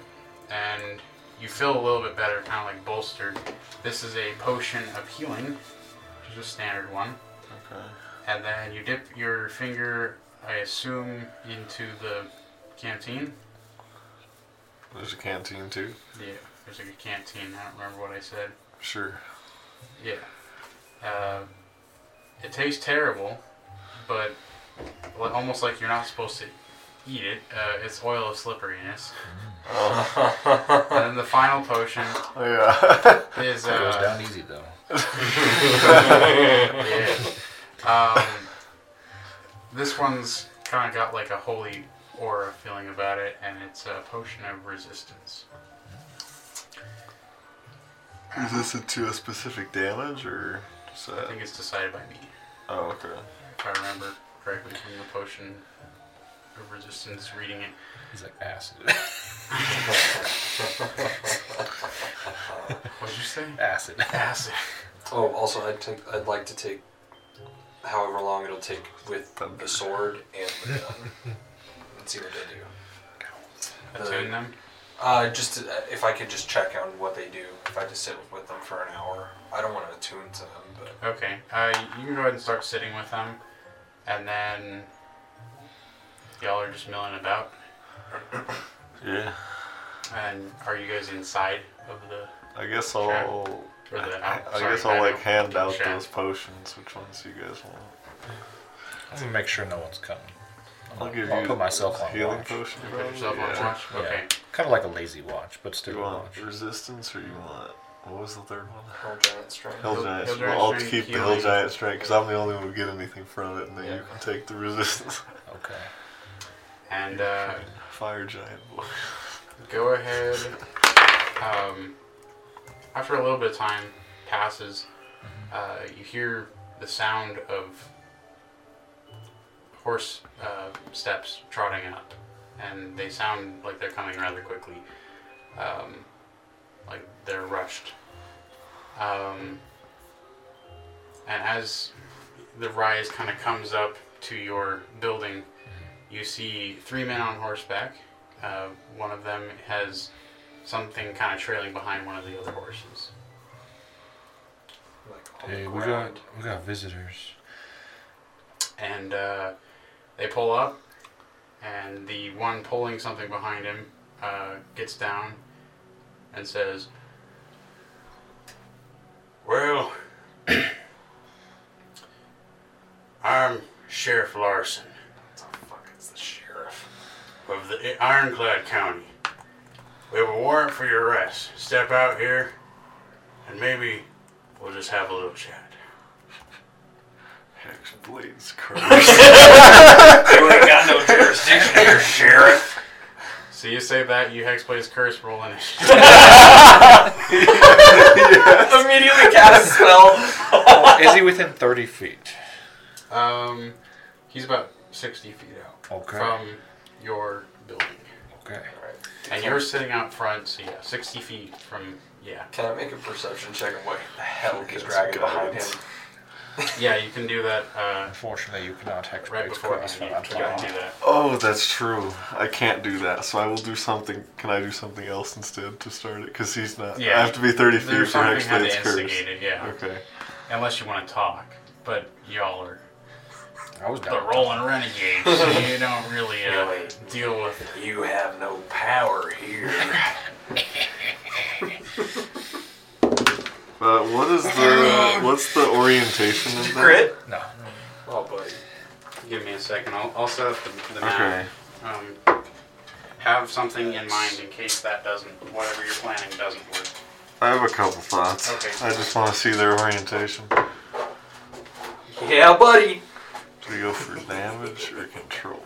S1: and you feel a little bit better, kind of like bolstered. This is a potion of healing, which is a standard one.
S3: Okay.
S1: And then you dip your finger, I assume, into the canteen.
S3: There's a canteen too.
S1: Yeah. There's like a canteen. I don't remember what I said.
S3: Sure.
S1: Yeah. Uh, it tastes terrible, but li- almost like you're not supposed to eat it. Uh, it's oil of slipperiness. and then the final potion
S3: Oh, yeah.
S1: is
S4: Mm. It goes
S1: uh,
S4: down easy though.
S1: yeah. Um, this one's kind of got like a holy aura feeling about it, and it's a potion of resistance.
S3: Is this a, to a specific damage or just
S1: I
S3: that?
S1: think it's decided by me,
S3: Oh, okay.
S1: if I remember correctly from the potion of resistance reading it.
S4: He's like acid.
S1: What'd you say?
S4: acid.
S1: Acid.
S2: Oh, also, I'd take I'd like to take however long it'll take with
S3: Thunder.
S2: the sword and the gun. Let's see what they do.
S1: Attune them.
S2: Uh, just to, uh, if I could just check on what they do. If I just sit with them for an hour, I don't want to attune to them, but
S1: Okay. Uh, you can go ahead and start sitting with them, and then y'all are just milling about.
S3: Yeah.
S1: And are you guys inside of the
S3: I guess I'll.
S1: or the?
S3: I,
S1: out-
S3: I
S1: sorry,
S3: guess I'll
S1: patio?
S3: like hand out
S1: Shack.
S3: those potions. Which ones you guys want?
S4: I'm gonna make sure no one's coming.
S3: I'll give
S4: I'll
S3: you
S4: put myself on
S3: healing
S4: watch.
S3: potion.
S1: You put
S3: probably?
S1: yourself on
S3: Yeah.
S1: watch?
S4: Yeah.
S1: Okay.
S4: Kind of like a lazy watch, but
S3: Do
S4: still
S3: you
S4: a
S3: want
S4: watch.
S3: resistance or you want what was the third one?
S2: Hell Giant Strength.
S3: Hill
S1: Hill-
S3: Giant.
S1: Hill
S3: Strike.
S1: Giant
S3: well, I'll
S1: Strike,
S3: keep the Hill
S1: healing.
S3: Giant Strike because I'm the only one who get anything from it, and then you
S2: Yeah.
S3: can take the resistance.
S4: Okay.
S1: And uh,
S3: Fire Giant boy.
S1: go ahead. Um, after a little bit of time passes, uh, you hear the sound of horse uh, steps trotting up, and they sound like they're coming rather quickly, um, like they're rushed. Um, and as the rise kind of comes up to your building, you see three men on horseback. Uh, one of them has something kind of trailing behind one of the other horses.
S2: Like, on the
S4: Hey, we got
S2: ground.
S4: we got visitors.
S1: And uh, they pull up, and the one pulling something behind him uh, gets down and says, Well, I'm Sheriff Larson
S2: What the fuck is the sheriff?
S1: of the Ironclad County. We have a warrant for your arrest. Step out here, and maybe we'll just have a little chat.
S3: Hex blades curse.
S5: You ain't got no jurisdiction here, sheriff.
S1: So you say that, you hex plays curse, roll initiative.
S2: Immediately cast a spell.
S4: Is he within 30 feet?
S1: Um, he's about sixty feet out
S4: Okay.
S1: from your building,
S4: okay.
S1: and you're sitting out front, so yeah, sixty feet from Yeah.
S2: Can I make a perception check of what the hell he's
S7: Yes,
S2: dragging behind him?
S7: guidance.
S1: Yeah, you can do that uh,
S4: Unfortunately, you cannot hack
S1: right
S4: Blade's
S1: before.
S4: class
S1: Andy.
S4: from
S1: You
S4: that
S1: gotta do
S4: time.
S1: that.
S3: Oh, that's true. I can't do that, so I will do something. Can I do something else instead to start it? Because he's not.
S1: Yeah.
S3: I have to be 30
S1: There's
S3: feet for
S1: something had
S3: Hexblade's
S1: to
S3: curse.
S1: instigate it, yeah.
S3: Okay.
S1: Unless you want to talk, but y'all are
S4: I was
S1: the
S4: down.
S1: rolling renegades, so you don't really uh,
S5: Really?
S1: deal with.
S5: You have no power here.
S3: Uh, what is the what's the orientation of that?
S2: Crit?
S4: No.
S2: Oh, buddy.
S1: Give me a second. I'll, I'll set up the, the
S3: Okay.
S1: map. Um, have something in mind in case that doesn't, whatever you're planning doesn't work.
S3: I have a couple thoughts.
S1: Okay.
S3: I just want to see their orientation.
S2: Yeah, buddy.
S3: Do we go for damage or control?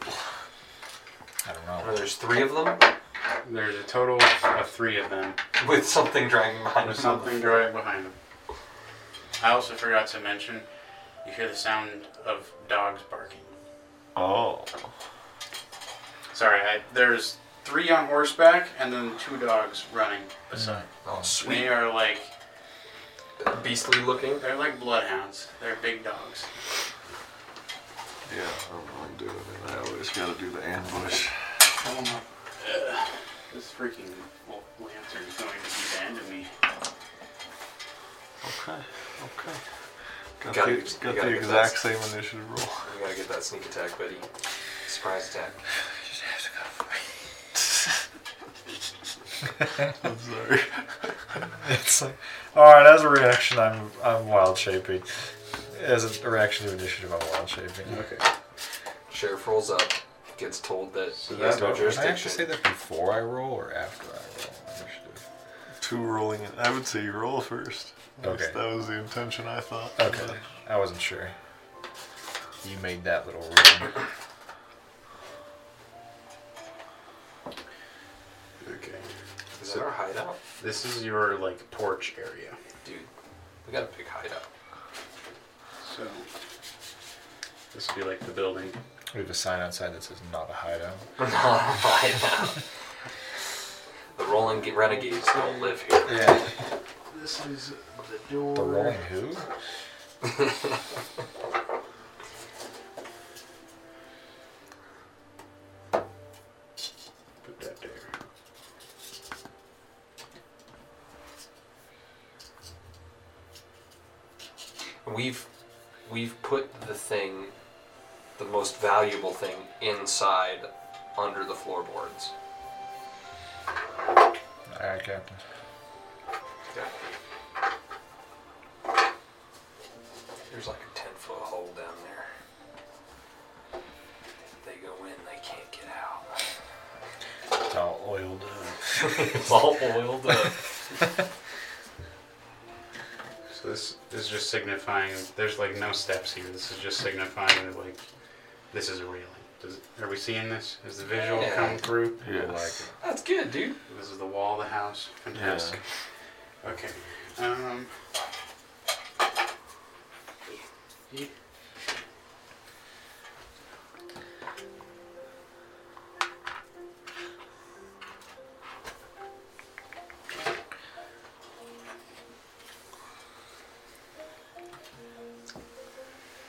S4: I don't know.
S2: Well, there's three of them
S1: There's a total of three of them.
S2: with something dragging behind him.
S1: There's something right behind them. I also forgot to mention, you hear the sound of dogs barking.
S3: Oh.
S1: Sorry, I, there's three on horseback and then two dogs running beside.
S2: Oh,
S1: They
S2: sweet.
S1: are like
S2: Beastly looking.
S1: they're like bloodhounds. They're big dogs.
S3: Yeah, I'm gonna do it. And I always gotta do the ambush.
S1: Ugh, this freaking wolf lancer is going to be the end of me.
S3: Okay. Okay. Got
S2: Gotta
S3: the,
S2: use- you
S3: got
S2: gotta
S3: the
S2: get
S3: exact
S2: that.
S3: same initiative roll.
S2: We gotta get that sneak attack, buddy. Surprise attack.
S3: I'm sorry.
S4: It's like, all right. As a reaction, I'm I'm wild shaping. As a reaction to initiative, I'm wild shaping.
S2: Okay. Sheriff rolls up, gets told that he
S4: Did I
S2: has no
S4: Did I have to say
S2: jurisdiction.
S4: that before I roll or after I roll? Initiative.
S3: Two rolling it. I would say you roll first. At least
S4: Okay.
S3: That was the intention I thought.
S4: Okay, I wasn't sure. You made that little room.
S1: Okay.
S2: Is that our hideout?
S1: This is your like porch area.
S2: Dude, we got a big hideout.
S1: So this would be like the building.
S4: We have a sign outside that says "Not a hideout."
S2: Not a hideout. the rolling ge- renegades don't live here.
S4: Yeah.
S1: This is the door.
S4: The rolling who?
S1: Put that there.
S2: We've we've put the thing, the most valuable thing, inside under the floorboards.
S4: All right, Captain.
S2: Yeah. There's like a ten foot hole down there. If they go in, they can't get out.
S4: It's all oiled up.
S2: it's all oiled up.
S1: So this is just signifying there's like no steps here. This is just signifying that like this is a railing. Does, are we seeing this? Is the visual
S2: Yeah.
S1: coming through?
S3: Yes.
S2: That's good, dude.
S1: This is the wall of the house. Fantastic. Okay. Um.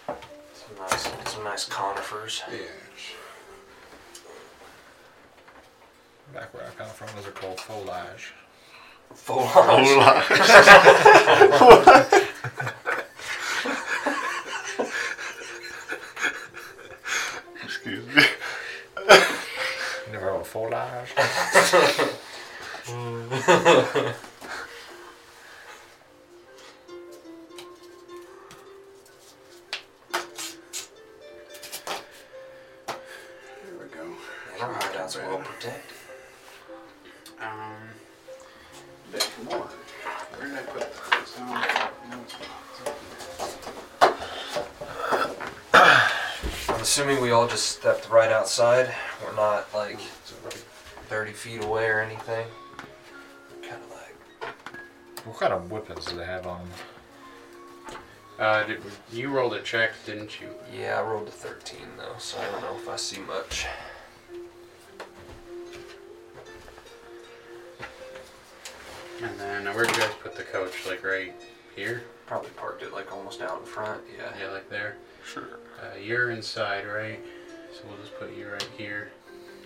S5: Some nice, some nice conifers.
S4: Back where I come from, those are called foliage.
S2: Full on.
S3: Excuse me.
S4: You never heard of foliage?
S1: There we go.
S2: And our hideout's well protected.
S1: Um. Back more. Where did I put this? No, no, it's not.
S2: I'm assuming we all just stepped right outside. We're not like
S1: It's all right.
S2: 30 feet away or anything. Kind of like.
S4: What kind of weapons do they have on them?
S1: Uh, did, you rolled a check, didn't you?
S2: Yeah, I rolled a 13 though, so I don't know if I see much.
S1: And then uh, where'd you guys put the coach? Like right here?
S2: Probably parked it like almost out in front. Yeah.
S1: Yeah, like there.
S7: Sure.
S1: Uh, you're inside, right? So we'll just put you right here.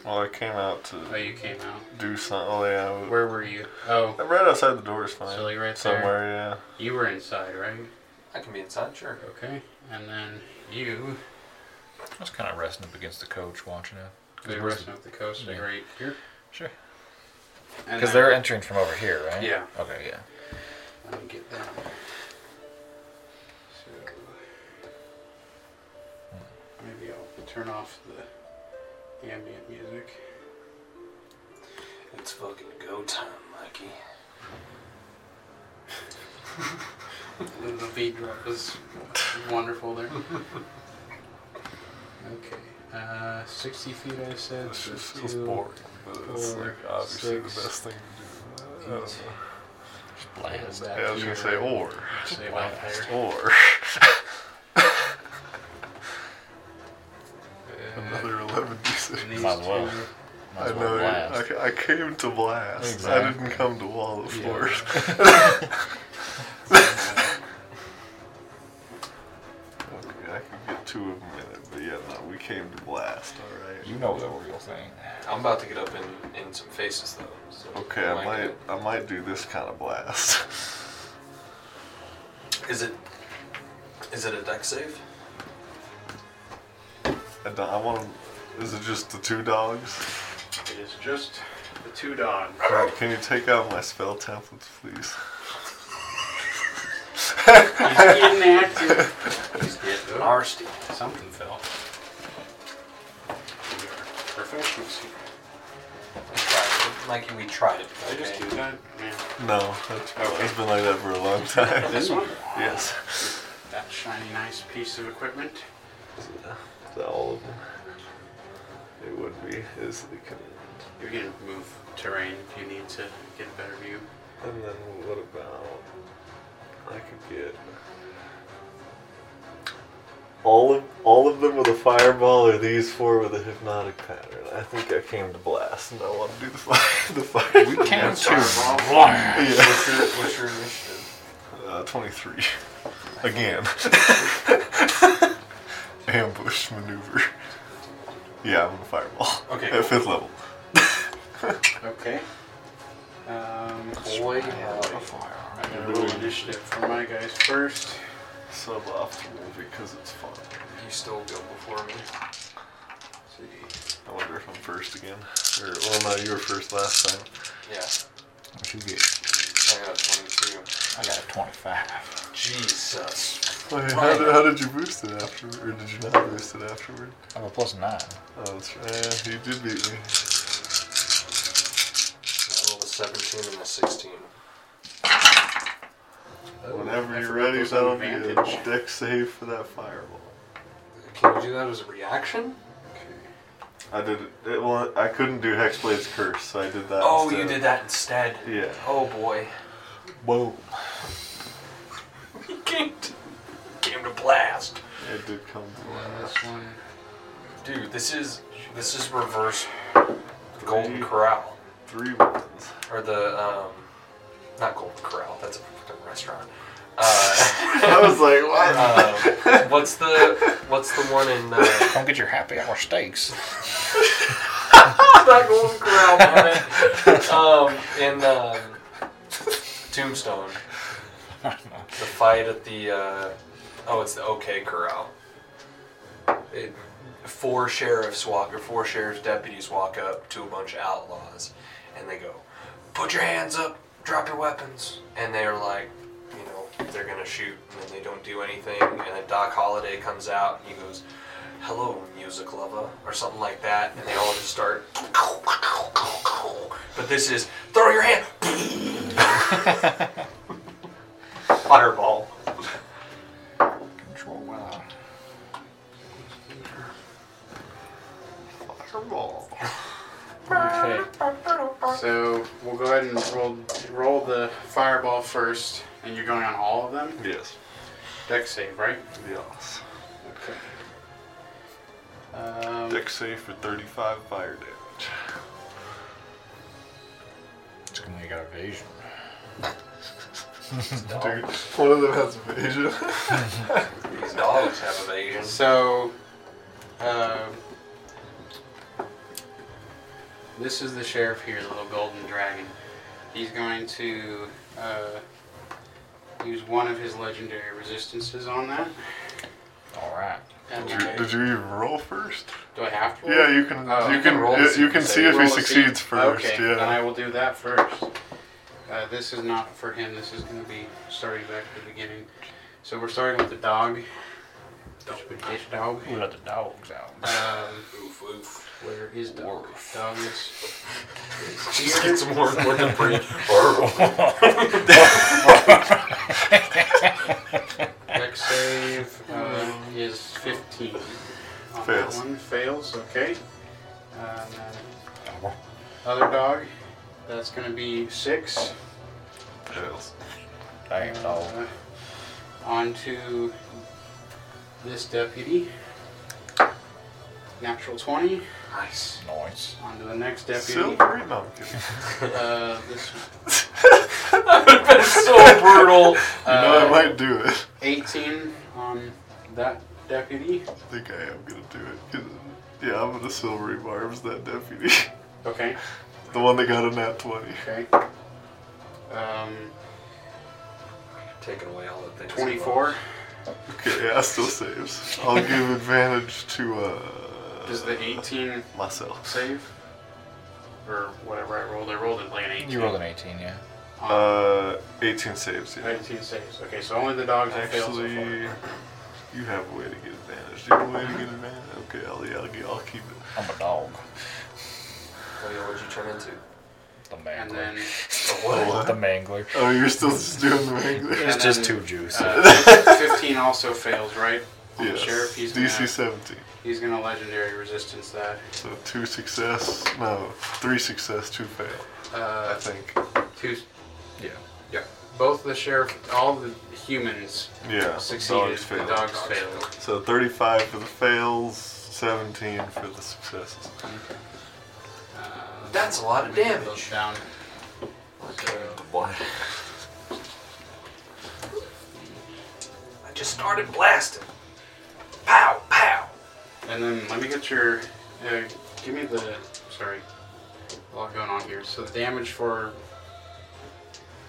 S3: Well, I came out to
S1: Oh, you came out.
S3: do something. Oh, yeah. I was-
S1: Where were you? Oh,
S3: Right outside the door is fine.
S1: so like right there.
S3: Somewhere, yeah.
S1: You were inside, right?
S2: I can be inside, sure.
S1: Okay. And then you,
S4: I was kind of resting up against the coach, watching it.
S1: the rest of the coast, like
S4: Yeah.
S1: right here.
S4: Sure.
S1: And
S4: Because
S1: then-
S4: they're entering from over here, right?
S1: Yeah.
S4: Okay, yeah.
S1: Let me get that. So maybe I'll turn off the, the ambient music.
S2: It's fucking go time, Mikey.
S1: The, the beat drop was wonderful there. Okay. Uh, 60 feet I said.
S3: This
S1: so
S3: just feels
S1: two,
S3: boring. But it's
S1: four,
S3: like obviously
S1: six,
S3: the best thing to do. I don't know.
S1: eight.
S4: Bland.
S1: Back
S3: Yeah, I was
S1: here,
S3: gonna say oh. or.
S1: say back there.
S3: Or. Another 11d6.
S1: And Uh, these
S4: Might as well.
S1: two-
S4: Might
S3: I
S4: as well
S3: know.
S4: blast.
S3: I, I came to blast. I didn't come to wall of force. okay, I could get two of them in it, but yeah, no, we came to blast. All right.
S4: You know the real thing.
S2: I'm about to get up in, in some faces though. So
S3: Okay, I might I might do this kind of blast.
S2: Is it? Is it a deck save?
S3: I, don't- I want. to. Is it just the two dogs?
S1: It is just the two dogs.
S3: Alright, can you take out my spell templates, please?
S1: Inactive.
S2: He's getting nasty.
S1: Something fell. We are professionals here.
S2: Mikey, we tried it.
S1: Did I just do that? Yeah.
S3: No, that's
S1: Okay.
S3: it's been like that for a long time.
S1: This one?
S3: Yes.
S1: That shiny, nice piece of equipment.
S3: Is that all of them? It would be. Is the command.
S1: You can move terrain if you need to get a better view.
S3: And then what about I could get all of all of them with a fireball or these four with a hypnotic pattern. I think I came to blast and I want to do the fire. The fire. We
S4: Can
S3: Yeah.
S2: What's your initiative?
S3: Uh, Twenty-three. Again. Ambush maneuver. Yeah, I'm gonna fireball.
S2: Okay,
S3: At fifth level.
S1: Okay. Um,
S2: Boy, uh, howdy.
S1: I'm gonna roll initiative for my guys first.
S3: Suboptimal because it's fun.
S2: You still go before me.
S1: Let's see.
S3: I wonder if I'm first again. Or well, no, you were first last time.
S2: Yeah,
S4: What you get?
S2: I got a 22.
S4: I got a 25.
S2: Jesus.
S3: Wait, how, did, how did you boost it afterward? Or did you not boost it afterward?
S4: I have a plus 9.
S3: Oh, that's right. Yeah, you did beat me.
S2: I rolled a 17 and a 16.
S3: Whenever
S1: I
S3: you're
S1: forgot
S3: ready,
S1: those
S3: that'll be a
S1: advantage.
S3: deck save for that fireball.
S2: Can you do that as a reaction?
S3: I did it. it- well, I couldn't do Hexblade's Curse, so I did that.
S2: Oh,
S3: instead.
S2: you did that instead.
S3: Yeah.
S2: Oh boy.
S4: Whoa.
S2: He came to, came to blast.
S3: It did come to
S1: Uh,
S3: last.
S1: this one.
S2: Dude, this is this is reverse
S3: Three.
S2: Golden Corral
S3: Three ones.
S2: or the um, not Golden Corral. That's a fucking restaurant. Uh,
S3: I was like, Uh, wow.
S2: um, what's the what's the one in? Uh,
S4: Come get your happy hour steaks.
S2: not Golden Corral, damn it. Um, in um, Tombstone. The fight at the. Uh, oh, it's the OK Corral. It, four sheriffs walk, or four sheriff's deputies walk up to a bunch of outlaws, and they go, "Put your hands up, drop your weapons," and they are like, you know, they're gonna shoot, and then they don't do anything, and then Doc Holliday comes out and he goes. Hello, music lover, or something like that, and they all just start. But this is throw your hand, fireball.
S4: Control well.
S3: Fireball.
S1: Okay. So we'll go ahead and roll roll the fireball first, and you're going on all of them.
S3: Yes.
S1: Deck save, right?
S3: Yes.
S1: Okay. Um,
S3: Deck save for 35 fire damage.
S4: It's gonna make an evasion.
S3: Dude, one of them has evasion.
S5: These dogs have evasion.
S1: So, uh, this is the sheriff here, the little golden dragon. He's going to uh, use one of his legendary resistances on that.
S4: All right.
S1: And
S3: did, you,
S1: I-
S3: did you even roll first?
S1: do I have to?
S3: Yeah, you can.
S1: Oh,
S3: you
S1: I
S3: can.
S1: roll to
S3: you- you can
S1: if
S3: see if
S1: roll
S3: he
S1: to see-
S3: succeeds first.
S1: Okay,
S3: yeah.
S1: then I will do that first. Uh, this is not for him. This is going to be starting back at the beginning. So we're starting with the dog. This dog.
S4: We let the dogs out.
S1: Um,
S5: Oof, oof.
S1: Where is dog?
S4: Woof.
S1: Um, Dog is
S2: Just get some more looking pretty horrible.
S1: deck save uh, is 15. On
S3: Fails.
S1: That one fails. Okay. Um, other dog. That's gonna be six.
S3: Fails.
S4: Dang dog.
S1: Uh, on to this deputy. Natural 20.
S2: Nice.
S4: Nice.
S1: On to the next deputy.
S3: Silvery monkey.
S1: Uh, this
S2: So brutal.
S3: you know I
S1: uh,
S3: might do it.
S1: 18 on that deputy.
S3: I think I am gonna do it. 'cause- Yeah, I'm gonna silvery barbs that deputy.
S1: Okay.
S3: the one that got a nat twenty.
S1: Okay. Um,
S2: Taking away all the things. he
S1: 24.
S2: loves.
S3: Okay, yeah, still saves. I'll give advantage to uh
S1: Does the 18
S3: myself.
S1: save? Or whatever I rolled. I rolled it like an 18.
S4: You rolled an 18, yeah.
S1: Um,
S3: Uh, eighteen saves. Yeah.
S1: 19 saves. Okay, so only the dogs have failed so
S3: Actually,
S1: far.
S3: you have a way to get advantage. Do you have a way to get advantage? Okay, I'll yeah, I'll, gi- I'll keep it.
S4: I'm a dog.
S2: Oh, yeah, what'd you turn into?
S4: The mangler.
S1: And then
S3: Oh,
S4: the mangler.
S3: Oh, you're still just doing the mangler.
S4: It's
S1: And
S4: just
S1: then-
S4: too juicy.
S1: uh, 15 also fails, right? On the
S3: Yes.
S1: sheriff, he's gonna,
S3: DC seventeen.
S1: he's gonna legendary resistance that.
S3: So two success, no, three success, two fail. I
S1: Uh,
S3: think.
S1: two,
S4: yeah.
S1: yeah. Both the sheriff, all the humans
S3: Yeah.
S1: succeeded.
S3: dogs
S1: the
S3: failed.
S1: dogs failed.
S3: So 35 for the fails, 17 for the successes.
S1: Uh,
S2: That's a lot of
S1: we get
S2: damage.
S1: those Down.
S2: What? I just started blasting. Pow, pow.
S1: And then let me get your. Uh, give me the. Sorry. A lot going on here. So the damage for.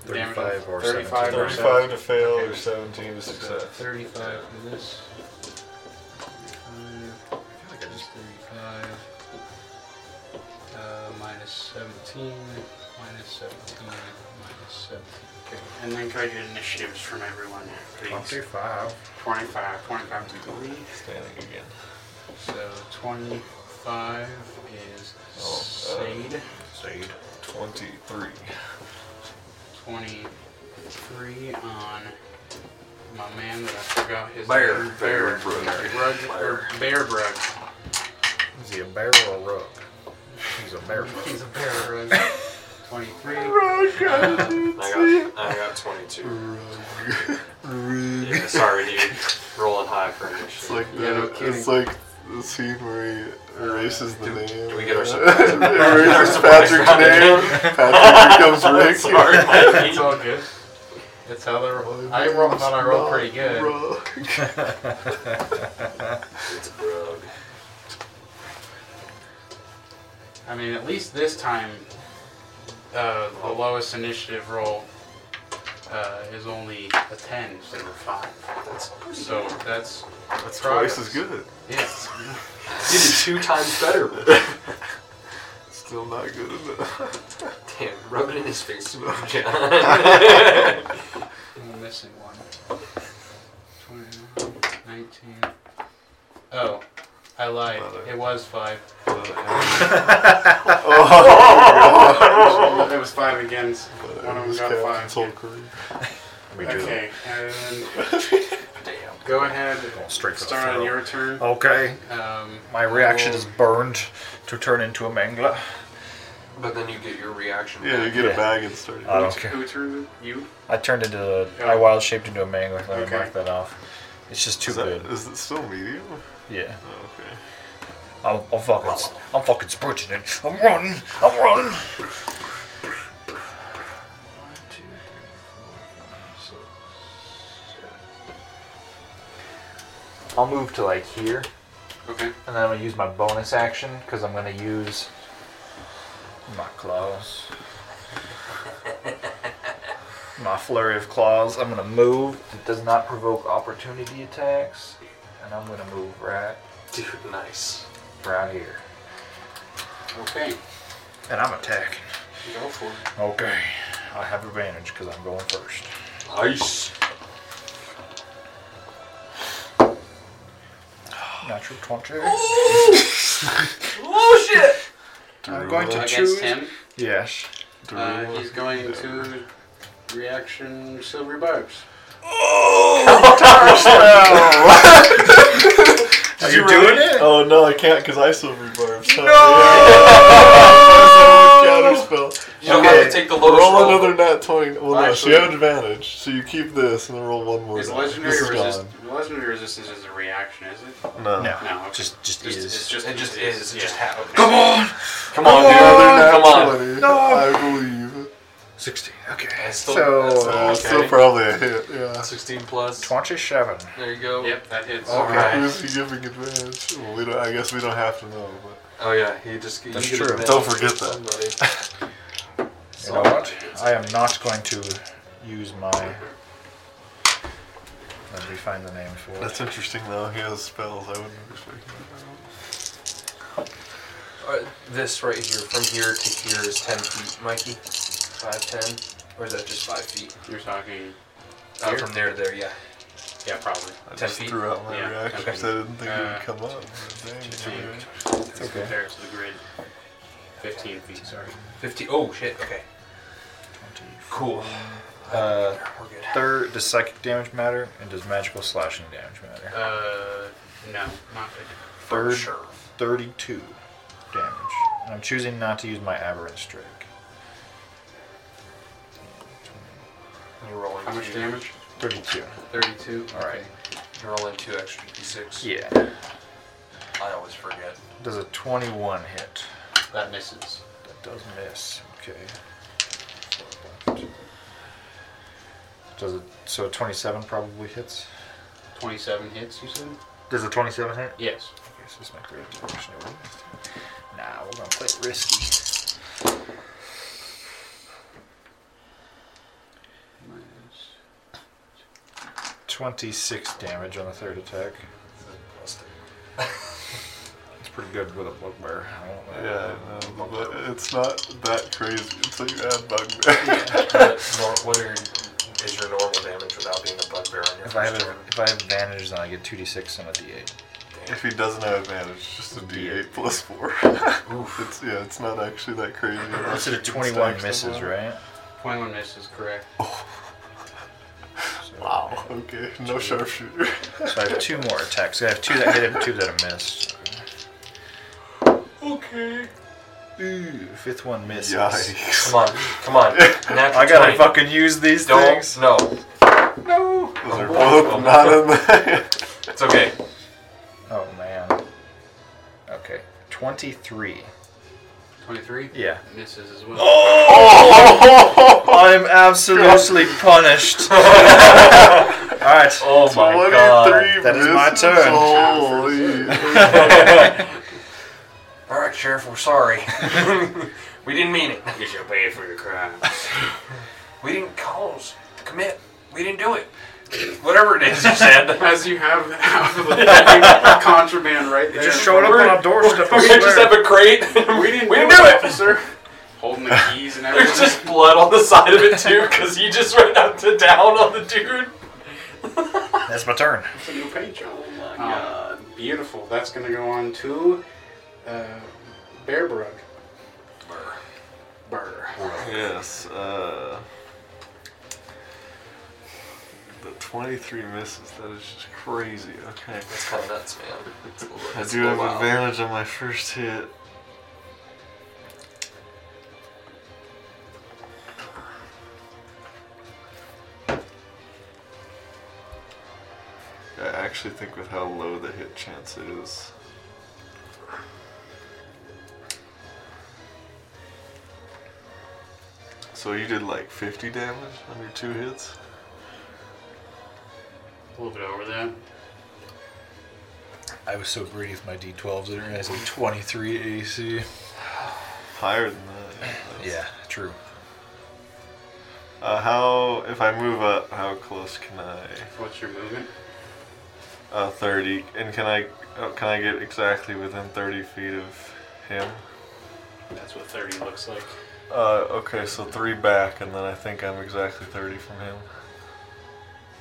S1: the damage
S4: 35 or
S1: 35 or
S3: 35 to fail or 17 to
S1: so
S3: success.
S1: 35 for this. 35. Minus 35. Uh, minus 17. Minus 17. Minus 17. Okay. And then can I get initiatives from everyone? Please.
S4: 25.
S1: 25. 25 to three.
S3: Standing again.
S1: So 25 is Sade.
S4: Sade.
S3: 23.
S1: 23 on my man that I forgot his
S2: Bear.
S1: name. Bear.
S2: Bear Brug.
S1: Brug- or Bear Brug.
S4: Is he a bear or a rook? He's a bear.
S1: He's a Bear Brug. 23.
S2: I got, I got 22. Yeah, sorry, dude. Rolling high for
S3: It's
S2: initiative.
S3: like
S1: Yeah, no
S3: the,
S1: kidding.
S3: it's like the scene where he erases the name.
S2: do we get our surprise?
S3: erases Patrick's name. Patrick becomes Rick.
S2: sorry,
S1: It's all good. That's how they roll. I roll, thought I rolled pretty good.
S2: It's a brug.
S1: I mean, at least this time, uh, the lowest initiative roll uh, is only a 10 instead of a 5.
S2: That's pretty
S1: So that's
S3: That's twice as good.
S1: Yes.
S2: You did two times better.
S3: Still not good enough.
S2: Damn, rub it in his face. John.
S1: I'm missing one. 21, 19. Oh, I lied.
S3: Brother.
S1: It was five.
S3: Oh.
S1: it was five again. so One of them
S3: This
S1: got
S3: captain's
S1: five.
S3: whole career.
S4: We do.
S1: Okay, and
S2: Damn.
S1: go ahead.
S4: Going straight for the
S1: Start on
S4: throat.
S1: your turn.
S4: Okay.
S1: Um,
S4: My reaction is burned to turn into a mangler.
S2: But then you get your reaction.
S3: Yeah, you
S2: back.
S3: get
S4: Yeah. Uh,
S3: a bag and start.
S4: I don't care.
S1: who turned it? You?
S4: I turned into the.
S1: Yeah.
S4: I wild shaped into a mangler. Let
S1: Okay.
S4: me mark that off. It's just too
S3: Is, that,
S4: good.
S3: is it still medium?
S4: Yeah.
S3: Oh, okay.
S4: I'm, I'm fucking. I'm fucking sprinting it. I'm running. I'm running.
S1: One, two, three,
S11: I'll move to like here,
S1: Okay.
S11: and then I'm gonna use my bonus action because I'm gonna use
S4: My claws. My flurry of claws. I'm gonna move.
S11: It does not provoke opportunity attacks, and I'm gonna move right,
S2: Dude, nice.
S11: right here.
S1: Okay.
S4: And I'm attacking.
S1: Go for it.
S4: Okay. I have advantage because I'm going first.
S2: Nice.
S4: Natural 20.
S6: Oh shit!
S3: Do
S4: I'm
S3: we
S4: going
S3: roll-
S4: to-
S1: Against
S4: choose-
S1: him,
S4: Yes.
S3: do we
S1: uh,
S3: roll-
S1: he's going to reaction silver barbs.
S4: Are you doing it?
S3: Oh no, I can't because I silver barbs. No! counter spell.
S2: You don't
S4: Okay.
S2: have to take the lowest
S3: Roll
S2: roll.
S3: another nat twenty. Well, no, so
S1: Actually-
S3: you have advantage. So you keep this and then roll one more.
S1: Is
S3: die.
S1: legendary
S3: This is
S1: resist-
S3: gone.
S1: legendary resistance is a reaction, is it?
S3: No.
S4: No.
S1: No. Okay.
S7: Just, just
S1: Just- It's
S7: is.
S1: just
S2: It just is. It just
S1: yeah.
S2: happened.
S1: Okay.
S2: Come on, dude.
S3: Another
S2: Come
S3: nat
S2: on.
S3: 20. I believe it.
S4: 16. Okay.
S2: That's still-
S4: so,
S3: Uh, it's Still
S2: Okay.
S3: probably a hit. Yeah.
S2: 16 plus.
S4: 27.
S2: There you go.
S1: Yep, that hits.
S2: Okay.
S3: Who's he giving advantage? Well, we don't. I guess we don't have to know. But
S2: Oh yeah, he just. he
S4: That's
S2: gets
S4: true.
S2: mad
S3: Don't forget
S2: at
S3: that.
S2: somebody.
S4: You know what? I am not going to use my. Let me find the name for it.
S3: that's interesting though. He has spells. I wouldn't expect.
S2: Uh, this right here, from here to here is 10 feet, Mikey. 5, 10? Or is that just 5 feet?
S1: You're talking.
S2: Uh, from there to there, yeah.
S1: Yeah, probably.
S3: I
S2: 10
S3: just
S2: feet?
S3: threw out my
S1: Yeah,
S3: reaction because I didn't think it
S1: Uh,
S3: would come up. Dang, alright.
S1: It's okay. compared to the grid. 15 feet, sorry.
S2: 50. Oh, shit, okay. Cool.
S4: Uh,
S2: We're good.
S4: third, does psychic damage matter? And does magical slashing damage matter?
S1: Uh, no, not
S4: Third,
S2: Sure.
S4: 32 damage. And I'm choosing not to use my aberrant strike.
S2: You're rolling,
S1: How much
S2: two,
S1: damage?
S4: 32.
S1: 32.
S4: Alright.
S2: you're rolling 2 extra d6.
S4: Yeah.
S2: I always forget.
S4: Does a 21 hit?
S1: That misses.
S4: That does miss. Okay. Does it? So a 27 probably hits.
S1: 27 hits, you said?
S4: Does a 27 hit?
S1: Yes.
S4: Okay, so this is my third action. Nah, we're gonna play it risky.
S1: Minus
S4: 26 damage on the third attack. It's pretty good with a bugbear. I don't know.
S3: Yeah, I know, but it's not that crazy until you add bugbear.
S2: Nor- what are your, is your normal damage without being a bugbear on your
S4: If I have
S2: first
S4: a,
S2: turn?
S4: if I have advantage, then I get 2d6 and a d8.
S3: If he doesn't have advantage, just a D8 plus four. it's yeah, it's not actually that crazy.
S4: I said a
S3: It
S4: 21
S3: stacks
S4: misses,
S3: up.
S4: right?
S1: 21 misses, correct.
S3: Wow. Okay, no sharpshooter.
S4: So I have two more attacks. I have two that hit him, two that I missed.
S2: Okay.
S4: Ooh, fifth one misses.
S3: Yikes.
S2: Come on, come on. Natural
S4: I gotta
S2: 20.
S4: fucking use these
S2: Don't.
S4: things.
S2: No.
S3: Those are both not in there.
S2: It's okay.
S4: Oh man. Okay, 23.
S1: 23?
S4: Yeah.
S1: Misses as well.
S4: I'm absolutely punished. All right.
S2: Oh my god.
S3: 23
S4: that is my
S3: misses? Holy.
S4: turn.
S2: All right, Sheriff, we're sorry. we didn't mean it.
S1: You should pay for your crime.
S2: We didn't cause the commit. We didn't do it. Whatever it is you said.
S1: As you have half of the contraband right there.
S4: Just showed up on our doorstep. I
S2: we
S4: swear.
S2: just have a crate.
S1: We didn't,
S2: We
S1: do
S2: didn't do
S1: it,
S2: it.
S1: officer. Holding the keys and everything.
S2: There's just blood on the side of it too, because he just ran up to down on the dude.
S4: That's my turn.
S1: It's a new page. Oh my god. Beautiful. That's going to go on to uh, Bearbrook. Burr.
S3: yes. Uh, the 23 misses. That is just crazy. Okay.
S2: That's kind of nuts, man. It's a little,
S3: I
S2: it's
S3: do
S2: a little
S3: have
S2: wild.
S3: advantage on my first hit. I actually think with how low the hit chance is. So you did like 50 damage on your two hits?
S1: A little bit over that.
S12: I was so greedy with my D12s, I didn't realize I had 23 AC.
S3: Higher than that. yeah.
S12: Yeah, true.
S3: Uh, how, if I move up, how close can I?
S1: What's your movement?
S3: Uh, 30. And can I, oh, can I get exactly within 30 feet of him?
S1: That's what 30 looks like.
S3: Uh, okay, so three back, and then I think I'm exactly 30 from him.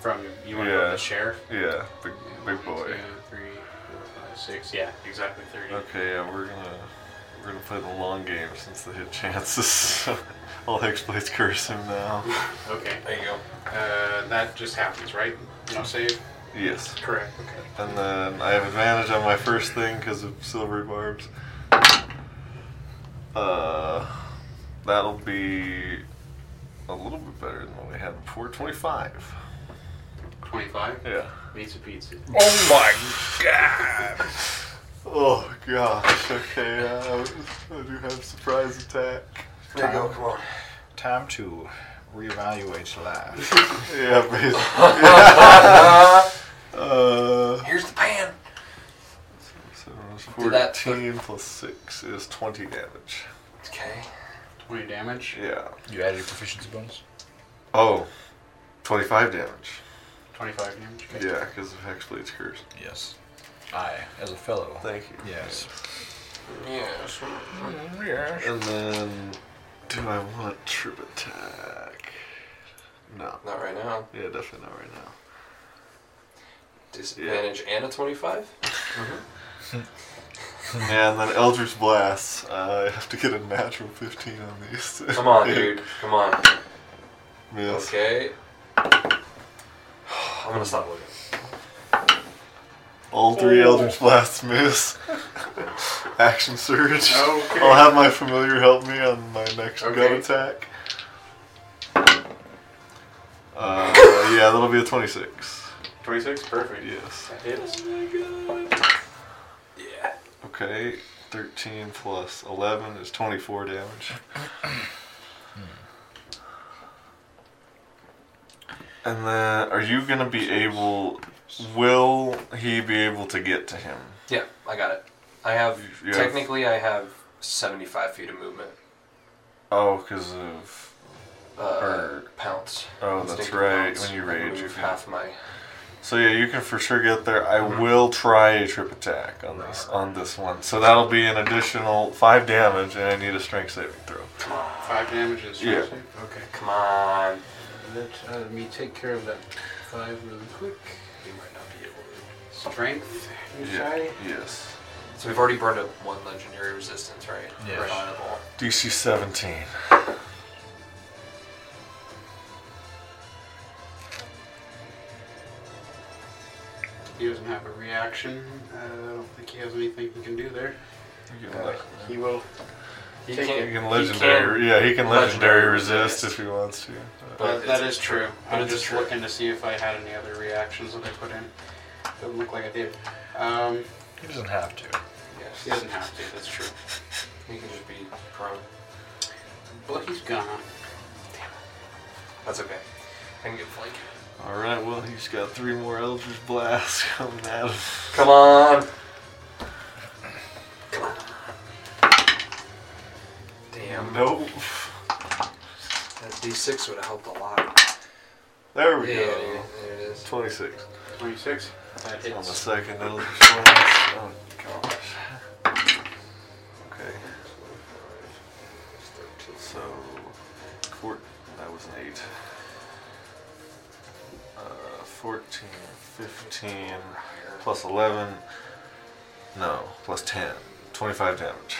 S1: From you want to go
S3: Yeah.
S1: to sheriff?
S3: Yeah, big,
S1: One,
S3: big boy.
S1: two, three, four, five, six. Yeah, exactly 30.
S3: Okay, yeah, we're gonna we're gonna play the long game since the hit chances. All hexblades curse him now.
S1: Okay.
S2: There you go.
S1: Uh, that just happens, right? No save.
S3: Yes,
S1: Correct. Okay.
S3: and then I have advantage on my first thing because of silvery barbs. Uh, that'll be a little bit better than what we had before. Twenty-five.
S1: 25.
S3: Yeah.
S1: Pizza, pizza.
S4: Oh my
S3: Oh gosh. Okay. Uh, I do have surprise attack.
S2: There you go. Come on.
S7: Time to reevaluate life.
S3: Yeah, basically. uh,
S2: Here's the pan.
S3: so it was
S6: Do that
S3: 14 plus 6 is 20 damage.
S2: Okay.
S1: 20 damage.
S3: Yeah.
S12: You added your proficiency bonus?
S3: Oh, 25 damage.
S1: 25 damage. Okay.
S3: Yeah, because of Hexblade's curse.
S12: Yes. I, as a fellow.
S3: Thank you.
S12: Yes.
S2: Yes.
S3: And then, do I want trip attack? No.
S2: Not right now.
S3: Yeah, definitely not right now.
S2: Disadvantage and a 25?
S3: and then Eldritch Blast. Uh, I have to get a natural 15 on these.
S2: Come on, dude. Come on.
S3: Miss.
S2: Okay. I'm gonna stop looking.
S3: All three Eldritch Blasts miss. Action Surge.
S1: Okay.
S3: I'll have my familiar help me on my next gun
S1: Okay.
S3: attack. Uh, yeah, that'll be a 26.
S1: 26. Perfect.
S3: Yes.
S1: That hits.
S3: Oh
S2: Yeah.
S3: Okay, 13 plus 11 is 24 damage. and then, are you going to be able. Will he be able to get to him?
S2: Yeah, I got it. I have
S3: You have-
S2: technically I have 75 feet of movement.
S3: Oh, because of.
S2: Uh,
S3: Or-
S2: pounce.
S3: Oh, that's
S2: Instinct
S3: right,
S2: pounce.
S3: when you
S2: I can
S3: rage,
S2: move
S3: yeah.
S2: half my.
S3: So yeah, you can for sure get there. I
S2: Mm-hmm.
S3: will try a trip attack on this on this one. So that'll be an additional five damage, and I need a strength saving throw.
S1: 5 damage and strength
S3: Yeah.
S1: save? Okay.
S2: Come on.
S1: Let uh, me take care of that five really quick. You might not be able to. Strength, you say?
S3: Yes.
S2: So we've already burned up one legendary resistance, right?
S12: Yes.
S2: Right on the ball.
S3: DC 17.
S1: He doesn't have a reaction. Uh, I don't think he has anything he can do there.
S3: You
S1: Uh, he will.
S2: He
S1: Take
S2: can't-
S1: it.
S3: can
S2: He
S3: legendary.
S2: can-
S3: yeah, he can legendary,
S2: legendary
S3: resist
S2: resist.
S3: if he wants to.
S1: Uh, that is true.
S2: but
S1: I'm
S2: it's
S1: just
S2: true.
S1: looking to see if I had any other reactions that I put in. Doesn't look like I did. Um,
S12: He doesn't have to.
S1: he
S2: Yes.
S1: doesn't have to. That's true.
S2: He can just be prone.
S1: Well, he's gone.
S2: That's okay. I can get flank.
S3: All right. Well, he's got three more Eldritch blasts coming at him.
S2: Come on. Come on. Damn.
S3: Nope.
S2: That D6 would have helped a lot.
S3: There
S2: Yeah,
S3: we
S2: there
S3: go.
S2: there it is.
S3: 26
S1: 26. That
S3: on the
S1: hits.
S3: second Eldritch blast. Oh gosh. Okay. So, four, that was an 8. Uh, 14, 15, plus 11, no, plus 10. 25 damage.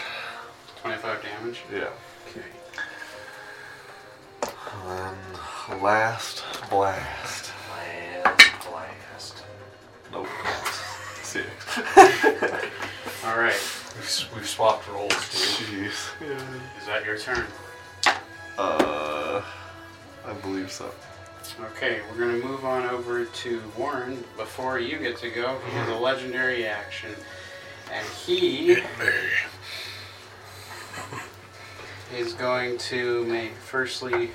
S1: 25 damage.
S3: Yeah.
S1: Okay.
S3: And then, last blast.
S2: Blast, blast.
S3: Nope. Six.
S1: All right.
S2: We've, s- we've swapped roles, dude.
S3: Jeez.
S1: Is that your turn?
S3: Uh, I believe so.
S1: Okay, we're gonna move on over to Warren. Before you get to go, he
S12: Mm-hmm.
S1: has a legendary action, and he is going to make firstly.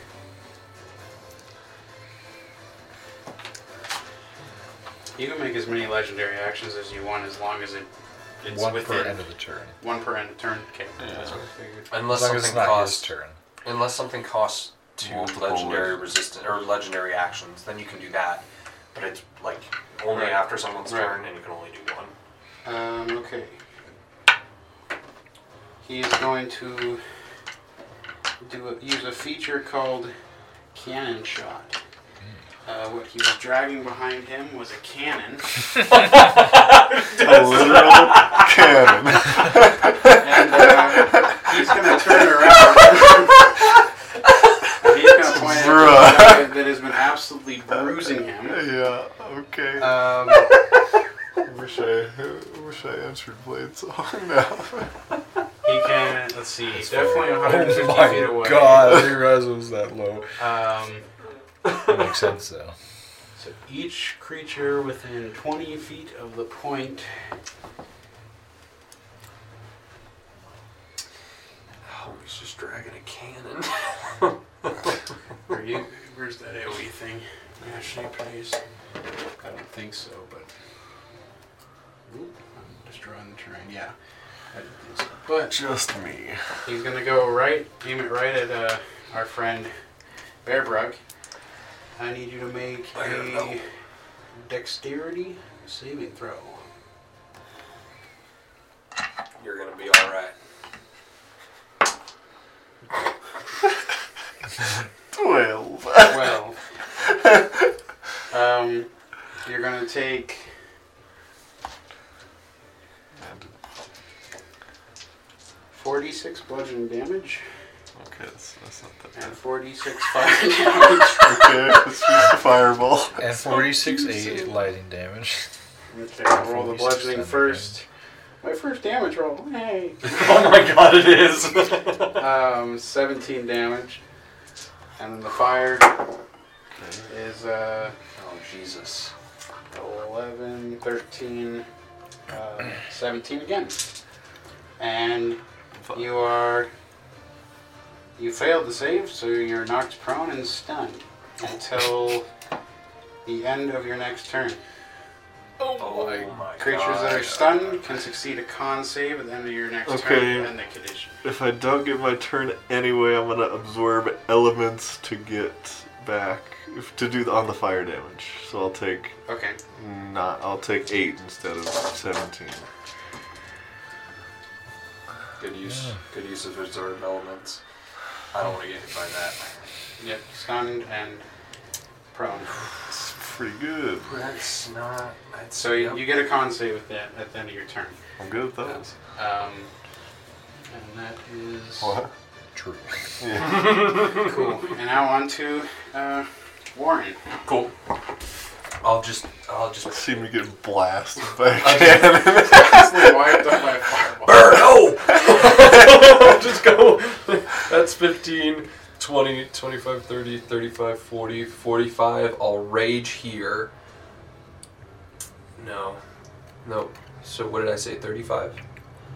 S1: You can make as many legendary actions as you want as long as it, it's
S12: One
S1: within
S12: per end of the turn.
S1: one per end of turn. Okay, that's what I figured.
S2: Unless
S12: As long as it's
S2: something
S12: not his
S2: costs
S12: turn.
S2: unless something costs two
S5: Multiple
S2: legendary resistant or legendary actions, then you can do that. But it's like only
S1: Right.
S2: after someone's
S1: Right.
S2: turn, and you can only do one.
S1: Um, okay. He is going to do a, use a feature called cannon shot. Uh, what he was dragging behind him was a cannon,
S3: A literal cannon.
S1: and uh, he's going to turn around. And he's going to point at
S3: Bruh.
S1: the guy that has been absolutely bruising him.
S3: Yeah, okay.
S1: Um,
S3: I wish I, I wish I answered Blade Song now.
S1: he can, let's see, definitely 150 feet away.
S12: Oh god, I didn't realize it was that low.
S1: Um,
S12: That makes sense though.
S1: So each creature within 20 feet of the point.
S2: Oh, he's just dragging a cannon.
S1: Are you, where's that AoE thing? Ashley, please. I don't think so, but. Oop, I'm destroying the terrain, yeah. I didn't think so. But
S3: Just me.
S1: he's gonna go right, aim it right at uh, our friend Bearbrug. I need you to make
S2: I don't
S1: a
S2: know.
S1: dexterity saving throw.
S2: You're gonna be all right.
S3: Twelve.
S1: Well, um, you're gonna take. Forty-six bludgeoning damage
S3: Okay, that's, that's not
S1: and forty-six fire damage.
S3: Okay, it's just a fireball.
S12: And 46 8 lightning damage.
S1: Okay, I'll roll the bludgeoning
S12: 46
S1: first. My first damage roll. Hey.
S2: oh my god, it is.
S1: Um, seventeen damage, and then the fire is uh.
S2: oh Jesus.
S1: 11, 13, uh, 17 again. And you are. You failed the save, so you're knocked prone and stunned until the end of your next turn.
S2: Oh my
S1: Creatures
S2: god.
S1: that are stunned can succeed a con save at the end of your next
S3: Okay.
S1: turn and the condition.
S3: If I don't get my turn anyway, I'm gonna absorb elements to get back if, to do the, on the fire damage. So I'll take
S1: Okay.
S3: not. I'll take eight instead of seventeen.
S2: Good use. Good use of reserve elements. I don't want to get hit by that.
S1: Yep. Stunned and prone.
S3: It's pretty good.
S2: That's not. That's
S1: So you, you get a con save with that at the end of your turn.
S3: I'm good at those.
S1: Um, and that is.
S3: What?
S12: True.
S1: Cool. And now on to uh, Warren.
S2: cool. I'll just. I'll just.
S3: I seem to get blasted by a cannon.
S1: Basically wiped up by a fireball.
S2: No.
S5: just go. That's 15, 20, 25, 30, 35, 40, 45. I'll rage here. No. No. So what did I say? 35?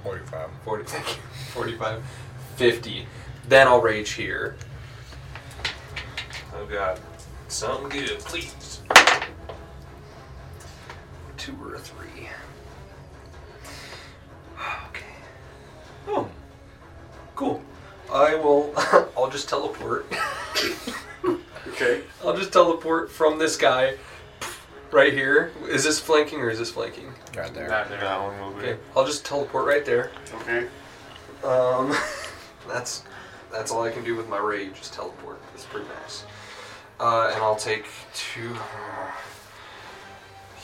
S12: 45.
S5: 40, thank you. 45, 50. Then I'll rage here.
S2: Oh god. Something good, please. Two or a three. Okay. Oh. Cool. I will. I'll just teleport.
S1: Okay.
S5: I'll just teleport from this guy right here. Is this flanking or is this flanking?
S12: Right there.
S1: Not there.
S3: that one will be.
S5: Okay, I'll just teleport right there.
S1: Okay.
S2: Um, that's that's all I can do with my rage. Just teleport. It's pretty nice. Uh, and I'll take two. uh,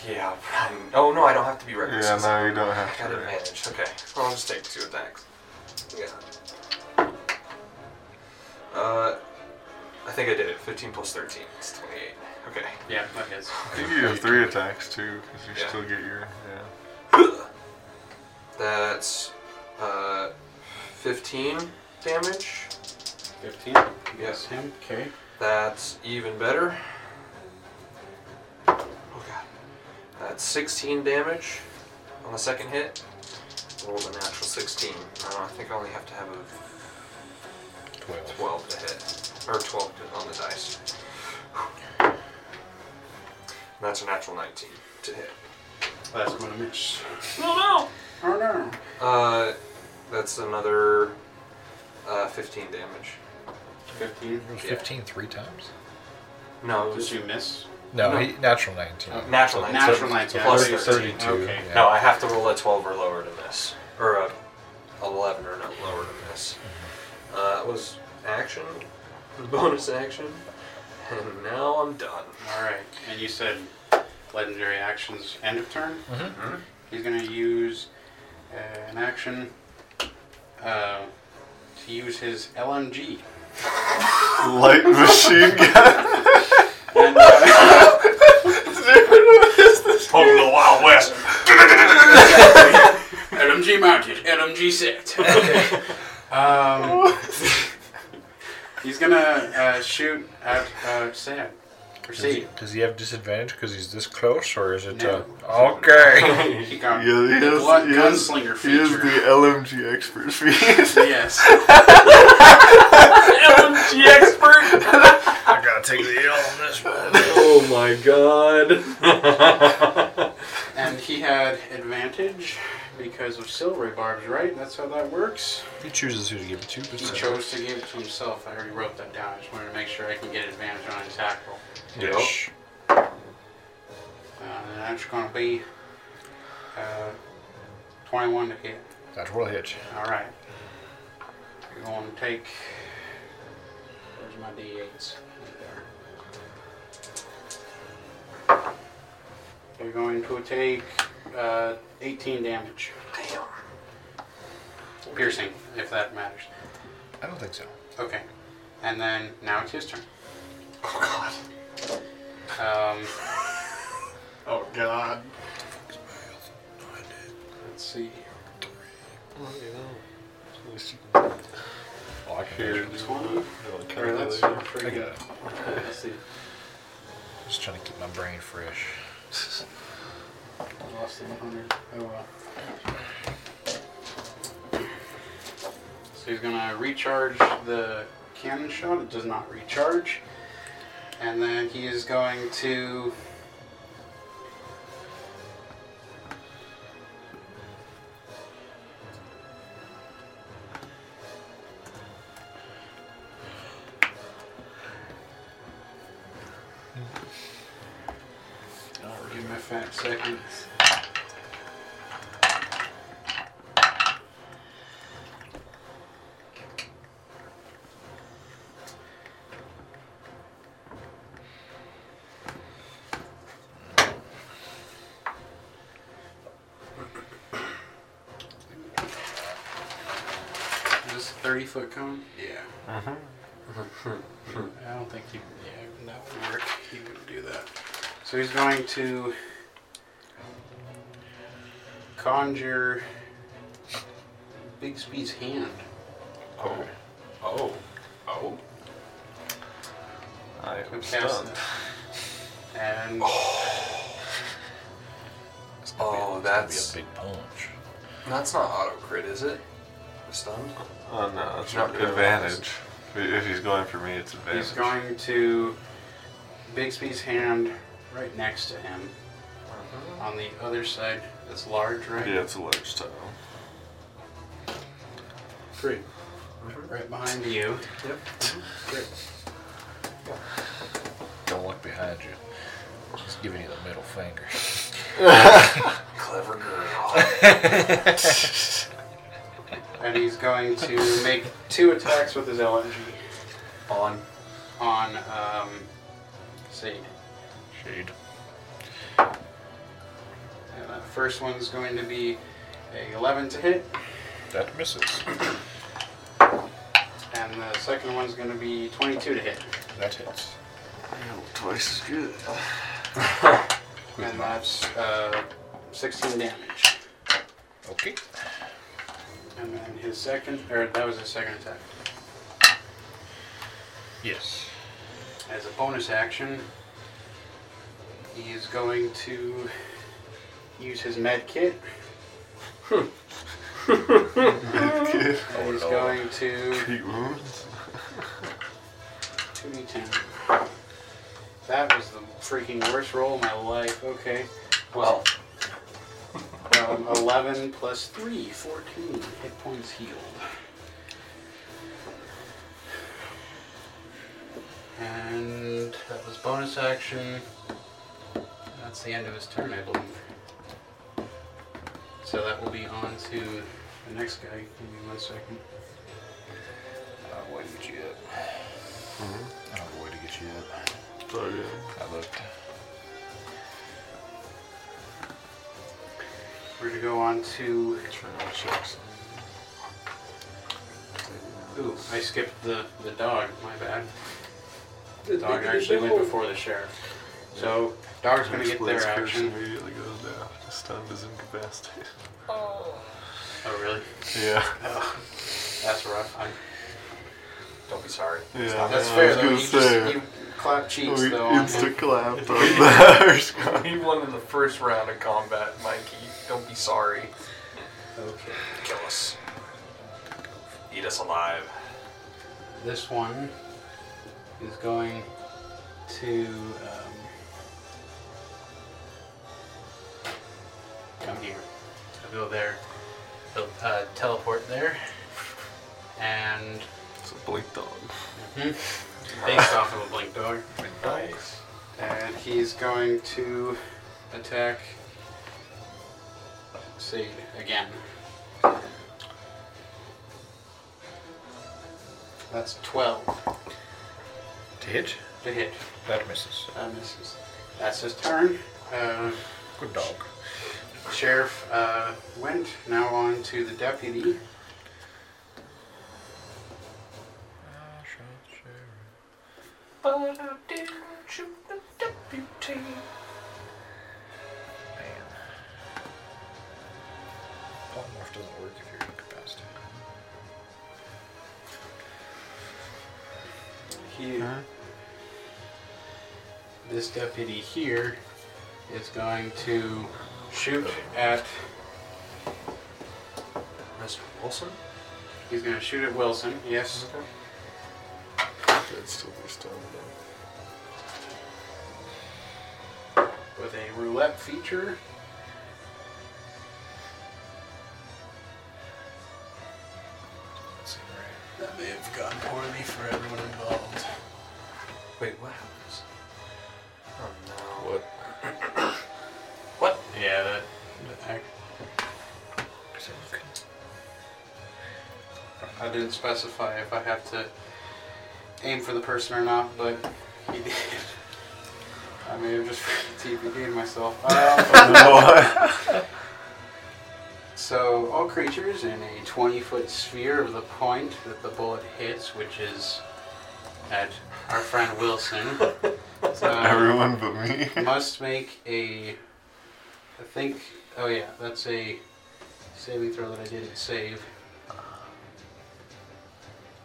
S2: Yeah. I'm, oh no, I don't have to be reckless.
S3: Yeah, no, you don't have
S2: I got
S3: to.
S2: advantage. Okay. Well, I'll just take two attacks. Yeah. Uh, I think I did it. 15 plus 13. It's 28. Okay.
S1: Yeah, that hits.
S3: I think you have three attacks too, because you
S2: Yeah.
S3: still get your. Yeah.
S2: That's uh, 15 damage.
S1: 15. Yes, him. Okay.
S2: That's even better. Oh god. That's 16 damage on the second hit. Rolled a natural 16. Uh, I think I only have to have a
S12: 12.
S2: 12 to hit. Or 12 to, on the dice. That's a natural 19 to hit.
S1: That's going to miss. Oh
S2: No,
S1: no.
S2: no. Uh, that's another uh, 15 damage.
S1: 15.
S12: It was
S2: Yeah.
S12: 15 three times?
S2: No, it
S1: Did
S2: was
S1: you miss?
S12: No,
S2: No.
S12: he, natural 19.
S1: Oh.
S2: natural 19.
S1: Natural 19.
S2: Plus
S1: Okay,
S2: 13.
S12: 32.
S1: Okay.
S12: yeah.
S2: No, I have to roll a 12 or lower to miss. Or a 11 or not lower to miss. Uh, it was action, bonus action, and now I'm done.
S1: All right. And you said legendary actions end of turn.
S12: Mhm.
S1: Mm-hmm.
S2: Mhm.
S1: He's going to use uh, an action uh, to use his LMG.
S3: Light machine gun.
S1: And, uh,
S5: Welcome to the Wild West.
S1: LMG mounted. LMG set. um, he's going to uh, shoot at uh, Sam. Or
S12: Does, he,
S1: Sid.
S12: does he have disadvantage because he's this close, or is it?
S1: No.
S12: Uh, okay.
S1: He got
S3: Yeah, he
S1: the
S3: has-
S1: glut-
S3: he has-
S1: gunslinger
S3: He is
S1: feature.
S3: the LMG expert. feat.
S1: yes.
S2: LMG expert!
S4: I gotta take the L on this one.
S2: oh my god.
S1: And he had advantage because of silvery barbs, right? That's how that works.
S12: he chooses who to give it to. But
S1: He
S12: uh,
S1: chose to give it to himself. I already wrote that down. I just wanted to make sure I can get advantage on his tackle.
S2: Yep.
S12: which-
S1: Uh, and that's going to be uh, 21 to hit.
S12: That will hit.
S1: All right. You're going to take. Where's my d8s? There. You're going to take uh, 18 damage. Piercing, if that matters.
S12: I don't think so.
S1: Okay. And then now it's his turn. Oh God. Um,
S3: oh God.
S1: let's see.
S12: Oh, I can
S1: Twenty. Or that's pretty
S12: I
S1: good. Let's see.
S12: just trying to keep my brain fresh.
S1: I lost the 100. Oh well. So he's gonna recharge the cannon shot. It does not recharge. And then he is going to. Give me five seconds. Is this a 30 foot cone? Yeah. I don't think he. Yeah, that would work. He would do that. So he's going to conjure Bigsby's hand.
S2: Oh. Oh. Oh. I
S1: Who
S2: am
S1: cast
S2: stunned.
S1: that? And
S12: It's gonna
S2: Oh,
S12: be, a-
S2: that's-
S12: it's gonna be a big punch.
S2: That's not auto crit, is it? Stunned?
S3: Oh no, it's
S2: Not
S3: not
S2: good.
S3: advantage. If he's going for me, it's advantage.
S1: he's going to Bigsby's hand right next to him
S2: Uh-huh.
S1: on the other side. That's large, right?
S3: Yeah, it's a large tile.
S1: Three. Right behind you.
S2: Yep.
S1: Great.
S12: Don't look behind you. Just giving you the middle finger.
S2: Clever girl.
S1: And he's going to make two attacks with his LMG
S2: On.
S1: on um, Sade.
S12: Shade.
S1: And that first one's going to be a 11 to hit,
S12: That misses.
S1: and the second one's going to be 22 to hit.
S12: That hits.
S3: Twice as good.
S1: And that's uh, 16 damage.
S12: Okay.
S1: And then his second, or that was his second attack.
S12: Yes.
S1: As a bonus action, he is going to use his med kit.
S3: Good.
S1: And he's going to
S3: Treat wounds.
S1: 2d10. That was the freaking worst roll of my life. Okay.
S2: Well,
S1: Um, 11 plus 3, 14 hit points healed. And that was bonus action. That's the end of his turn, I believe. So that will be on to the next guy. Give me one second.
S12: I waited to get you up. Mm-hmm. I don't know where to get you up.
S3: Oh, yeah.
S12: I looked.
S1: We're going to go on to.
S3: Channel checks.
S1: Ooh, I skipped the, the dog. My bad. The dog actually went before the sheriff. So, dog's going to get
S3: Explains
S1: their
S3: curse
S1: action.
S3: immediately goes down. Stunned is incapacitated.
S1: Oh, really? Oh,
S3: Yeah.
S1: That's rough. I'm
S2: don't be sorry.
S3: Yeah.
S1: That's
S3: I
S1: fair
S3: was
S1: though.
S3: gonna
S1: You
S3: say. Oh,
S1: just you clap cheeks
S3: we
S1: though. on him.
S3: insta clap on that.
S2: He won in the first round of combat, Mikey. Don't be sorry.
S1: Okay.
S2: Kill us. Eat us alive.
S1: This one is going to um, come here. I'll go there. He'll uh, teleport there, and mm-hmm.
S3: It's a blink dog.
S1: based off of a blink dog. And he's going to attack Sade again. That's 12
S4: To hit?
S1: to hit.
S4: That misses.
S1: That misses. Uh, That's his turn. Uh,
S4: Good dog.
S1: sheriff uh, went. Now on to the deputy.
S5: But I didn't shoot the deputy.
S4: Polymorph doesn't work if you're incapacitated.
S1: He, This deputy here is going to shoot at
S2: Mr. Wilson?
S1: He's gonna shoot at Wilson. Yes.
S3: That'd still be stunned though.
S1: With a roulette feature. That may have gone poorly for everyone involved.
S2: Wait, what happens? Oh no.
S3: What?
S1: Yeah, that. that I, I didn't specify if I have to aim for the person or not, but he did. I may have just TPK'd myself. Um, So all creatures in a 20-foot sphere of the point that the bullet hits, which is at our friend Wilson, uh,
S3: Everyone but me.
S1: must make a. I think. Oh yeah, that's a saving throw that I didn't save.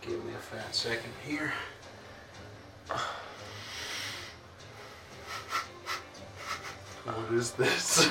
S1: Give me a fat second here.
S2: What is this?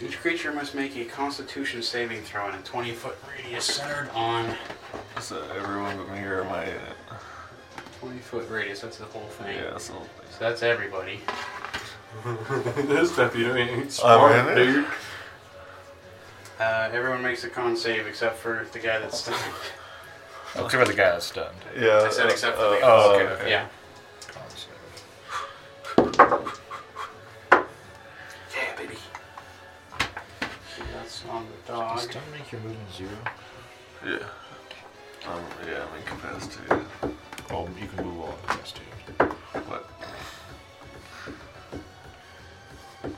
S1: Each creature must make a Constitution saving throw in a 20-foot radius centered on
S3: Is that everyone but me or am I in it?
S1: 20-foot radius. That's the whole thing.
S3: Yeah, it's all
S1: So that's everybody.
S2: this deputy ain't
S3: I'm
S2: smart,
S3: in it.
S2: dude.
S1: Uh, everyone makes a con save except for the guy that's stunned.
S4: Except for the guy that's stunned.
S3: Yeah.
S1: I said except for the guy.
S3: Uh, oh,
S1: that's stunned.
S3: okay.
S1: Yeah.
S2: Yeah, baby.
S1: So that's on the dog.
S7: make your movement zero?
S3: Yeah. Um, yeah, I'm incapacitated.
S7: Oh, you can move all incapacitated.
S3: What?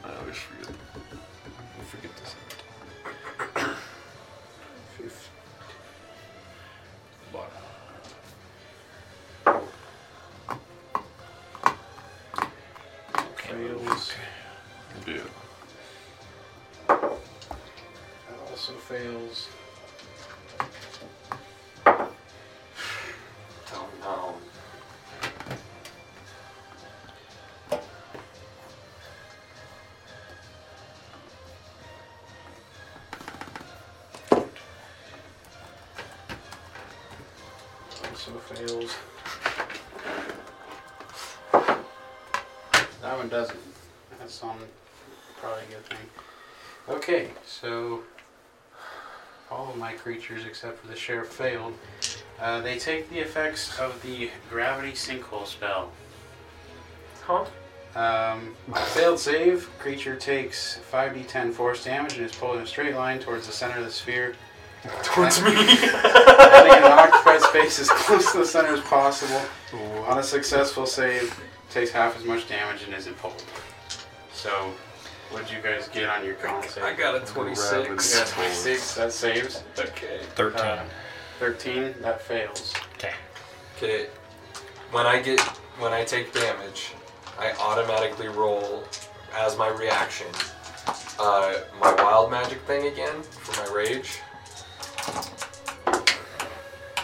S3: I always forget. I forget this.
S1: Fif- Fails.
S3: Yeah.
S1: That also fails.
S2: Oh no.
S1: also fails. That one doesn't. That's on probably a good thing. Okay, so all of my creatures except for the sheriff failed. Uh, they take the effects of the gravity sinkhole spell.
S2: Huh?
S1: Um, failed save. Creature takes 5d10 force damage and is pulled in a straight line towards the center of the sphere. Towards me. Landing in an occupied space as close to the center as possible. On a successful save, takes half as much damage and isn't pulled. So, what'd you guys get on your con save?
S2: I got a
S1: You
S2: 26.
S1: got 26. That saves.
S2: Okay.
S4: 13.
S1: Uh, 13. That fails.
S4: okay.
S2: Okay. When I get when I take damage, I automatically roll as my reaction uh, my wild magic thing again for my rage.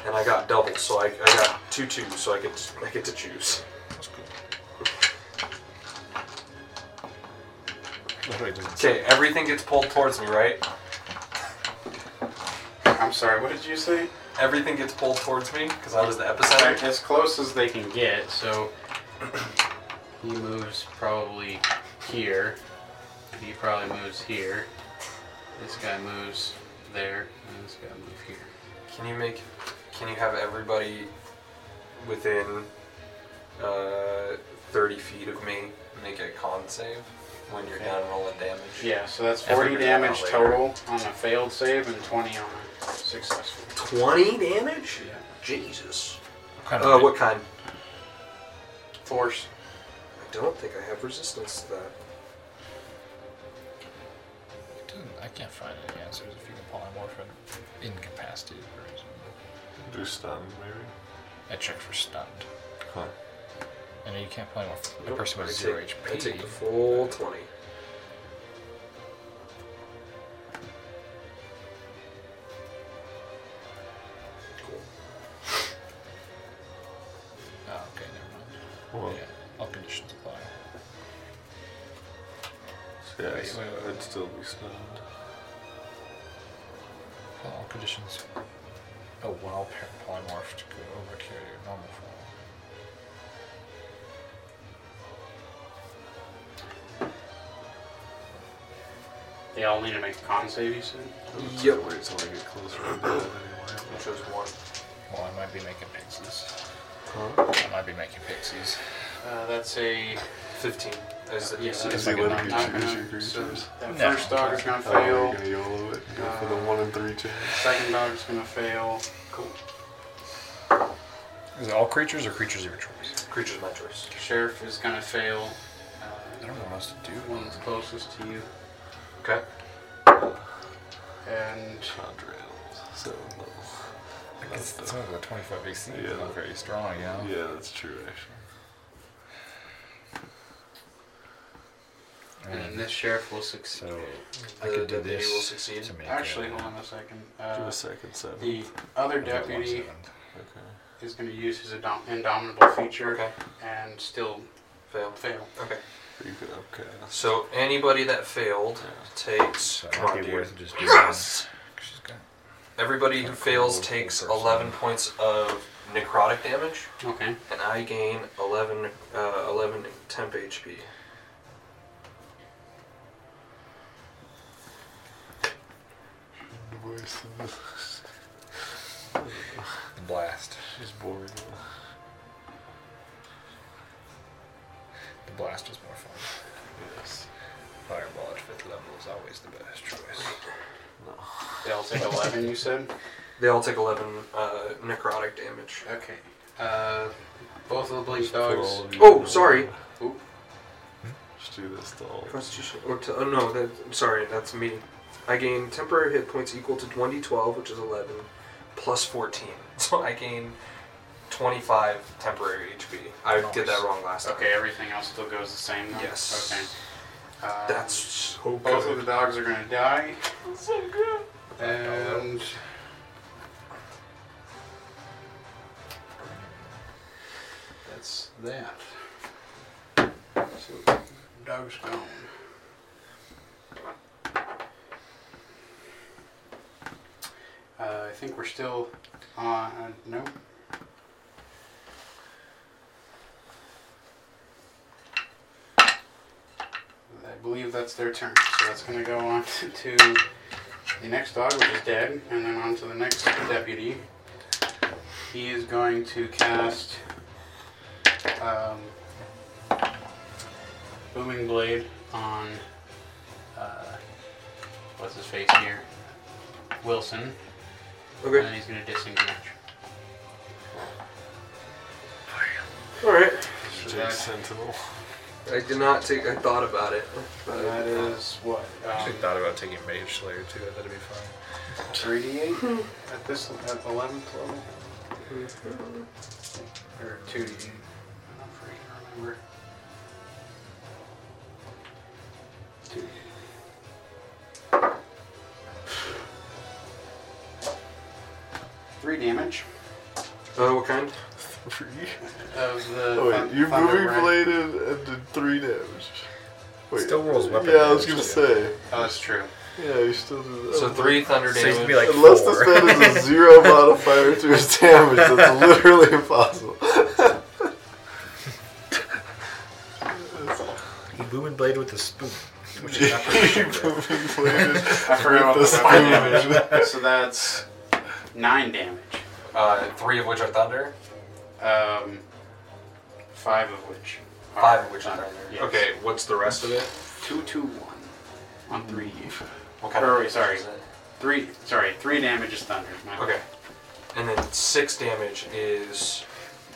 S2: And I got double, so I, I got two two, so I get I get to choose. Okay, everything gets pulled towards me, right?
S1: I'm sorry. What did you say?
S2: Everything gets pulled towards me because I was the
S1: They're
S2: epicenter.
S1: as close as they can get, so he moves probably here. He probably moves here. This guy moves there, and this guy moves here.
S2: Can you make? Can you have everybody within uh, 30 feet of me make a con save when you're down rolling damage?
S1: Yeah, so that's
S2: I'll
S1: 40
S2: figure that out
S1: damage
S2: later.
S1: total on a failed save and 20 on a successful.
S13: 20 damage?
S1: Yeah.
S13: Jesus.
S4: Kind
S2: Uh, what kind?
S1: Force.
S2: I don't think I have resistance to that.
S4: I can't find any answers if you can polymorph it. Incapacitated for reason.
S3: Do stun, maybe?
S4: I checked for stunned.
S3: Huh.
S4: And you can't polymorph a
S2: Nope,
S4: person
S2: I
S4: with
S2: take-
S4: zero HP.
S2: I take the full 20.
S4: Oh, okay, never mind.
S3: Well,
S4: Yeah, all conditions apply.
S3: so yeah,
S4: Wait,
S3: it's-
S4: wait, wait.
S3: I'd still be stunned.
S4: Well, all conditions. Oh, well, par- polymorphed. Go over to your normal form.
S1: They all need to make a con save, you said?
S2: Yep.
S3: Wait till I get closer to that anyway.
S2: I chose one.
S4: Well, I might be making pixies.
S3: Huh?
S4: I might be making pixies.
S1: Uh, that's a
S2: 15. Is it,
S1: Yeah,
S2: is
S1: that
S2: it-
S1: is
S3: Is he
S1: like a
S3: letting you
S1: knock-
S3: choose
S1: knock-
S3: your creatures?
S1: so that
S4: No.
S1: first dog is gonna
S3: Oh,
S1: fail.
S3: you're gonna YOLO it? Go for the
S1: Uh,
S3: 1 in 3 chance?
S1: Second dog is gonna fail. Cool.
S4: Is it all creatures or creatures of your choice?
S2: creature's my choice.
S1: Sheriff is gonna fail.
S4: I
S1: Uh,
S4: don't know what else to do.
S1: one that's closest to you.
S2: Okay.
S1: And
S3: Chandrails. So no.
S4: I guess it's only with a 25 AC. It's
S3: Yeah.
S4: not very strong, you know?
S3: Yeah, that's true, actually.
S1: and then this sheriff will succeed.
S4: So
S2: The
S4: I could do
S2: deputy
S4: this
S2: will succeed.
S4: to make uh,
S1: Actually,
S4: a-
S1: hold on a second.
S3: Do
S1: Uh,
S3: a second seven.
S1: the other
S4: another one
S1: deputy
S4: seventh.
S3: Okay.
S1: is gonna use his indom- indomitable feature
S2: Okay.
S1: and still
S2: Fail.
S1: fail.
S2: Okay.
S3: You could upcast.
S2: So anybody that failed takes.
S4: So
S2: come
S4: it
S2: on,
S4: might be
S2: dude.
S4: worth just doing this. She's got
S2: Everybody who fails takes 11 points of necrotic damage,
S1: Okay.
S2: and I gain 11, uh, 11 temp HP.
S3: The voice of this
S4: the blast.
S3: is boring.
S4: The blast was more fun.
S3: Yes.
S4: Fireball at fifth level is always the best choice.
S1: They all take eleven. You said.
S2: They all take 11 uh, necrotic damage.
S1: Okay. Uh, both of the blink
S3: Just put all
S1: dogs.
S3: of you
S2: Oh,
S3: in a
S2: sorry.
S3: row.
S1: Oop.
S3: Just do this to all.
S2: Constitution. Or to, oh, no, that, I'm sorry, that's me. I gain temporary hit points equal to 1d12, which is 11, plus 14. So I gain 25 temporary HP. I did that wrong last time.
S1: Okay, everything else still goes the same. Though?
S2: Yes.
S1: Okay. Uh,
S2: That's so
S1: both of the
S2: good.
S1: dogs are gonna die. And that's that. So dog's gone. Uh, I think we're still on. Uh, no, believe that's their turn. So that's going to go on to the next dog, which is dead, and then on to the next deputy. He is going to cast um, Booming Blade on uh, what's his face here, Wilson, and
S2: Okay.
S1: then he's going to disengage.
S2: Alright.
S3: Jake Sentinel.
S2: I did not take. I thought about it. But
S1: And that is what
S4: I
S1: um,
S4: actually thought about taking Mage Slayer too. That'd be fun.
S1: 3d8 at this at 11th level? Or 2d8? I don't freaking remember. 2d8. Three damage
S2: Uh, what kind?
S3: Three.
S1: of the.
S3: Oh, wait,
S1: thun-
S3: you
S1: thunder
S3: moving
S1: brand.
S3: blade and, and did three damage. Wait.
S4: Still rolls weapon
S3: Yeah, I was gonna
S4: damage,
S3: say.
S1: Oh, that's true.
S3: Yeah, you still do that.
S2: So three thunder damage.
S4: Saves me like
S3: Unless
S4: four.
S3: this man is a zero modifier to his damage, that's literally impossible.
S4: He booming blade with a spoon. Which is not proficient,
S3: Inflated.
S1: I forgot about the
S3: This
S1: five
S3: damage.
S1: damage. so that's nine damage.
S2: Uh, three of which are thunder.
S1: Um, five of which. are
S2: Five of which are
S1: thunder.
S2: thunder.
S1: Yes.
S2: Okay. What's the rest of it?
S1: Two, two, one. On three.
S2: What kind
S1: Or
S2: of
S1: wait, sorry.
S2: is it?
S1: Three. Sorry, three damage is thunder. My
S2: Okay. And then six damage is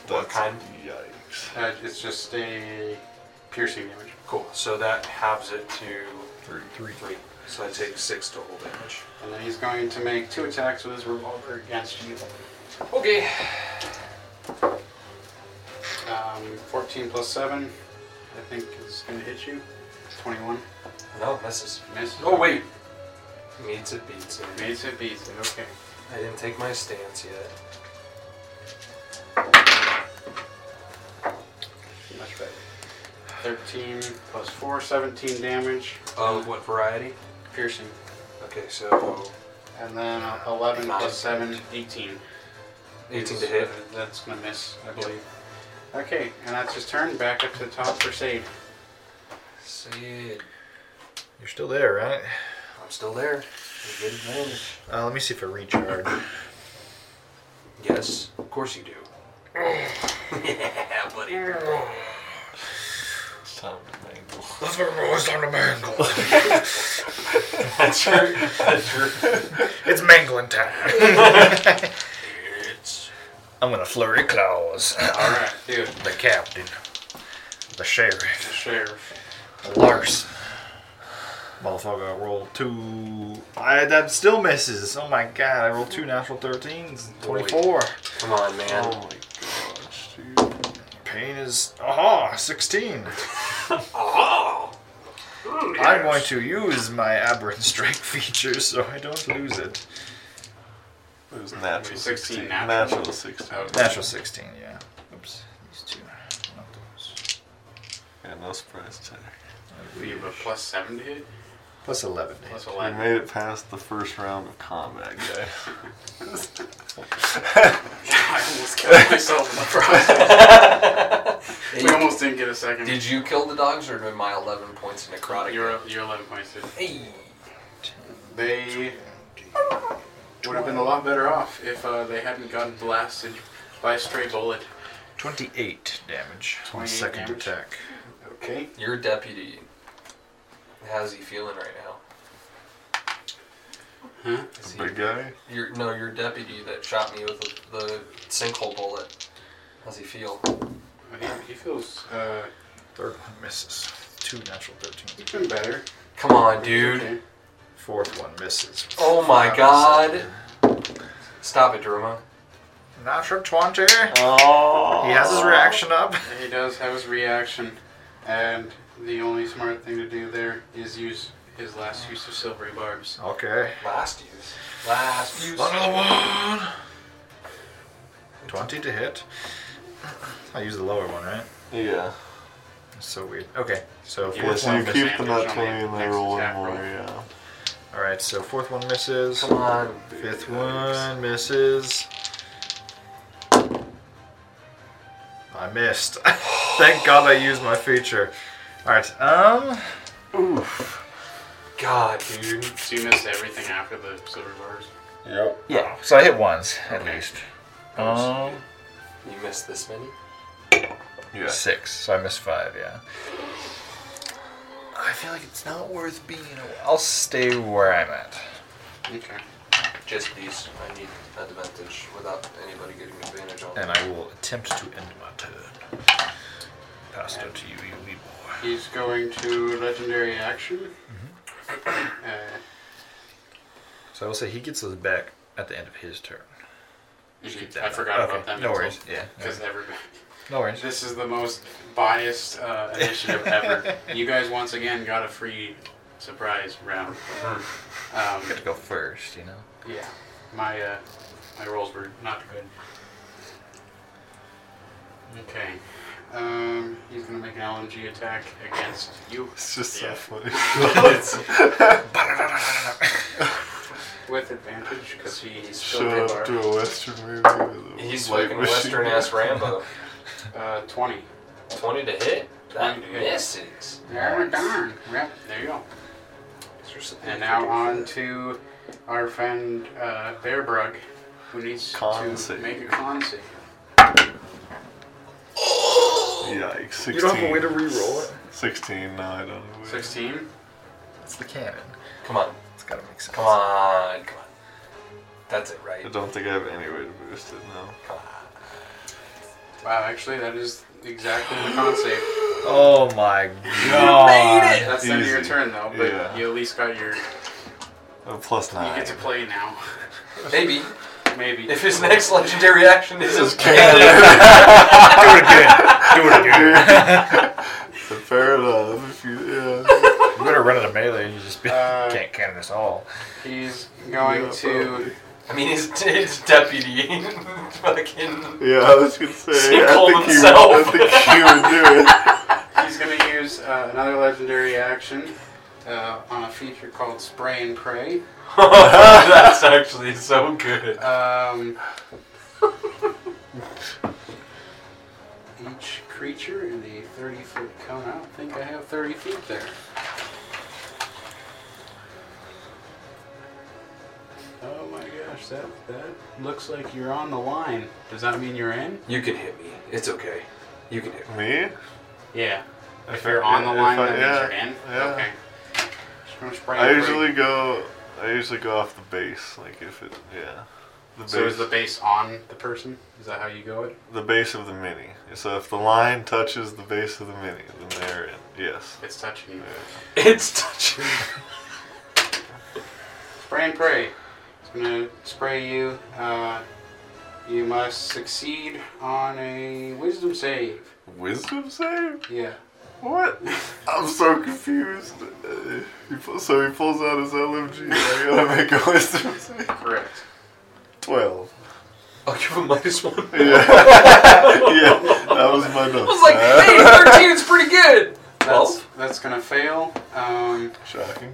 S2: what
S3: That's-
S2: kind?
S3: Yikes.
S1: bad. Uh, it's just a piercing damage.
S2: Cool. So that halves it to
S4: Three. Three.
S2: three. So I take six total damage.
S1: And then he's going to make two attacks with his revolver against you.
S2: Okay.
S1: Um, 14 plus 7, I think, is going to hit you. 21.
S2: No, misses.
S1: Miss.
S2: Oh wait. Meets it beats it.
S1: Beats it, beats it. Okay.
S2: I didn't take my stance yet.
S1: Much better. 13 plus 4, 17 damage.
S2: Of Um, what variety?
S1: Piercing.
S2: Okay, so
S1: And then uh, 11
S2: Nine.
S1: plus 7, 18.
S2: 18
S1: is-
S2: to hit.
S1: That's going to miss, I believe. Okay, and that's his turn. Back up to the top for save.
S2: See,
S4: You're still there, right?
S2: I'm still there. You get advantage.
S4: Uh, let me see if I recharge.
S2: Yes, of course you do. yeah, buddy.
S14: It's time to mangle.
S4: Let's go, it's time to mangle.
S2: That's your, that's your
S4: it's mangling time.
S2: It's
S4: I'm gonna flurry claws.
S1: Alright, dude.
S4: the captain. The sheriff.
S1: The
S2: Oh,
S1: sheriff.
S4: Lars. Motherfucker, I rolled two. I, that still misses. Oh my god, I rolled two natural 13s. 24.
S2: Come on, man.
S3: Oh my gosh, dude.
S4: Pain is. Aha! 16.
S2: Oh!
S4: I'm going to use my aberrant strike feature so I don't lose it.
S3: It was natural
S1: 16
S3: 16.
S1: natural.
S3: Natural 16.
S1: Oh,
S4: Natural 16, yeah. Oops, these two. Not those.
S3: Yeah, no surprise attack.
S1: we have a plus 7 to hit?
S4: Plus 11. to hit.
S1: Plus
S3: We
S1: 11.
S3: made it past the first round of combat, guy.
S1: I almost killed myself in the process. we almost didn't get a second.
S2: Did you kill the dogs or did my 11 points of necrotic?
S1: You're, you're 11 points. dude.
S2: Hey!
S1: They would have been a lot better off if uh, they hadn't gotten blasted by a stray bullet.
S4: 28 damage on
S1: 28
S4: second
S1: damage.
S4: attack.
S1: Okay.
S2: Your deputy. How's he feeling right now?
S1: Huh?
S2: Is
S3: Big guy?
S2: he, your, no, your deputy that shot me with the, the sinkhole bullet. How's he feel?
S1: He, he feels uh,
S4: Third one misses. Two natural 13.
S1: he's been better.
S2: Come on, dude.
S1: Okay.
S4: Fourth one misses.
S2: Oh my god. Stop it, Druma.
S4: Natural 20.
S2: Oh.
S4: He has his reaction up.
S1: He does have his reaction, and the only smart thing to do there is use his last use of silvery barbs.
S4: Okay.
S2: Last use. Last use.
S4: Another one. 20 to hit. I use the lower one, right?
S3: Yeah.
S4: That's so weird. Okay, so
S1: Yeah,
S3: Yeah,
S4: fourth
S3: so
S4: one
S3: you
S4: misses.
S3: keep the nat 20 and they
S1: Next
S3: roll one
S1: attack roll.
S3: more, yeah.
S4: Alright, so fourth one misses.
S2: Come on.
S4: Fifth one misses. I missed. Thank God I used my feature. All right. Um.
S2: God, dude.
S1: So you missed everything after the silver bars.
S12: Yep.
S11: Yeah, so I hit once at least. Um,
S2: You missed this many?
S12: Yeah.
S11: six, so I missed five. Yeah. I feel like it's not worth being. a- I'll stay where I'm at.
S1: Okay.
S2: Just these. I need advantage without anybody getting advantage on
S4: And I will attempt to end my turn. Pass it to you, you wee boy.
S1: He's going to legendary action. Uh,
S4: So I will say he gets those back at the end of his turn.
S1: you
S4: Keep
S1: should-
S4: that
S1: I
S4: up.
S1: forgot
S4: okay.
S1: about that.
S4: No worries. Yeah.
S1: Because everybody.
S4: No worries.
S1: This is the most biased uh, initiative ever. You guys once again got a free surprise round. Um,
S11: Got to go first, you know.
S1: yeah, my uh, my rolls were not good. Okay, um, he's gonna make an LMG attack against you
S3: It's just
S1: Yeah.
S3: so funny.
S1: with advantage because he's still
S3: Showed up to a Western movie with a
S2: He's
S3: light
S2: fucking
S3: machine
S2: Western ass Rambo.
S1: uh, twenty.
S2: 20 to hit. That
S1: Twenty to hit.
S2: misses.
S1: There darn. Yep, there you go. And now on to our friend uh, Bearbrug, who needs
S3: Con
S1: to
S3: save.
S1: make a con save.
S3: Yikes. 16.
S4: re-roll it.
S3: 16. No, I don't know. where-
S1: 16.
S11: It's the cannon.
S2: Come on.
S11: It's gotta make sense.
S2: Come on. Come on. That's it, right?
S3: I don't think I have any way to boost it now.
S2: Come on.
S1: Wow, actually, that is exactly the con save.
S4: Oh my god.
S1: That's the end of your
S3: Easy.
S1: turn, though, but
S3: Yeah.
S1: you at least got your. You
S3: Oh, plus 9.
S1: get to play now.
S2: Maybe.
S1: Maybe.
S2: If his next legendary action is his
S3: Fair enough. If you, yeah.
S4: You better run into melee and you just be
S1: Uh,
S4: can't cannon us all.
S1: He's going
S3: Yeah,
S1: to.
S2: I mean, his, his deputy fucking
S3: yeah, I was going to say. I
S2: Sinkhole
S3: think, he, I
S2: himself.
S3: think he would do it.
S1: He's going to use uh, another legendary action uh, on a feature called Spray and Pray.
S2: That's actually so good.
S1: Um, each creature in a 30 foot cone. I don't think I have 30 feet there. Oh my gosh, that, that looks like you're on the line. Does that mean you're in?
S2: You can hit me. It's okay. You can hit me.
S3: Me?
S1: Yeah. If,
S3: If
S1: you're
S3: I-
S1: on the
S3: if
S1: line,
S3: I-
S1: that
S3: yeah,
S1: means you're in?
S3: yeah.
S1: Okay. Just gonna spray
S3: I
S1: it right-
S3: usually go. I usually go off the base. Like, if it. Yeah. The base,
S1: So is the base on the person? Is that how you go it?
S3: the base of the mini. So if the line touches the base of the mini, then they're in. Yes.
S1: It's touching you.
S2: It's touching.
S1: Spray and pray. It's gonna spray you. Uh, you must succeed on a wisdom save.
S3: Wisdom save?
S1: Yeah.
S3: What? I'm so confused. Uh, he pu- so he pulls out his LMG. I gotta make a wisdom save.
S1: Correct.
S3: Twelve.
S2: I'll give him minus one.
S3: Yeah. yeah. That was my number.
S2: I was like, hey, 13 is pretty good.
S1: That's,
S2: Well,
S1: that's gonna fail. Um,
S3: Shocking.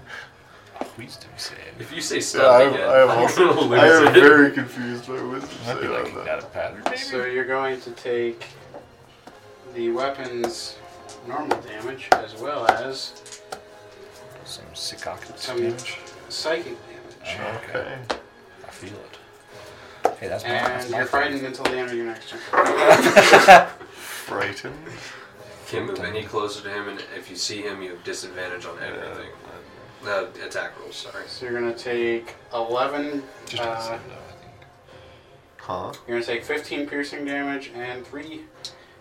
S12: Wisdom save.
S2: if you say
S3: Yeah,
S2: stuff
S3: I'm,
S2: again,
S3: I'm,
S2: I'm
S3: also,
S2: gonna lose
S3: I am
S2: it.
S3: very confused by wisdom
S12: Might
S3: save
S12: be like
S3: on
S12: kicked
S3: that.
S12: out of pattern.
S1: so you're going to take the weapon's normal damage as well as
S12: Some sick octopus
S1: some
S12: damage.
S1: psychic damage.
S3: Okay.
S12: I feel it. Hey, that's my, that's
S1: And
S12: my
S1: you're
S12: fault.
S1: frightened until the end of your next turn.
S3: Frightened.
S2: Can't move any closer to him, and if you see him, you have disadvantage on everything. Uh, attack rolls, sorry.
S1: So you're gonna take 11.
S12: Just on the
S1: Uh,
S12: same note, I think.
S3: Huh?
S1: you're gonna take 15 piercing damage and 3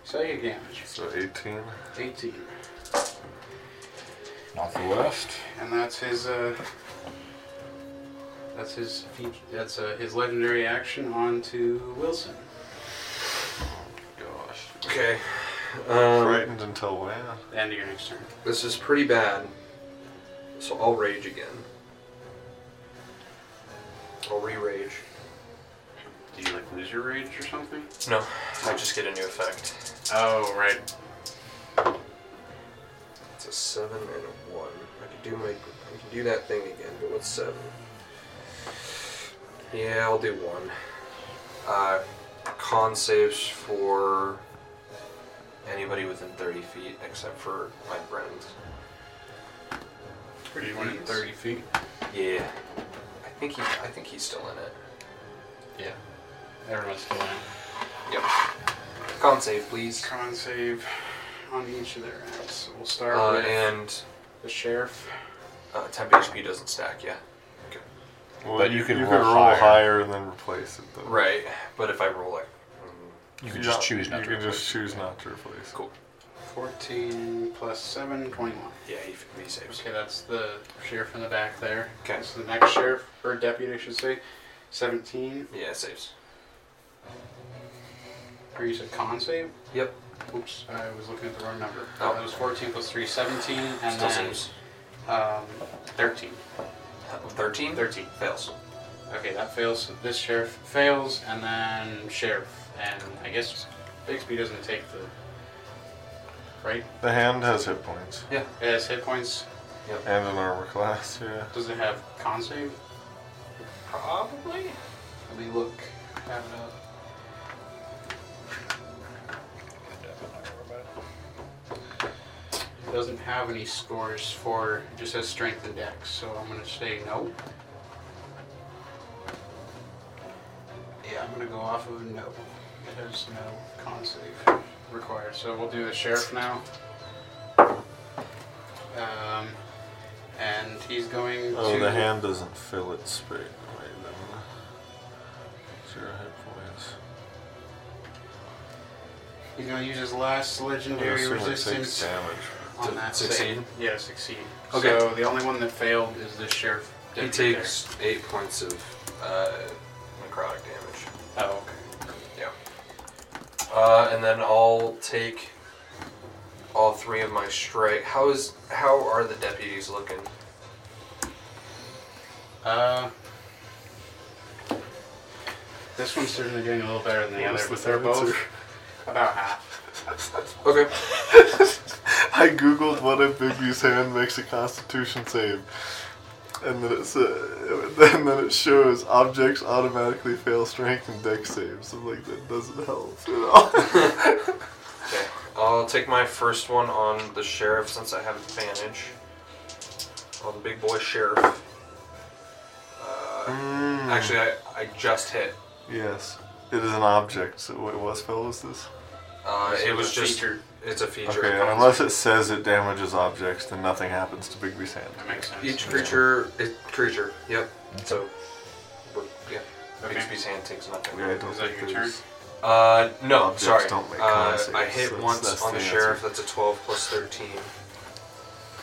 S1: psychic damage.
S3: So 18.
S1: 18.
S12: Northwest.
S1: And that's his. Uh, that's his. Feat- that's uh, his legendary action on to Wilson.
S3: Gosh.
S2: Okay. Um,
S3: Frightened until when?
S1: The end of your next turn.
S2: This is pretty bad. So I'll rage again. I'll re rage.
S1: Do you like lose your rage or something?
S2: No, I just get a new effect.
S1: Oh right.
S2: It's a 7 and a 1. I can do my, I can do that thing again, but what's 7? Yeah, I'll do 1. Uh, con saves for anybody within 30 feet except for my friends.
S1: Pretty within 30 feet.
S2: Yeah. I think he. I think he's still in it.
S1: Yeah. Everyone's still in.
S2: Yep. Con save, please.
S1: Con save on each of their acts. We'll start
S2: Uh,
S1: with
S2: and
S1: the sheriff.
S2: uh, temp HP doesn't stack. Yeah.
S3: Well,
S12: But you can
S3: you
S12: roll
S3: can roll higher.
S12: higher.
S3: and then replace it, though.
S2: Right. But if I roll like. mm,
S12: You can just
S3: Yeah,
S12: choose not
S3: You
S12: to
S3: can
S12: replace
S3: just choose not to replace.
S2: Cool.
S1: 14 plus 7, 21.
S2: Yeah, he, he saves.
S1: Okay, that's the sheriff in the back there.
S2: Okay.
S1: That's the next sheriff, or deputy, I should say. 17.
S2: Yeah, it saves.
S1: Or you said con save?
S2: Yep.
S1: Oops, I was looking at the wrong number.
S2: Oh.
S1: That was 14 plus 3, 17. And
S2: Still
S1: then
S2: saves.
S1: um, 13.
S2: 13?
S1: 13.
S2: Fails.
S1: Okay, that fails. So this sheriff fails, and then sheriff. And I guess Bixby doesn't take the. Right?
S3: The hand has hit points.
S1: It has hit points.
S3: And an armor class, yeah.
S1: Does it have con save?
S2: Probably.
S1: Let me look. I have it up. It doesn't have any scores for, it just has strength and dex, so I'm gonna say no. Yeah, I'm gonna go off of no. It has no con save required, so we'll do the sheriff now. Um, and he's going
S3: Oh,
S1: to.
S3: the hand doesn't fill it straight away then. Zero hit points.
S1: He's gonna use his last
S3: I
S1: legendary
S3: assume it Oh, takes
S1: resistance
S3: damage.
S1: on
S2: To
S1: that
S2: succeed?
S1: save. Yeah, succeed.
S2: Okay.
S1: So the only one that failed is the sheriff.
S2: He
S1: deputy
S2: takes 8 points of uh, necrotic damage.
S1: there. Oh, okay.
S2: Yeah. Uh, and then I'll take all three of my strike. How is how are the deputies looking?
S1: Uh, this one's certainly doing a little better than the
S3: What
S1: other,
S3: was
S1: but
S3: the
S1: they're both
S3: answer?
S1: about half.
S2: Okay.
S3: I googled what if Bigby's hand makes a constitution save. And then, it's, uh, and then it shows objects automatically fail strength and dex saves. I'm like, that doesn't help at all.
S2: Okay. I'll take my first one on the sheriff since I have advantage. On the big boy sheriff. Uh,
S1: Hmm.
S3: Mm.
S2: Actually, I, I just hit.
S3: Yes. It is an object, so what, what spell was this?
S2: Uh,
S1: So
S2: it was
S1: it's a
S2: just.
S1: feature.
S2: It's a feature.
S3: Okay, unless it says it damages objects, then nothing happens to Bigby's hand.
S1: That makes sense.
S2: Each creature, it, creature. Yep. So, we're- yeah.
S1: Okay.
S2: Bixby's hand takes nothing.
S3: Okay, I don't
S1: Is that
S3: think
S1: your
S3: there's-
S2: Uh, no,
S3: Objects
S2: sorry.
S3: don't make
S2: uh,
S3: con saves,
S2: I hit
S3: so
S2: once
S3: that's
S2: on
S3: the
S2: the
S3: answer.
S2: sheriff. That's a 12 plus 13.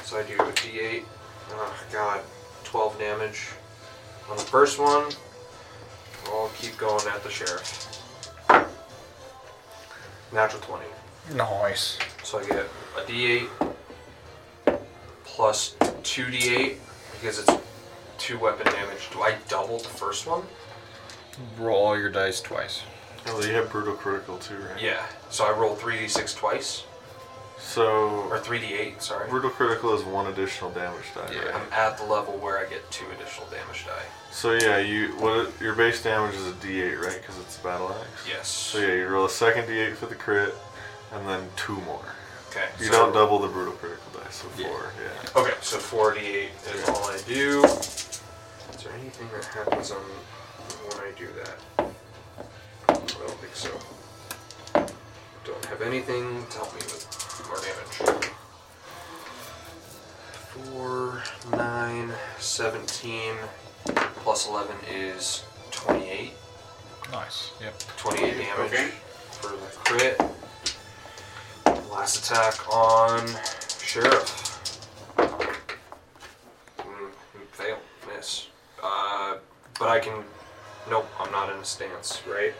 S2: So I do a d8. Oh god, 12 damage on the first one. I'll keep going at the sheriff. Natural 20.
S4: Nice.
S2: So I get a d8 plus 2d8 because it's two weapon damage. Do I double the first one?
S4: Roll all your dice twice.
S3: Oh, you have brutal critical too, right?
S2: Yeah. So I roll 3d6 twice or
S3: So
S2: 3d8. Sorry.
S3: brutal critical is one additional damage die,
S2: Yeah,
S3: right?
S2: I'm at the level where I get two additional damage die.
S3: So yeah, you what it- your base damage is a D8, right? Because it's a battle axe.
S2: Yes.
S3: So yeah, you roll a second D8 for the crit, and then two more.
S2: Okay.
S3: You
S2: so-
S3: don't double the brutal critical die, so
S2: Yeah.
S3: four. Yeah.
S2: Okay, so 48 is all I do. Is there anything that happens on when I do that? I don't think so. Don't have anything to help me with more damage. 4, 9, 17, plus 11 is 28.
S4: Nice. Yep.
S2: 28 damage
S1: Okay.
S2: for the crit. Last attack on Sheriff. Mm, fail, miss. Uh, but I can. Nope, I'm not in a stance, right?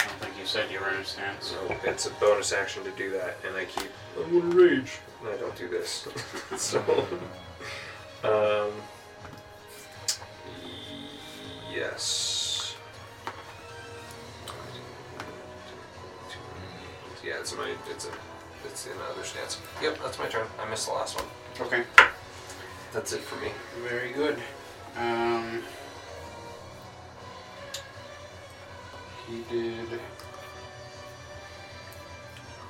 S1: I don't think you said you were in a stance.
S2: So it's a bonus action to do that, and I keep. I'm gonna rage. And I don't do this. so. Um. Yes. Yeah, it's my. It's a. It's in other stance. Yep, that's my turn. I missed the last one.
S1: Okay.
S2: That's it for me.
S1: Very good. Um, he did.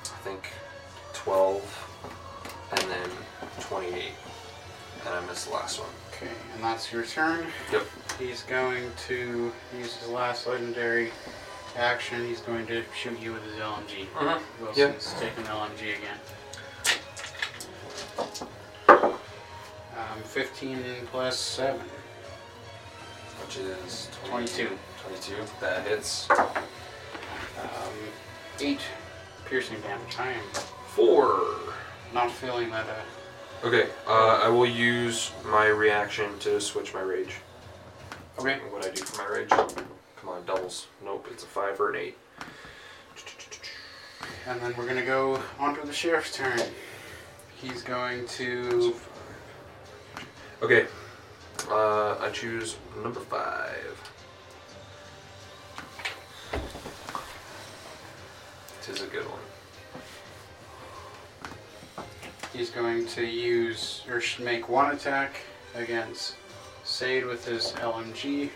S2: I think 12, and then 28. and I missed the last one.
S1: Okay, and that's your turn.
S2: Yep.
S1: He's going to use his last legendary action. He's going to shoot you with his LMG.
S2: Mhm.
S1: Wilson's taking LMG again. Um, 15 plus 7.
S2: Which is
S1: 22.
S2: 22. That hits.
S1: Um, 8 piercing damage. I am
S2: Four.
S1: not feeling that. Uh,
S2: Okay, uh, I will use my reaction to switch my rage.
S1: okay.
S2: And What I do for my rage? Come on, doubles. Nope, it's a five or an eight.
S1: And then we're going to go on to the sheriff's turn. He's going to.
S2: Okay, uh, I choose number five. Tis a good one.
S1: He's going to use or sh- make one attack against Sade with his LMG.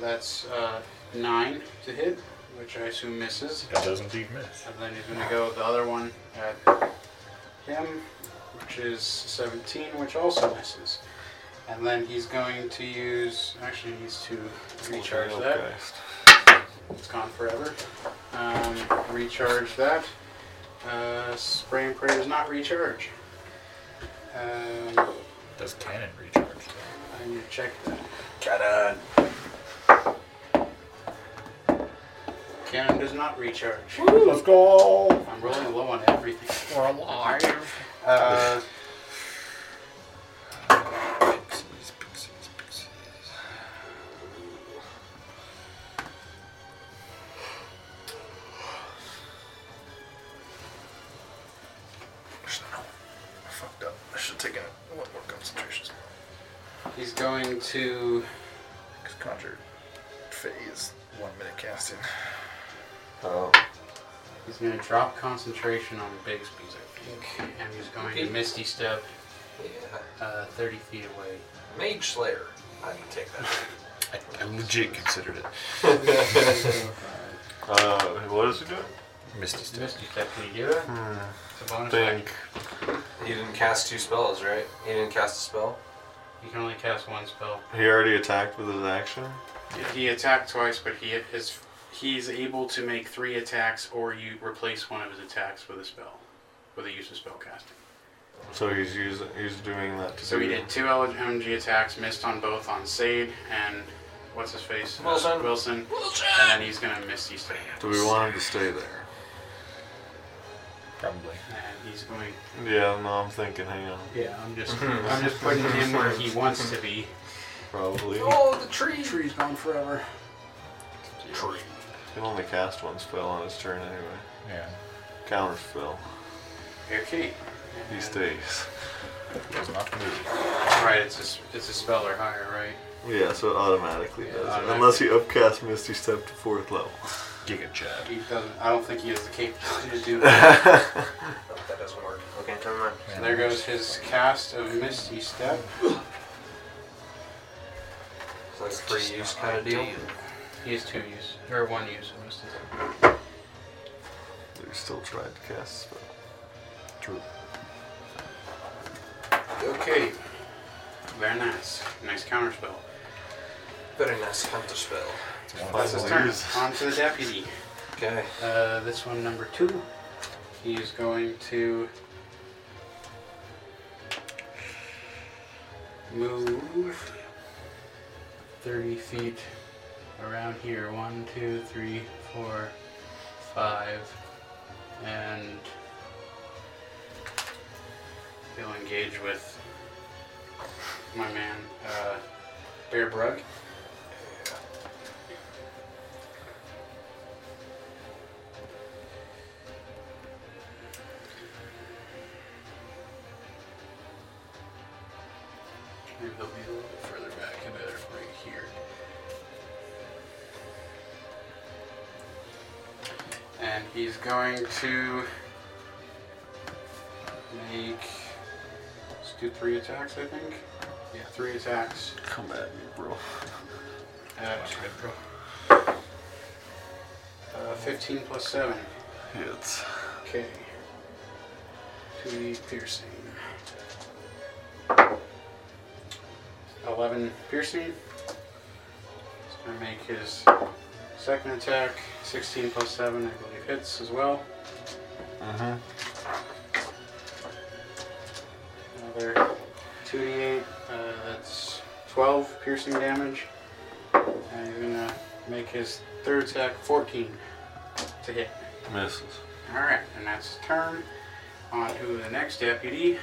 S1: That's uh, nine to hit, which I assume misses.
S12: That does indeed miss.
S1: And then he's going to go with the other one at him, which is 17, which also misses. And then he's going to use. Actually, he needs to recharge that. It's gone forever. Um, recharge that. Uh, spray and pray does not recharge. Um,
S12: Does cannon recharge?
S1: I need to check that.
S5: Cannon.
S1: Cannon does not recharge.
S12: Let's go!
S1: I'm rolling low on everything.
S12: We're alive!
S1: Uh,
S12: Pixies, pixies, pixies.
S4: I fucked up. I should take a one more concentration. slot.
S1: he's going to.
S4: Cause conjured phase one minute casting.
S2: Oh.
S1: He's going to drop concentration on Bigsby's, I think, and he's going to Misty Step
S2: Yeah.
S1: uh, 30 feet away.
S2: Mage Slayer. I can take that.
S4: I, I legit considered it.
S3: Uh, what is he doing?
S4: Misty step.
S1: Misty Step, can you do that? It's a bonus action.
S3: Think.
S2: He didn't cast two spells, right? He didn't cast a spell?
S1: You can only cast one spell.
S3: He already attacked with his action.
S1: He attacked twice, but he his he's able to make three attacks, or you replace one of his attacks with a spell, with a use of spell casting.
S3: So he's using, he's doing that to
S1: So
S3: do
S1: he did two LMG attacks, missed on both on Sade and what's his face Uh,
S2: Wilson.
S1: Wilson, and then he's gonna miss these three,
S3: Do we want him to stay there?
S4: Probably.
S1: and he's going. Hmm.
S3: Yeah, no, I'm thinking, hang on.
S1: Yeah, I'm just I'm just putting him where he wants to be.
S3: Probably.
S2: Oh, the tree!
S1: Tree's gone forever.
S2: Tree.
S3: He only cast one spell on his turn anyway.
S4: Yeah.
S3: Counter spell.
S1: Okay.
S3: He
S1: And-
S3: stays.
S4: Does not move.
S1: Right, it's a s- it's a spell or higher, right?
S3: Yeah, so it automatically does it.
S1: automatically.
S3: Unless he upcasts Misty Step to fourth level.
S4: Giga Chad.
S1: He doesn't. I don't think he has the capability to do that.
S2: Nope, that doesn't work. Okay, never mind.
S1: So there goes his cast of Misty Step.
S2: So that's free use kind of deal.
S1: He has two use, or one use of Misty Step.
S3: He still tried to cast a spell.
S1: Okay. Very nice. Nice counter spell.
S2: Very nice counter spell.
S1: That's his turn. On to the deputy.
S2: Okay.
S1: Uh, this one, number two. He is going to move 30 feet around here. One, two, three, four, five, and he'll engage with my man, uh, Bear Brug. Maybe he'll be a little bit further back, I better right here. And he's going to make. Let's do three attacks, I think. Yeah, three attacks
S3: Come at me, bro.
S1: at uh, 15 plus 7.
S3: Hits.
S1: Okay. 2d piercing. 11 piercing. He's going to make his second attack. 16 plus 7, I believe, hits as well.
S3: Mm-hmm.
S1: Another 2d8. Uh, that's 12 piercing damage. And he's going to make his third attack 14 to hit.
S3: Misses.
S1: Alright, and that's his turn. On to the next deputy,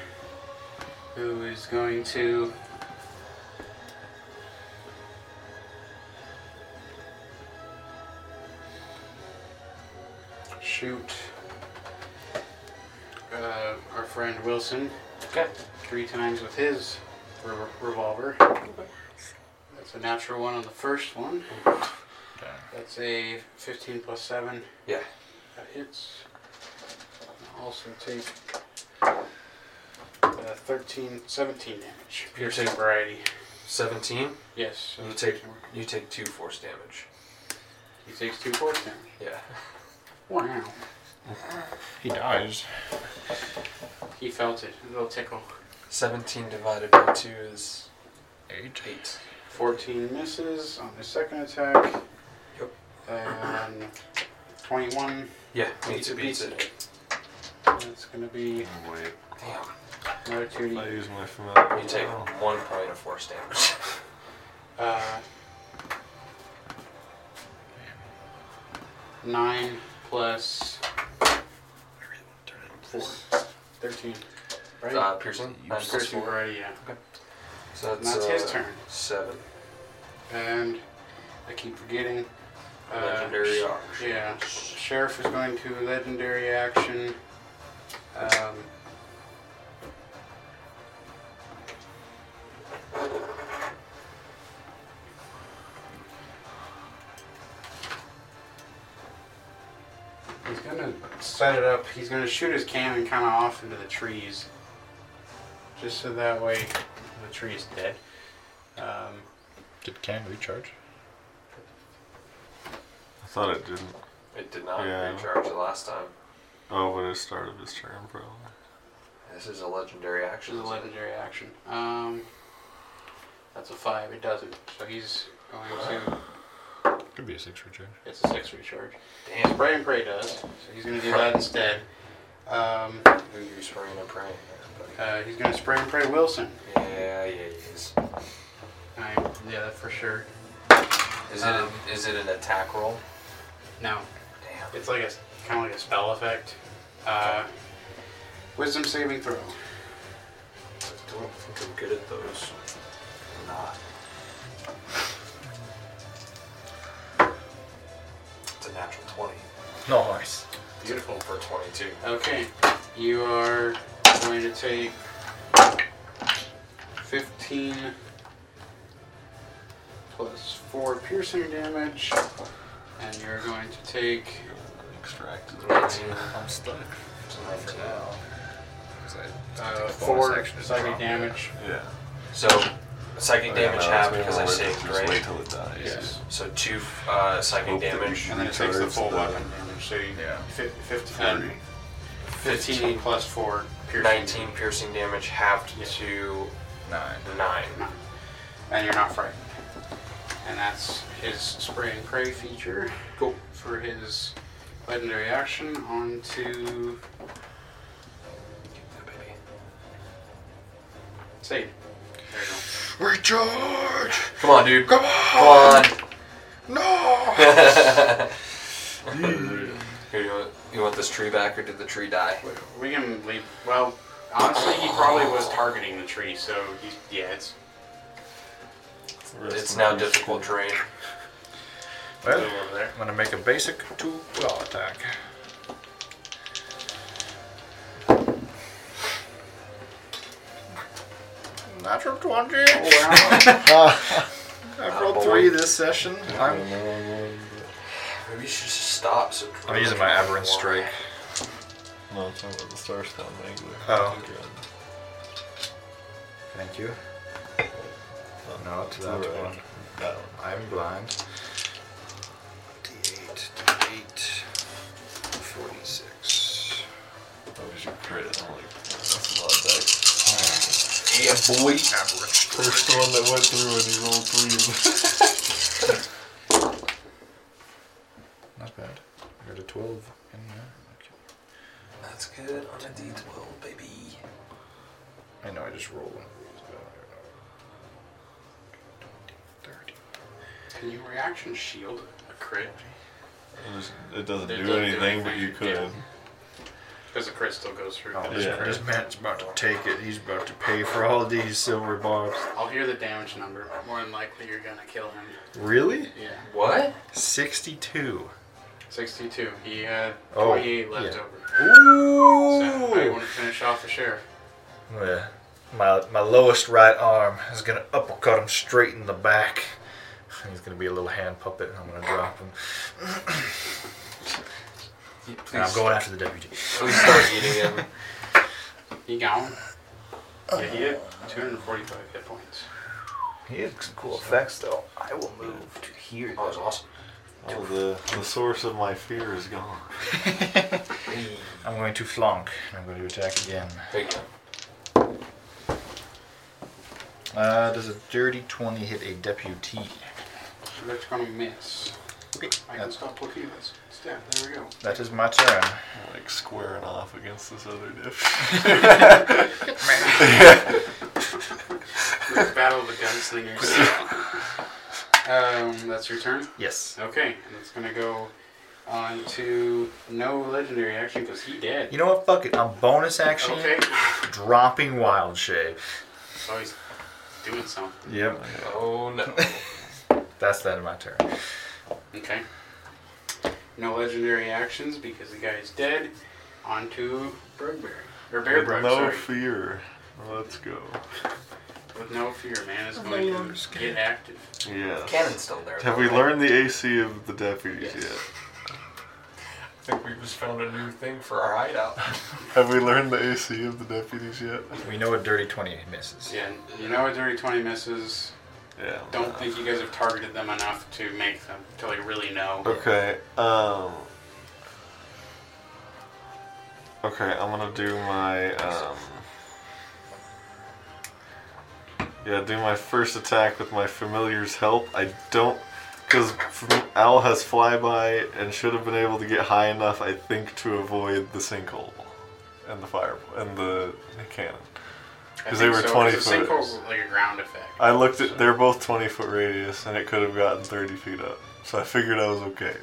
S1: who is going to. Shoot uh, our friend Wilson
S2: Okay.
S1: three times with his re- revolver. That's a natural one on the first one. That's a 15 plus 7.
S2: Yeah.
S1: That hits. I'll Also take uh, 13, 17 damage. Piercing variety.
S2: 17.
S1: Yes.
S2: You take you take two force damage.
S1: He takes two force damage.
S2: Yeah.
S1: Wow.
S12: He dies.
S1: He felt it. A little tickle.
S2: 17 divided by 2 is
S12: Eight.
S2: 8.
S1: 14 misses on the second attack.
S2: Yep.
S1: And 21.
S2: Yeah,
S1: Beats
S2: meets it
S1: it, beats
S2: beats it.
S1: That's going to be
S3: Oh, wait.
S2: Damn.
S1: another 2
S3: I use my Oh. familiar.
S2: You take one point of force damage.
S1: Uh, nine plus four. Thirteen. Right?
S2: Uh, piercing. Nine plus
S1: Piercing
S2: four.
S1: variety, yeah.
S2: So
S1: And
S2: that's,
S1: that's
S2: uh,
S1: his turn.
S2: 7.
S1: And I keep forgetting. Uh,
S2: Legendary arc.
S1: Yeah. Sheriff is going to legendary action. Um, he's gonna set it up. He's gonna shoot his cannon kind of off into the trees, just so that way the tree is dead. Um,
S12: Did can recharge?
S3: I thought it didn't.
S2: It did not
S3: Yeah.
S2: recharge the last time.
S3: Oh, but it started this turn, probably.
S2: This is a legendary
S1: Which
S2: action.
S1: is a legendary action. Um, that's a five. It doesn't. So he's going to.
S12: Could be a six recharge.
S1: It's a six recharge.
S2: Damn.
S1: Spray and pray does. So he's going to do that instead. Um,
S2: Who you spraying and praying there,
S1: uh, he's going to spray and pray Wilson.
S2: buddy? Yeah, yeah, he is.
S1: I, yeah, that for sure.
S2: Is it, a, is it an attack roll?
S1: No,
S2: Damn.
S1: it's like a kind of like a spell effect. Uh, wisdom saving throw.
S2: I don't think I'm good at those. I'm not. It's a natural 20
S4: Nice.
S1: Beautiful.
S2: for 22.
S1: Okay, you are going to take 15 plus 4 piercing damage, and you're going to take
S3: Extracted.
S2: 19.
S4: I'm stuck.
S2: It's a 19.
S1: uh, 4 psychic damage.
S3: Yeah.
S2: So, psychic
S3: Yeah,
S2: damage
S3: no,
S2: half
S3: it's maybe
S2: because I
S3: worth it.
S2: saved,
S3: Just wait
S2: right?
S3: till it dies.
S1: Yes.
S2: So, two uh, psychic
S3: Hope that
S2: damage.
S3: you-
S1: And then it takes the
S3: Recharge
S1: full
S3: the-
S1: weapon damage, so you
S12: Yeah.
S1: fif- 50,
S3: Three.
S1: and 15 plus 4 piercing.
S2: 19 piercing damage halved
S1: Yeah.
S2: to
S12: Nine.
S2: 9.
S1: And you're not frightened. And that's his spray and pray feature.
S2: Cool.
S1: for his legendary action onto save. There you go.
S12: Recharge!
S2: Come on, dude. Come
S12: Come
S2: on.
S12: on! No!
S2: Here, you, want, you want this tree back or did the tree die?
S1: We can leave. Well, honestly, he probably was targeting the tree, so he's yeah. It's
S3: Rest
S2: It's
S3: in
S2: now
S3: peace.
S2: difficult terrain.
S1: a
S4: Well,
S1: little over there.
S4: I'm gonna make a basic two claw attack. Natural 20. I've rolled three this session. I'm,
S2: Maybe you should just stop. So
S4: I'm using my aberrant strike.
S3: No, it's not about the star stone angler.
S4: Oh. Thank you. Not
S3: It's
S4: that
S3: alright.
S4: one.
S3: That one.
S4: I'm blind. D8, D8, 46.
S3: That was your crit. I'm like, that's a lot of dice.
S5: Yeah, boy.
S4: Average.
S3: First one that went through and he rolled three.
S7: Not bad. I got a 12 in there.
S5: That's good on a D12, baby.
S7: Okay. I know I just rolled one of these, but I don't know. 20,
S1: Can you reaction shield a crit?
S12: It doesn't
S1: It
S12: do
S1: doesn't do
S12: anything, but
S1: anything,
S12: you could.
S1: yeah. Because the crit still goes through.
S4: Oh,
S1: but
S4: this,
S12: Yeah.
S4: this man's about to take it. He's about to pay for all these silver bars.
S1: I'll hear the damage number. More than likely, you're gonna kill him.
S4: Really?
S1: Yeah.
S2: What?
S4: 62.
S1: 62. He had
S4: Oh,
S1: 28 left
S4: yeah.
S1: over. So I
S4: Ooh!
S1: want to finish off the sheriff.
S4: Oh, Yeah. My, my lowest right arm is going to uppercut him straight in the back. He's going to be a little hand puppet, and I'm going to drop him.
S2: You-
S4: And I'm
S2: Please,
S4: going after the deputy.
S2: please start eating him.
S1: He gone. Yeah, he had 245 hit points.
S11: He had some cool effects, though. I will move to here.
S2: Oh, that's awesome.
S3: All the, the source of my fear is gone.
S4: I'm going to flank. and I'm going to attack again.
S2: Big time.
S4: Uh, does a dirty 20 hit a deputy?
S1: That's gonna miss.
S4: Okay,
S1: I can
S4: that's,
S1: stop looking at this. Stab, there we go.
S4: that is my turn.
S3: I'm like squaring off against this other diff.
S1: The Battle of the Gunslingers. um, that's your turn?
S4: Yes.
S1: Okay, and it's gonna go on to no legendary action because he dead.
S4: You know what? Fuck it. I'm bonus action
S1: Okay.
S4: dropping wild shade.
S1: So he's doing something.
S4: Yep.
S2: Oh no.
S4: That's that in my turn.
S1: Okay. No legendary actions because the guy is dead. On to Brugberry. Or Bear
S3: With
S1: Brug,
S3: no
S1: sorry.
S3: fear. Let's go.
S1: With no fear, man is going to get active.
S3: Yes.
S2: Cannon's still there.
S3: Have we learned the AC of the deputies
S1: Yes.
S3: yet?
S2: I think we just found a new thing for our hideout.
S3: Have we learned the AC of the deputies yet?
S4: We know a dirty 20 misses.
S1: Yeah, you know a dirty 20 misses.
S3: Yeah.
S1: Don't think you guys have targeted them enough to make them till you really know.
S3: Okay. Um. Okay, I'm gonna do my um. Yeah, do my first attack with my familiar's help. I don't, because Al has flyby and should have been able to get high enough, I think, to avoid the sinkhole and the fire and the cannon. Because they were 20
S1: Because a
S3: foot.
S1: sinkhole's like a ground effect.
S3: I looked at they're both 20 foot radius, and it could have gotten 30 feet up. So I figured I was okay,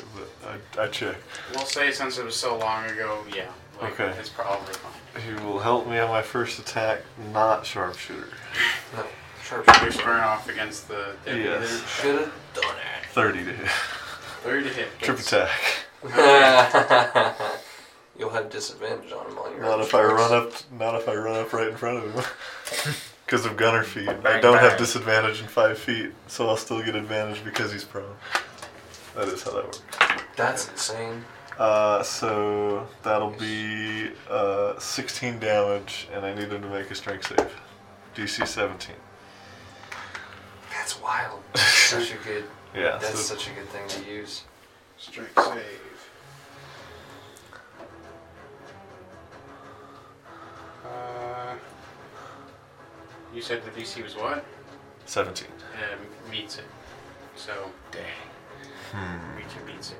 S3: but I, I checked.
S1: We'll say since it was so long ago, yeah. Like,
S3: Okay.
S1: It's probably fine.
S3: He will help me on my first attack, not sharpshooter.
S2: No. Sure.
S1: You're squaring off against the deputy
S3: Yes.
S2: Should have done it.
S3: 30 to hit.
S1: there. 30 to hit.
S3: Trip
S1: Yes.
S3: attack.
S2: You'll have disadvantage on him on your
S3: Not
S2: own
S3: if I
S2: choice.
S3: run up. Not if I run up right in front of him. Because of gunner feet, I
S4: Bang,
S3: don't have
S4: bang.
S3: disadvantage in five feet, so I'll still get advantage because he's prone. That is how that works.
S2: That's insane.
S3: Uh, so that'll be uh, 16 damage, and I need him to make a strength save. DC 17.
S2: That's wild. such a good.
S3: Yeah.
S2: That's
S3: so
S2: such a good thing to use.
S1: Strength save. Uh, you said the DC was what?
S3: 17.
S1: Uh, meets it. So. Dang. We can beat it.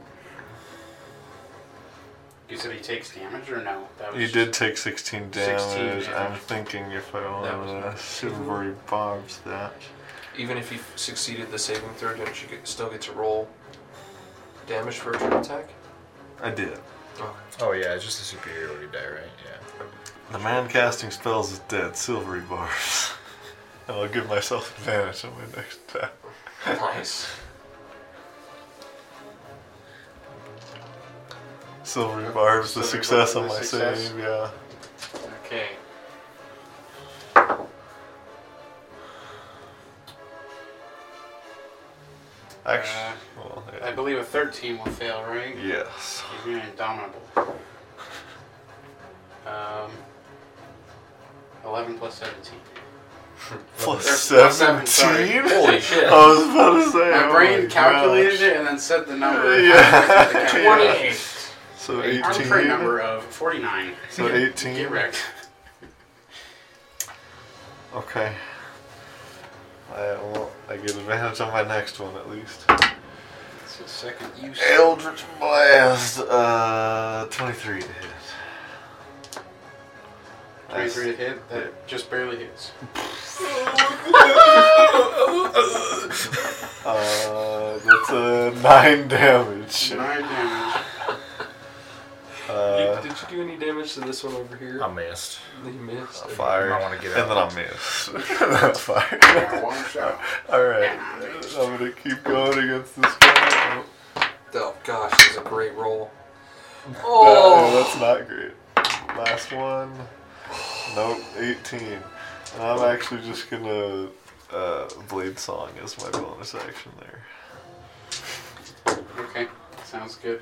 S1: You said he takes damage or no? That
S3: You did take 16 damage.
S1: 16
S3: I'm
S1: damage.
S3: thinking if I
S2: That
S3: want
S2: was
S3: to silvery barbs that.
S2: Even if you succeeded the saving throw, don't you get, still get to roll damage for a trip attack?
S3: I did.
S2: Oh,
S4: Oh, yeah, it's just a superiority die, right? Yeah.
S3: The man casting spells is dead. Silvery barbs. and I'll give myself advantage on my next attack.
S2: nice.
S3: Silvery barbs, the
S1: Silvery
S3: success
S1: barbs,
S3: on
S1: the
S3: my
S1: success.
S3: save, yeah.
S1: Okay. Uh,
S3: Actually, well,
S1: I
S3: yeah.
S1: believe a 13 will fail, right?
S3: Yes.
S1: He's being indomitable. Um, 11 plus 17.
S3: Plus
S1: There's plus seven,
S3: 17?
S2: Holy shit.
S3: I was about to say.
S1: My
S3: oh
S1: brain calculated
S3: gosh.
S1: it and then said the number.
S3: Yeah.
S1: Twenty-eight.
S3: So
S1: Arbitrary
S3: 18.
S1: number of forty-nine.
S3: So 18.
S1: Get wrecked.
S3: Okay. I, well, I get advantage on my next one at least.
S1: It's the second use.
S3: Eldritch Blast, uh, 23 to hit.
S1: 23 to hit. That just barely hits.
S3: Uh, that's a 9 damage.
S1: Nine damage.
S3: Uh,
S2: Did- did you do any damage to this one over here?
S4: I missed.
S2: He missed.
S3: fire.
S4: I wanna get
S3: and then I miss. that's fire.
S1: One shot.
S3: Alright. I'm gonna keep going against this guy.
S2: Oh gosh, this is a great roll.
S3: No,
S2: Oh,
S3: uh, that's not great. Last one. Nope, 18. And I'm actually just gonna uh, Blade Song as my bonus action there.
S1: Okay, sounds good.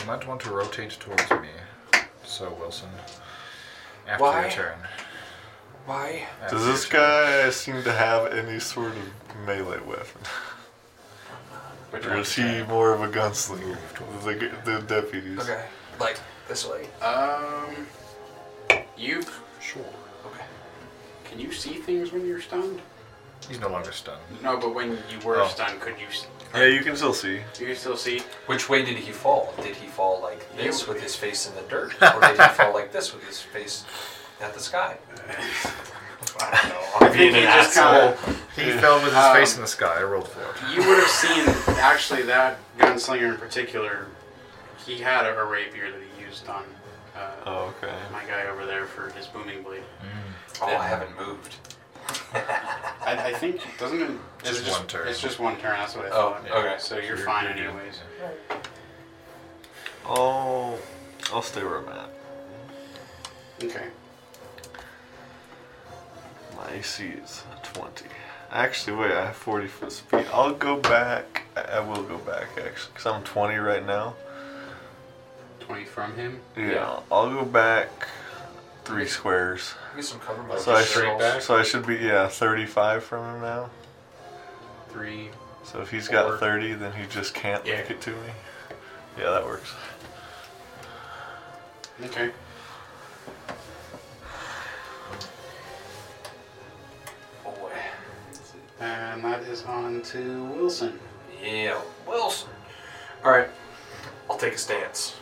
S4: You might want to rotate towards me. So, Wilson. After
S2: Why?
S4: your turn.
S2: why?
S4: After
S3: Does
S4: your
S3: this
S4: turn.
S3: guy seem to have any sort of melee weapon?
S1: Which
S3: Or
S1: one?
S3: is he more of a gunslinger? The, g- the deputies.
S2: Okay, like this way.
S1: Um, you
S4: Sure.
S2: Okay.
S1: can you see things when you're stunned?
S4: He's no longer stunned.
S1: No, but when you were
S4: Oh.
S1: stunned, could you? s-
S3: Yeah, you can still see.
S1: You can still see.
S2: Which way did he fall? Did he fall like this
S1: You-
S2: with his face in the dirt, or did he fall like this with his face at the sky? I don't know.
S1: think he just kinda-
S4: He fell with his face
S1: Um,
S4: in the sky. I rolled for it.
S1: You would have seen actually that gunslinger in particular. He had a, a rapier that he used on uh,
S3: Oh, okay.
S1: my guy over there for his booming blade.
S2: Oh, I haven't moved.
S1: I, I think doesn't it? it's
S4: Just one turn.
S1: It's just one turn. That's what I
S2: Oh,
S1: thought.
S2: okay.
S1: So you're fine
S4: you're good.
S1: anyways.
S3: I'll, I'll stay where I'm at.
S1: Okay.
S3: My AC is 20. Actually, wait, I have 40 foot speed. I'll go back. I I will go back, actually, because I'm 20 right now.
S1: Twenty from him.
S3: Yeah, I'll go back three squares.
S2: Give me some cover by
S3: So I, should, so I should be, yeah, 35 from him now.
S1: Three.
S3: So if he's
S1: Four.
S3: got 30, then he just can't
S1: Yeah.
S3: make it to me. Yeah, that works.
S1: Okay.
S2: Boy.
S1: And that is on to Wilson.
S2: Yeah, Wilson. All right, I'll take a stance.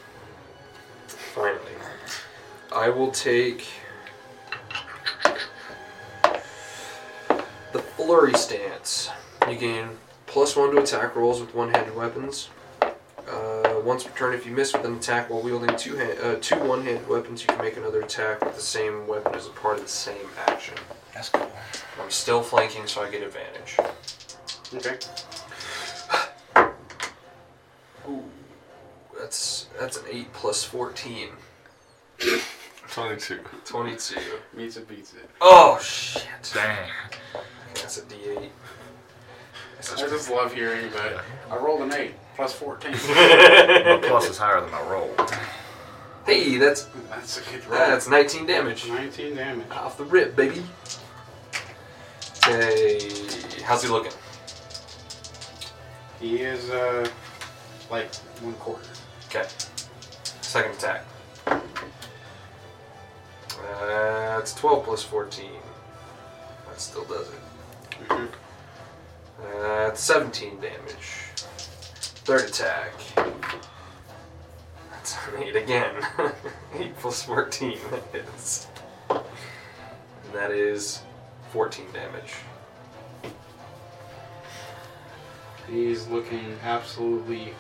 S2: Finally, I will take the flurry stance. You gain plus one to attack rolls with one-handed weapons. Uh, once per turn, if you miss with an attack while wielding two hand, uh, two one-handed weapons, you can make another attack with the same weapon as a part of the same action.
S11: That's cool.
S2: I'm still flanking, so I get advantage.
S1: Okay.
S2: Ooh, that's that's an eight plus fourteen.
S3: 22.
S2: 22.
S1: Meets it beats it.
S2: Oh, shit.
S4: Dang.
S2: That's a D8.
S1: I just love hearing, but I rolled an eight plus fourteen.
S4: My plus is higher than my roll.
S2: Hey, that's
S1: That's a good roll.
S2: that's 19 damage.
S1: nineteen damage.
S2: Off the rip, baby. Hey, how's he looking?
S1: He is uh like one quarter.
S2: Okay. Second attack. That's 12 plus 14. That still does it.
S1: Mhm.
S2: That's 17 damage. Third attack. That's an 8 again. 8 plus 14, that is. And that is 14 damage.
S1: He's looking absolutely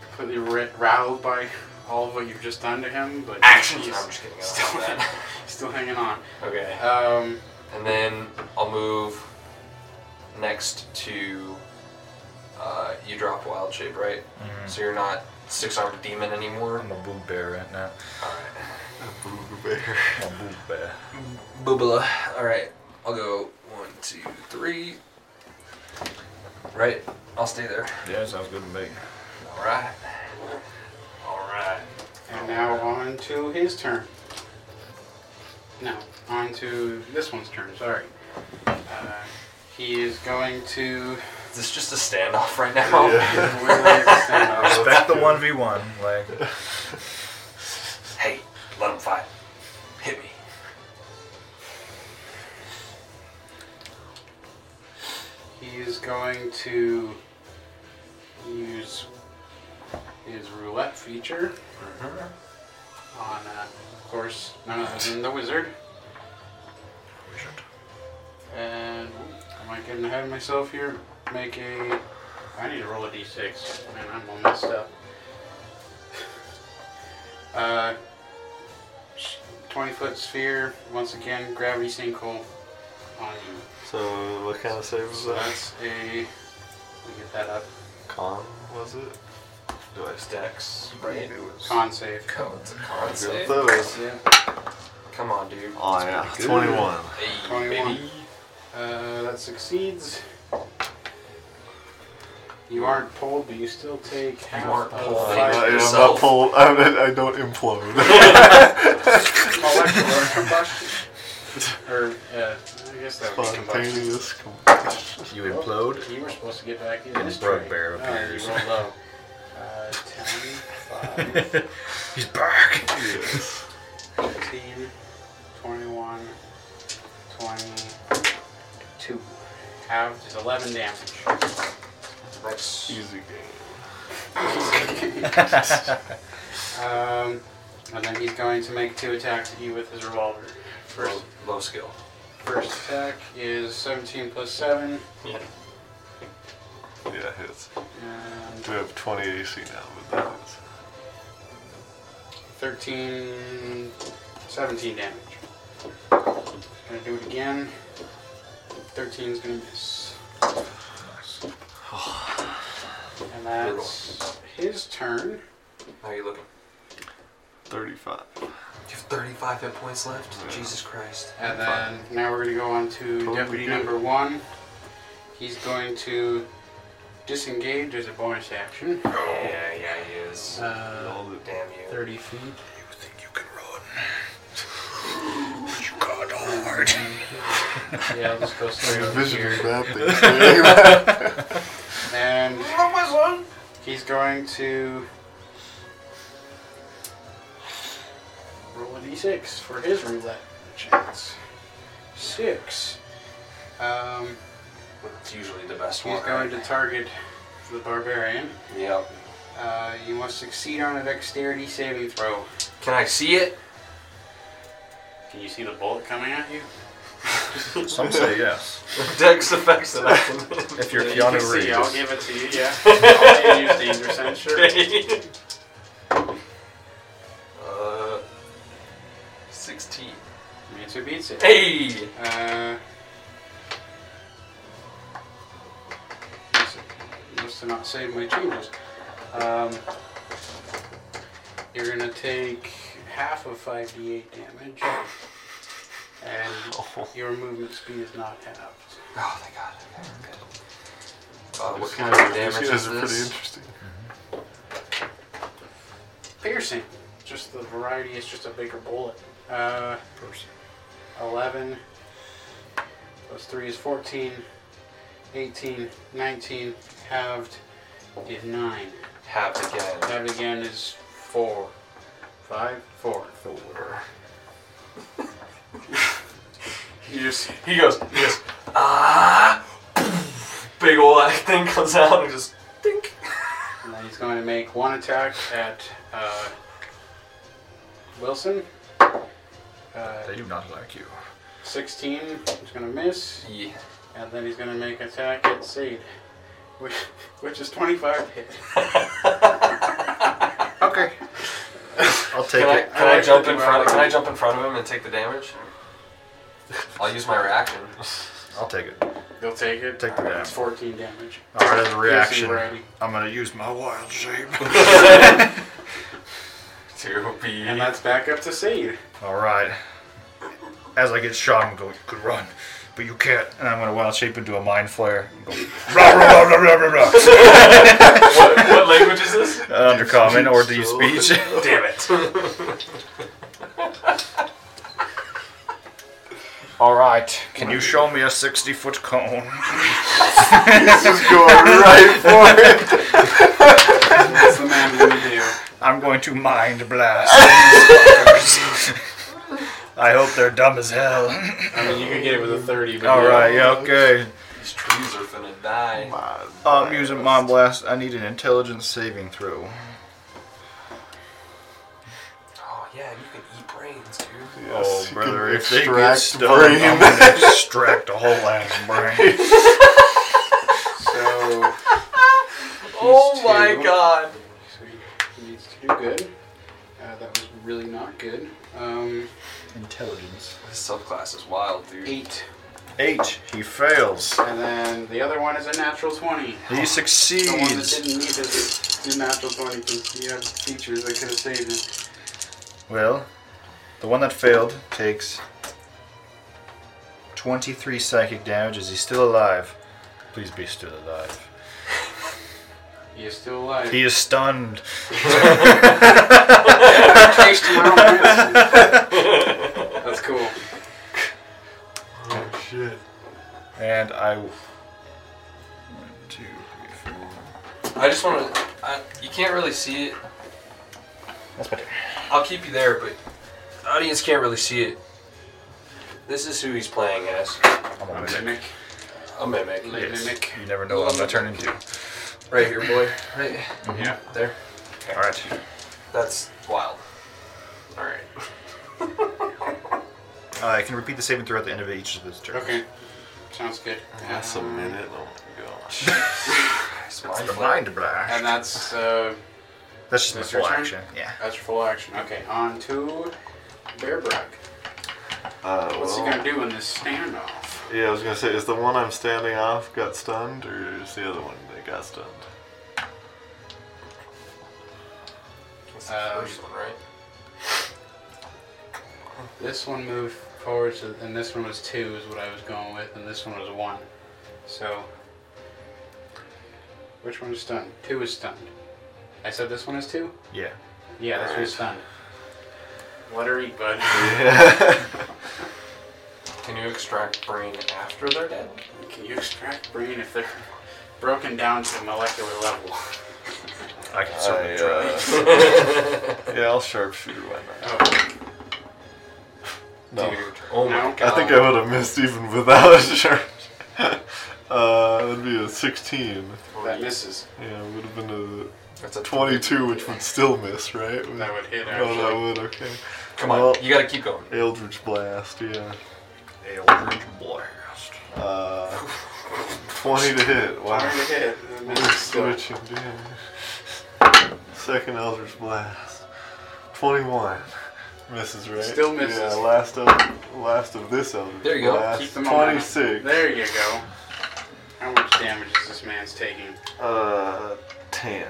S1: completely ra- rattled by all of what you've just done to him, but
S2: Action!
S1: he's
S2: I'm just kidding. I don't
S1: still,
S2: have that.
S1: still hanging on.
S2: Okay.
S1: Um,
S2: And then I'll move next to. Uh, you drop Wild Shape, right? So you're not Six Armed Demon anymore?
S4: I'm a boo bear right now.
S2: Alright.
S3: Boo bear.
S4: I'm a boo bear.
S2: Boobala. Alright, I'll go one, two, three. Right, I'll stay there.
S4: Yeah, sounds good to me.
S2: Alright. Alright.
S1: and now on to his turn. No, on to this one's turn. Sorry. Uh, he is going to.
S2: Is this just a standoff right now?
S4: Respect the 1v1. Like,
S2: Hey, let him fight. Hit me.
S1: He is going to use his roulette feature
S2: Mm-hmm.
S1: on, uh, of course, none other than the wizard. And am I getting ahead of myself here? Make a. I need to roll a d6. Man, I'm all messed up. Uh, 20 foot sphere. Once again, gravity sinkhole on you.
S3: So what kind of save was
S1: So
S3: that?
S1: that's a. Let me get that up.
S3: Con was it? Do I still
S2: Dex.
S5: Right?
S1: Con save.
S5: It's a con
S3: get
S5: save.
S3: those?
S1: Yeah.
S2: Come on, dude.
S3: Oh yeah, twenty-one.
S5: Hey,
S1: 21. Uh, that succeeds. You aren't pulled, but you still take half
S2: aren't
S1: of
S2: pulled.
S3: I'm
S1: five
S3: not, I'm not
S2: yourself.
S3: pulled. I'm not, I don't implode.
S1: molecular combustion. Or, uh, I guess that would be combustion.
S3: Spontaneous combustion.
S4: You implode.
S1: You were supposed to get back in.
S4: And
S1: this
S4: Broke
S1: tree.
S4: Bear
S1: No,
S4: appears.
S1: you rolled low. Uh, 10, 5,
S4: He's back.
S3: Yes.
S1: 15, 21, 22. Halved is 11 damage.
S2: That's
S3: Easy game.
S1: Um, and then he's going to make two attacks at you with his revolver.
S2: low,
S1: First,
S2: low skill.
S1: first attack is 17 plus 7.
S3: Yeah, hits.
S1: And
S3: We have twenty AC now, but that is.
S1: 13, 17 damage. Gonna do it again. 13 is gonna miss. And that's his turn.
S2: How are you looking?
S3: 35.
S2: You have 35 hit points left? Jesus Christ.
S1: And then now we're gonna go on to
S3: Totally
S1: deputy
S3: good.
S1: number one. He's going to disengage as a bonus action.
S2: Yeah, yeah, he is. Oh,
S1: Uh,
S3: All the-
S2: Damn you.
S1: 30 feet. Yeah, I'll just go straight
S3: I'm
S1: over
S3: envisioning
S1: here.
S3: that thing.
S1: And he's going to roll a d6 for his roulette chance. Six. Um,
S2: It's usually the best
S1: he's
S2: one.
S1: going
S2: Right?
S1: to target the barbarian.
S2: Yep.
S1: Uh, you must succeed on a dexterity saving throw.
S2: Can I see it?
S1: Can you see the bullet coming at you?
S4: Some say yes.
S2: Dex effects that I can
S4: If you're
S1: You can
S4: Keanu
S1: see, I'll
S4: Reeves,
S1: give it to you, yeah. I'll use danger sense, sure.
S2: Uh, 16.
S1: Means who beats it.
S2: Hey!
S1: Uh, must have not saved my changes. Um, you're gonna take half of 5d8 damage, and your movement speed is not halved.
S2: Oh, thank God. Okay, good. Uh, what
S3: These
S2: kind of
S3: guys-
S2: damage
S3: These guys
S2: is
S3: are pretty
S2: this?
S3: interesting.
S1: Piercing. Just the variety is just a bigger bullet. Uh, 11 plus 3 is 14, 18, 19, halved is 9.
S2: Halved again.
S1: That again is 4. 5, 4.
S2: He just, he goes, he goes, ah! Big ol' that thing comes out and just, think.
S1: And then he's going to make one attack at uh, Wilson. Uh,
S4: they do not like you.
S1: 16, he's going to miss.
S2: Yeah.
S1: And then he's going to make attack at Sade, which, which is 25 to hit.
S4: Okay. I'll take
S2: Can I,
S4: it.
S2: can I jump in front? Can I jump in front of him and take the damage? I'll use my reaction.
S4: I'll take it.
S1: You'll take it.
S4: Take the
S1: Alright, That's
S4: damage.
S1: 14 damage.
S4: All right, as a
S1: Piercing
S4: reaction,
S1: variety.
S4: I'm gonna use my wild shape.
S2: To be
S1: And that's back up to Sade.
S4: All right. As I get shot, I'm going, "Good run," but you can't. And I'm gonna wild shape into a mind flare. And go, rah, rah, rah, rah, rah, rah, rah.
S2: what, what language is this?
S4: Under common or do you speech?
S2: Damn it!
S4: All right. Can you show me a 60 foot cone?
S3: This is going right for it.
S1: That's the man going to do.
S4: I'm going to mind blast. these fuckers. I hope they're dumb as hell.
S1: I mean, you could get it with a 30, but
S4: All
S1: yeah.
S4: right. Yeah. Okay.
S15: These trees are finna die.
S3: My
S4: Uh, I'm using Mind
S3: last-
S4: Blast. I need an intelligence saving throw.
S15: Oh yeah, you can eat brains, dude.
S3: Yes, you
S4: oh,
S3: can
S4: brother, if they get
S3: extract
S4: stoned, I'm
S3: brain.
S4: gonna extract a whole ass brain.
S1: So.
S16: Oh
S1: he's
S16: my
S1: two.
S16: god.
S1: So he- he needs to do good. Uh, that was really not good. Um,
S4: Intelligence.
S15: This subclass is wild, dude.
S1: eight.
S4: Eight. He fails.
S1: And then the other one is a natural 20.
S4: He
S1: The one that
S4: succeeds.
S1: didn't need his his natural 20 because he had features that could have saved it.
S4: Well, the one that failed takes 23 psychic damage. Is he still alive? Please be still alive.
S1: He is still alive.
S4: He is stunned.
S1: Thanks to my own medicine. That's cool.
S3: Oh, shit.
S4: And I. One, two, three, four.
S2: I just want to. You can't really see it.
S4: That's better.
S2: I'll keep you there, but the audience can't really see it. This is who he's playing as.
S4: I'm
S1: A
S4: on it.
S1: mimic.
S2: A mimic.
S1: A mimic.
S4: You never know what I'm gonna turn into.
S2: Right here, boy. Right
S1: Yeah.
S2: there.
S4: Alright.
S2: That's wild.
S1: Alright.
S4: Uh, I can repeat the saving throw at the end of each of his turns.
S1: Okay. Sounds good.
S3: That's a
S1: Um,
S3: minute. Oh my gosh.
S2: It's
S4: It's
S2: mind
S4: the
S2: flare.
S4: mind blast.
S1: And that's uh,
S4: That's just my
S1: That's your
S4: full
S1: turn?
S4: action. Yeah.
S1: that's your full action. Okay, on to Bear Brock.
S3: Uh,
S1: What's he
S3: well-
S1: gonna do in this standoff?
S3: Yeah, I was gonna say, is the one I'm standing off got stunned, or is the other one that got stunned?
S2: That's the
S1: Um,
S2: first one, right?
S1: This one moved forward, so, and this one was two, is what I was going with, and this one was one. So, which one is stunned? Two is stunned. I said this one is two?
S4: Yeah.
S1: Yeah, this one's stunned. Let her eat, bud.
S3: Yeah.
S2: Can you extract brain after they're dead?
S1: Can you extract brain if they're broken down to molecular level?
S4: I can
S3: I,
S4: certainly try.
S3: uh, yeah, I'll sharpshooter. Why not?
S1: Oh,
S3: No,
S2: Oh
S1: No.
S2: my
S3: I
S2: god.
S3: think I would have missed even without a sharpshooter. uh, that'd be a 16.
S1: that misses.
S3: Yeah, it would have been
S2: That's a
S3: a 22, which would still miss, right?
S1: That would hit,
S3: Oh, that
S1: actually.
S3: would. Okay.
S2: Come on,
S3: Well-
S2: you gotta keep going.
S3: Eldritch blast. Yeah.
S4: Eldritch blast.
S3: Uh, 20 to hit. Wow.
S1: Hard to hit. That
S3: What
S1: misses
S3: is
S1: still.
S3: switching, damn. Second Eldritch Blast. 21. Misses, right?
S1: Still misses.
S3: Yeah, last of, last of this Eldritch
S2: There you go.
S3: Blast.
S1: Keep the momentum.
S3: 26.
S1: There you go. How much damage is this man's taking?
S3: Uh, 10.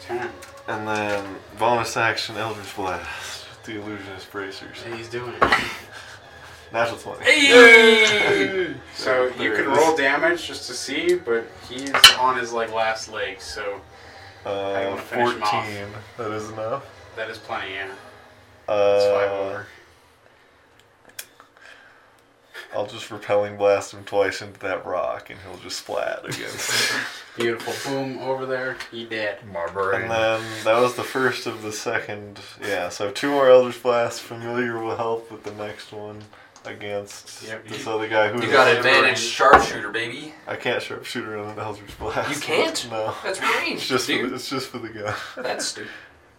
S1: Ten.
S3: And then bonus action Eldritch Blast. with The Illusionist Bracers.
S1: He's doing it.
S3: Natural 20. Uh,
S1: So
S3: There
S1: you
S3: it
S1: can
S3: is.
S1: roll damage just to see, but he's on his like last leg, so I
S3: Uh,
S1: wanna finish
S3: 14.
S1: him off.
S3: That is enough.
S1: that is plenty. Yeah. That's five
S3: Uh,
S1: over.
S3: I'll just repelling blast him twice into that rock, and he'll just splat against. it.
S1: Beautiful. Boom over there. He dead.
S4: My
S1: uh,
S4: brain.
S3: and then that was the first of the second. Yeah, so two more Eldritch Blasts. Familiar will help with the next one against
S1: Yep,
S3: this
S1: you-
S3: other guy who.
S2: You
S3: is-
S2: got
S1: it.
S2: advantage sharpshooter, baby.
S3: I can't sharpshooter on an Eldritch Blast.
S2: You can't?
S3: No.
S2: That's range,
S3: It's just for
S2: dude.
S3: the, it's just for the gun.
S2: That's stupid.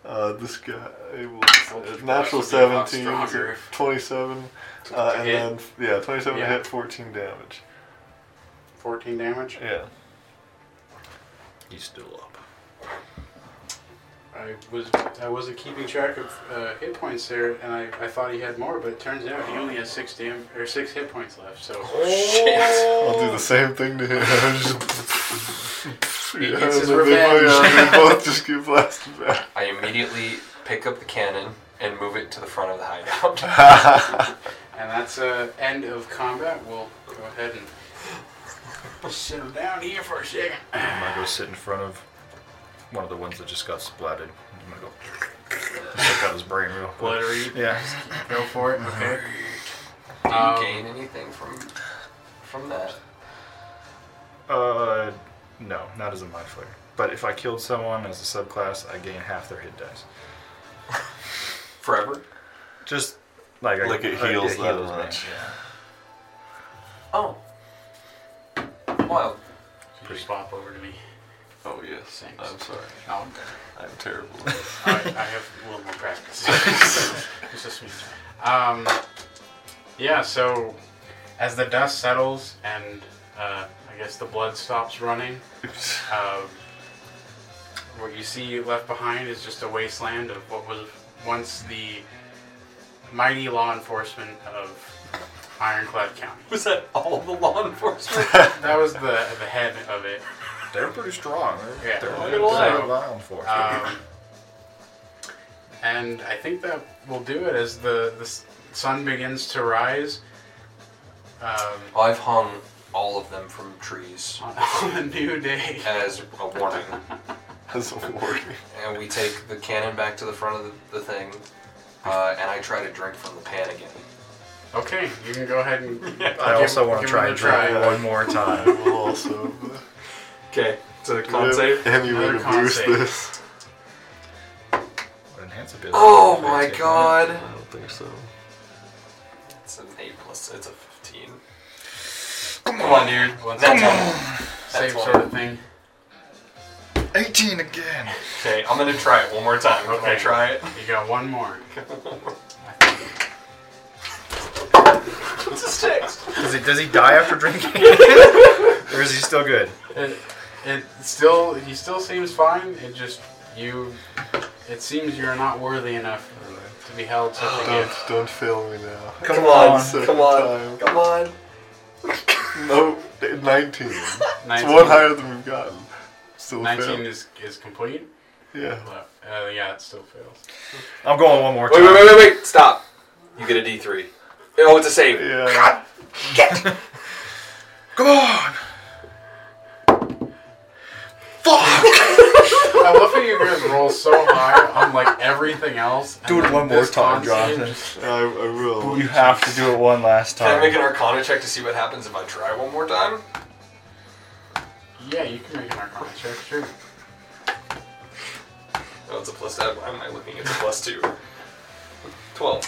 S3: Uh, this guy will
S1: Eldritch
S3: natural
S1: Blast would be a lot
S3: 17,
S1: stronger if-
S3: 27, uh, and
S1: hit.
S3: then yeah, 27 to
S1: Yeah.
S3: hit, 14 damage.
S1: Fourteen damage.
S3: Yeah.
S4: He's still up.
S1: I was I wasn't keeping track of uh, hit points there, and I, I thought he had more, but it turns out he only has six dam- or six hit points left. So
S3: I'll do the same thing to him.
S1: He
S3: yeah,
S1: gets his
S3: and then they
S1: revenge.
S3: both- yeah, they both just get blasted back.
S2: I immediately pick up the cannon and move it to the front of the hideout.
S1: and that's uh, end of combat. We'll go ahead and sit him down here for a second.
S4: I'm gonna go sit in front of one of the ones that just got splatted. I'm gonna go check out his brain real quick.
S1: Blurry.
S4: Yeah.
S1: Go for it. Okay.
S2: Did
S1: Um,
S2: you gain anything from from that?
S4: Uh, no, not as a mind flare. But if I killed someone as a subclass, I gain half their hit dice.
S2: Forever?
S4: Just like I
S3: Like it
S4: I-
S3: heals
S4: it
S3: that
S4: heals me,
S3: much.
S4: yeah.
S2: Oh.
S5: wild.
S1: You just swap over to me.
S3: Oh yes.
S1: Thanks.
S3: I'm sorry.
S1: Oh,
S3: I'm terrible. at it.
S1: I, I have a little more practice. Just a smidge. Um, yeah, so as the dust settles and uh, I guess the blood stops running, uh, what you see left behind is just a wasteland of what was once the mighty law enforcement of Ironclad County.
S2: Was that all the law enforcement?
S1: That was the, the head of it.
S7: They're pretty strong. They're,
S1: Yeah.
S7: they're,
S1: Look
S2: at
S7: they're
S2: that.
S7: violent for.
S1: Um, and I think that will do it as the, the s- sun begins to rise. Um,
S2: I've hung all of them from trees
S1: on, on the new day.
S2: as a warning.
S3: As a warning.
S2: and we take the cannon back to the front of the, the thing, uh, and I try to drink from the pan again.
S1: Okay, you can go ahead and. uh,
S4: I also want to try and drink
S1: Another
S4: one more time.
S3: We'll also
S2: Okay, so the
S3: Do we have any way
S1: Another
S3: to
S1: con
S3: boost
S1: save.
S3: this.
S4: What enhance ability
S2: Oh
S4: would they
S2: my
S4: take?
S2: god!
S3: I don't think so.
S2: It's an eight plus. It's a fifteen. Come on, dude. That's all.
S1: Same
S2: That's all.
S1: sort of thing.
S7: 18 again.
S2: Okay, I'm gonna try it one more time. Can I
S1: Okay.
S2: try it?
S1: You got one more.
S2: It's a six.
S4: Does he does he die after drinking? or is he still good?
S1: It, it still, he still seems fine. It just you, it seems you're not worthy enough to be held such a
S3: Don't,
S1: gift.
S3: don't fail me now.
S4: Come, on.
S3: Second
S2: Come on.
S3: time.
S2: Come on.
S3: No, 19. It's
S1: 19,
S3: one higher than we've gotten. Still
S1: 19
S3: failed.
S1: is, is complete.
S3: Yeah.
S1: Uh, yeah, it still fails.
S4: I'm going one more
S2: Wait,
S4: time.
S2: wait, wait, wait, wait! Stop. You get a D three. Oh, it's a save.
S3: Yeah.
S7: Come on!
S1: I love how you guys roll so high on like everything else. and
S4: Do it
S1: then
S4: one more
S1: this
S4: time,
S1: con
S4: Jonathan.
S1: save just-
S3: I, I will.
S4: You have to do it one last
S2: Can I
S4: time.
S2: make an Arcana check to see what happens if I try one more time?
S1: Yeah, you can make an arcana check, sure.
S2: Oh, it's a plus. Why am I looking at the plus two? Twelve.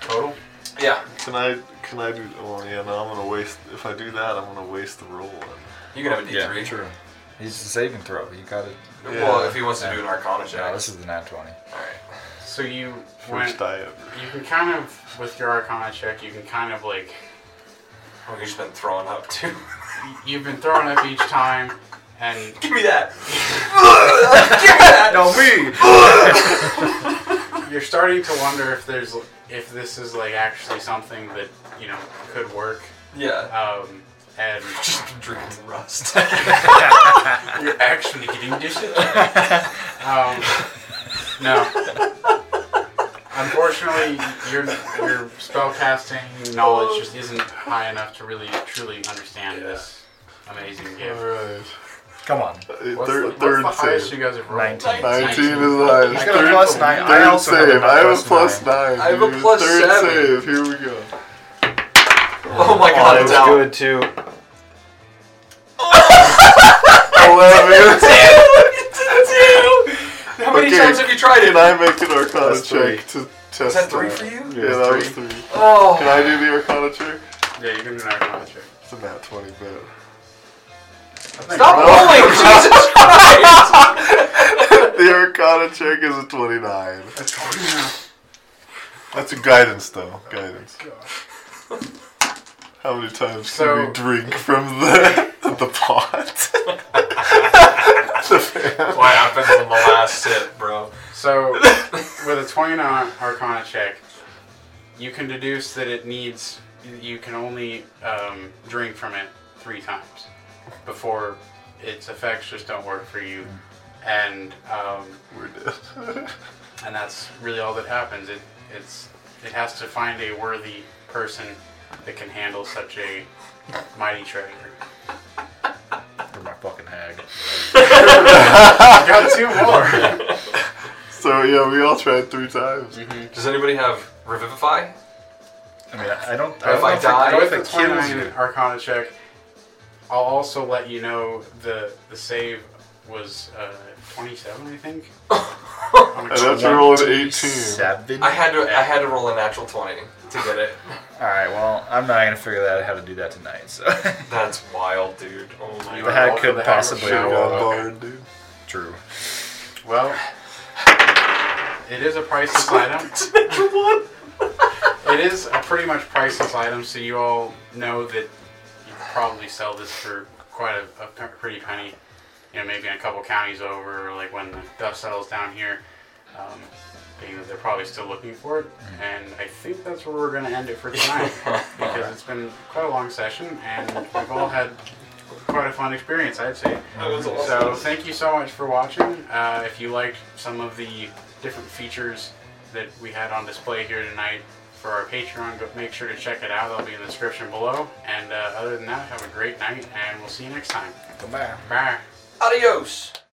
S1: Total.
S2: Yeah,
S3: Can I? Can I do? Oh yeah. No, I'm gonna waste. If I do that, I'm gonna waste the roll.
S2: you can have a D three.
S4: True.
S11: He's a saving throw. You got it.
S2: Well,
S3: Yeah.
S2: if he wants to do an Arcana check.
S11: No, this is the nat 20.
S2: All right.
S1: So you went,
S3: First I ever.
S1: you can kind of with your arcana check, you can kind of like
S2: Oh, he's been throwing up too.
S1: y- you've been throwing up each time, and
S2: Give me that.
S4: No, me!
S1: you're starting to wonder if there's if this is like actually something that you know could work.
S2: Yeah.
S1: Um, and
S2: Just been drinking rust. Oh
S1: You're actually getting disadvantaged. um, no. Unfortunately, your your spellcasting knowledge just isn't high enough to really truly understand this amazing
S3: All
S1: gift.
S3: right.
S4: Come on.
S3: Uh,
S1: What's,
S3: thir-
S1: the, what's the
S3: third
S1: highest
S3: save.
S1: you guys have rolled?
S4: 19.
S3: 19 is
S1: Nineteen.
S3: the
S4: He's
S3: highest.
S4: got a
S3: Third,
S4: plus nine. I
S3: third
S4: also
S3: save.
S4: have a
S3: I have a
S4: plus
S3: plus
S4: nine.
S3: nine.
S2: I have a
S3: dude.
S2: plus
S3: third
S2: seven.
S3: save. Here we go.
S2: oh my god, it's out.
S11: good too.
S4: Oh,
S3: 11.
S2: How many
S3: Okay.
S2: times have you tried it?
S3: Can I make an Arcana
S7: That's three.
S3: check to test? Was
S2: that three for you?
S3: Yeah, that was three.
S2: Oh.
S3: Can I do the Arcana check?
S1: Yeah, you can do an arcana check.
S3: It's a nat 20 bet.
S2: Stop rolling, Jesus Christ!
S3: The Arcana check is a 29.
S1: That's twenty.
S3: That's a guidance, though. Guidance. How many times
S1: So-
S3: can we drink from the the pot?
S2: what happens in the last sip, bro?
S1: So, with a 29 arcana check, you can deduce that it needs, you can only um, drink from it three times before its effects just don't work for you. And um,
S3: We're dead.
S1: and that's really all that happens. It it's it has to find a worthy person that can handle such a mighty treasure.
S4: For my fucking hag.
S1: I got two more.
S3: so yeah, we all tried three times.
S2: Does anybody have Revivify?
S4: I mean, I don't.
S2: If
S4: I don't
S2: I
S4: know if it-
S2: die,
S4: I don't know
S1: with
S4: if
S1: the
S4: it kills
S1: 29
S4: you.
S1: Arcana check, I'll also let you know the the save was uh, 27, I think.
S3: And that's a roll of 18.
S4: Seven.
S2: I had to I had to roll a natural twenty to get it.
S4: All right. Well, I'm not gonna figure out how to do that tonight. So
S2: That's wild, dude. Oh my
S1: You
S4: The
S1: wanna
S2: god.
S4: hack
S1: roll for
S4: could
S1: the hack or
S4: possibly
S1: shout?
S4: roll.
S3: Yeah,
S4: okay.
S3: barred, dude.
S4: true.
S1: Well, it is a priceless item. it is a pretty much priceless item, so you all know that you could probably sell this for quite a, a p- pretty penny. You know, maybe in a couple counties over, or like when the dust settles down here. Um, being that they're probably still looking for it, and I think that's where we're going to end it for tonight because it's been quite a long session, and we've all had quite a fun experience, I'd say. So thank you so much for watching. Uh, if you liked some of the different features that we had on display here tonight for our Patreon, go make sure to check it out. That'll be in the description below. And uh, other than that, have a great night, and we'll see you next time.
S4: Goodbye.
S1: Bye.
S6: Adios.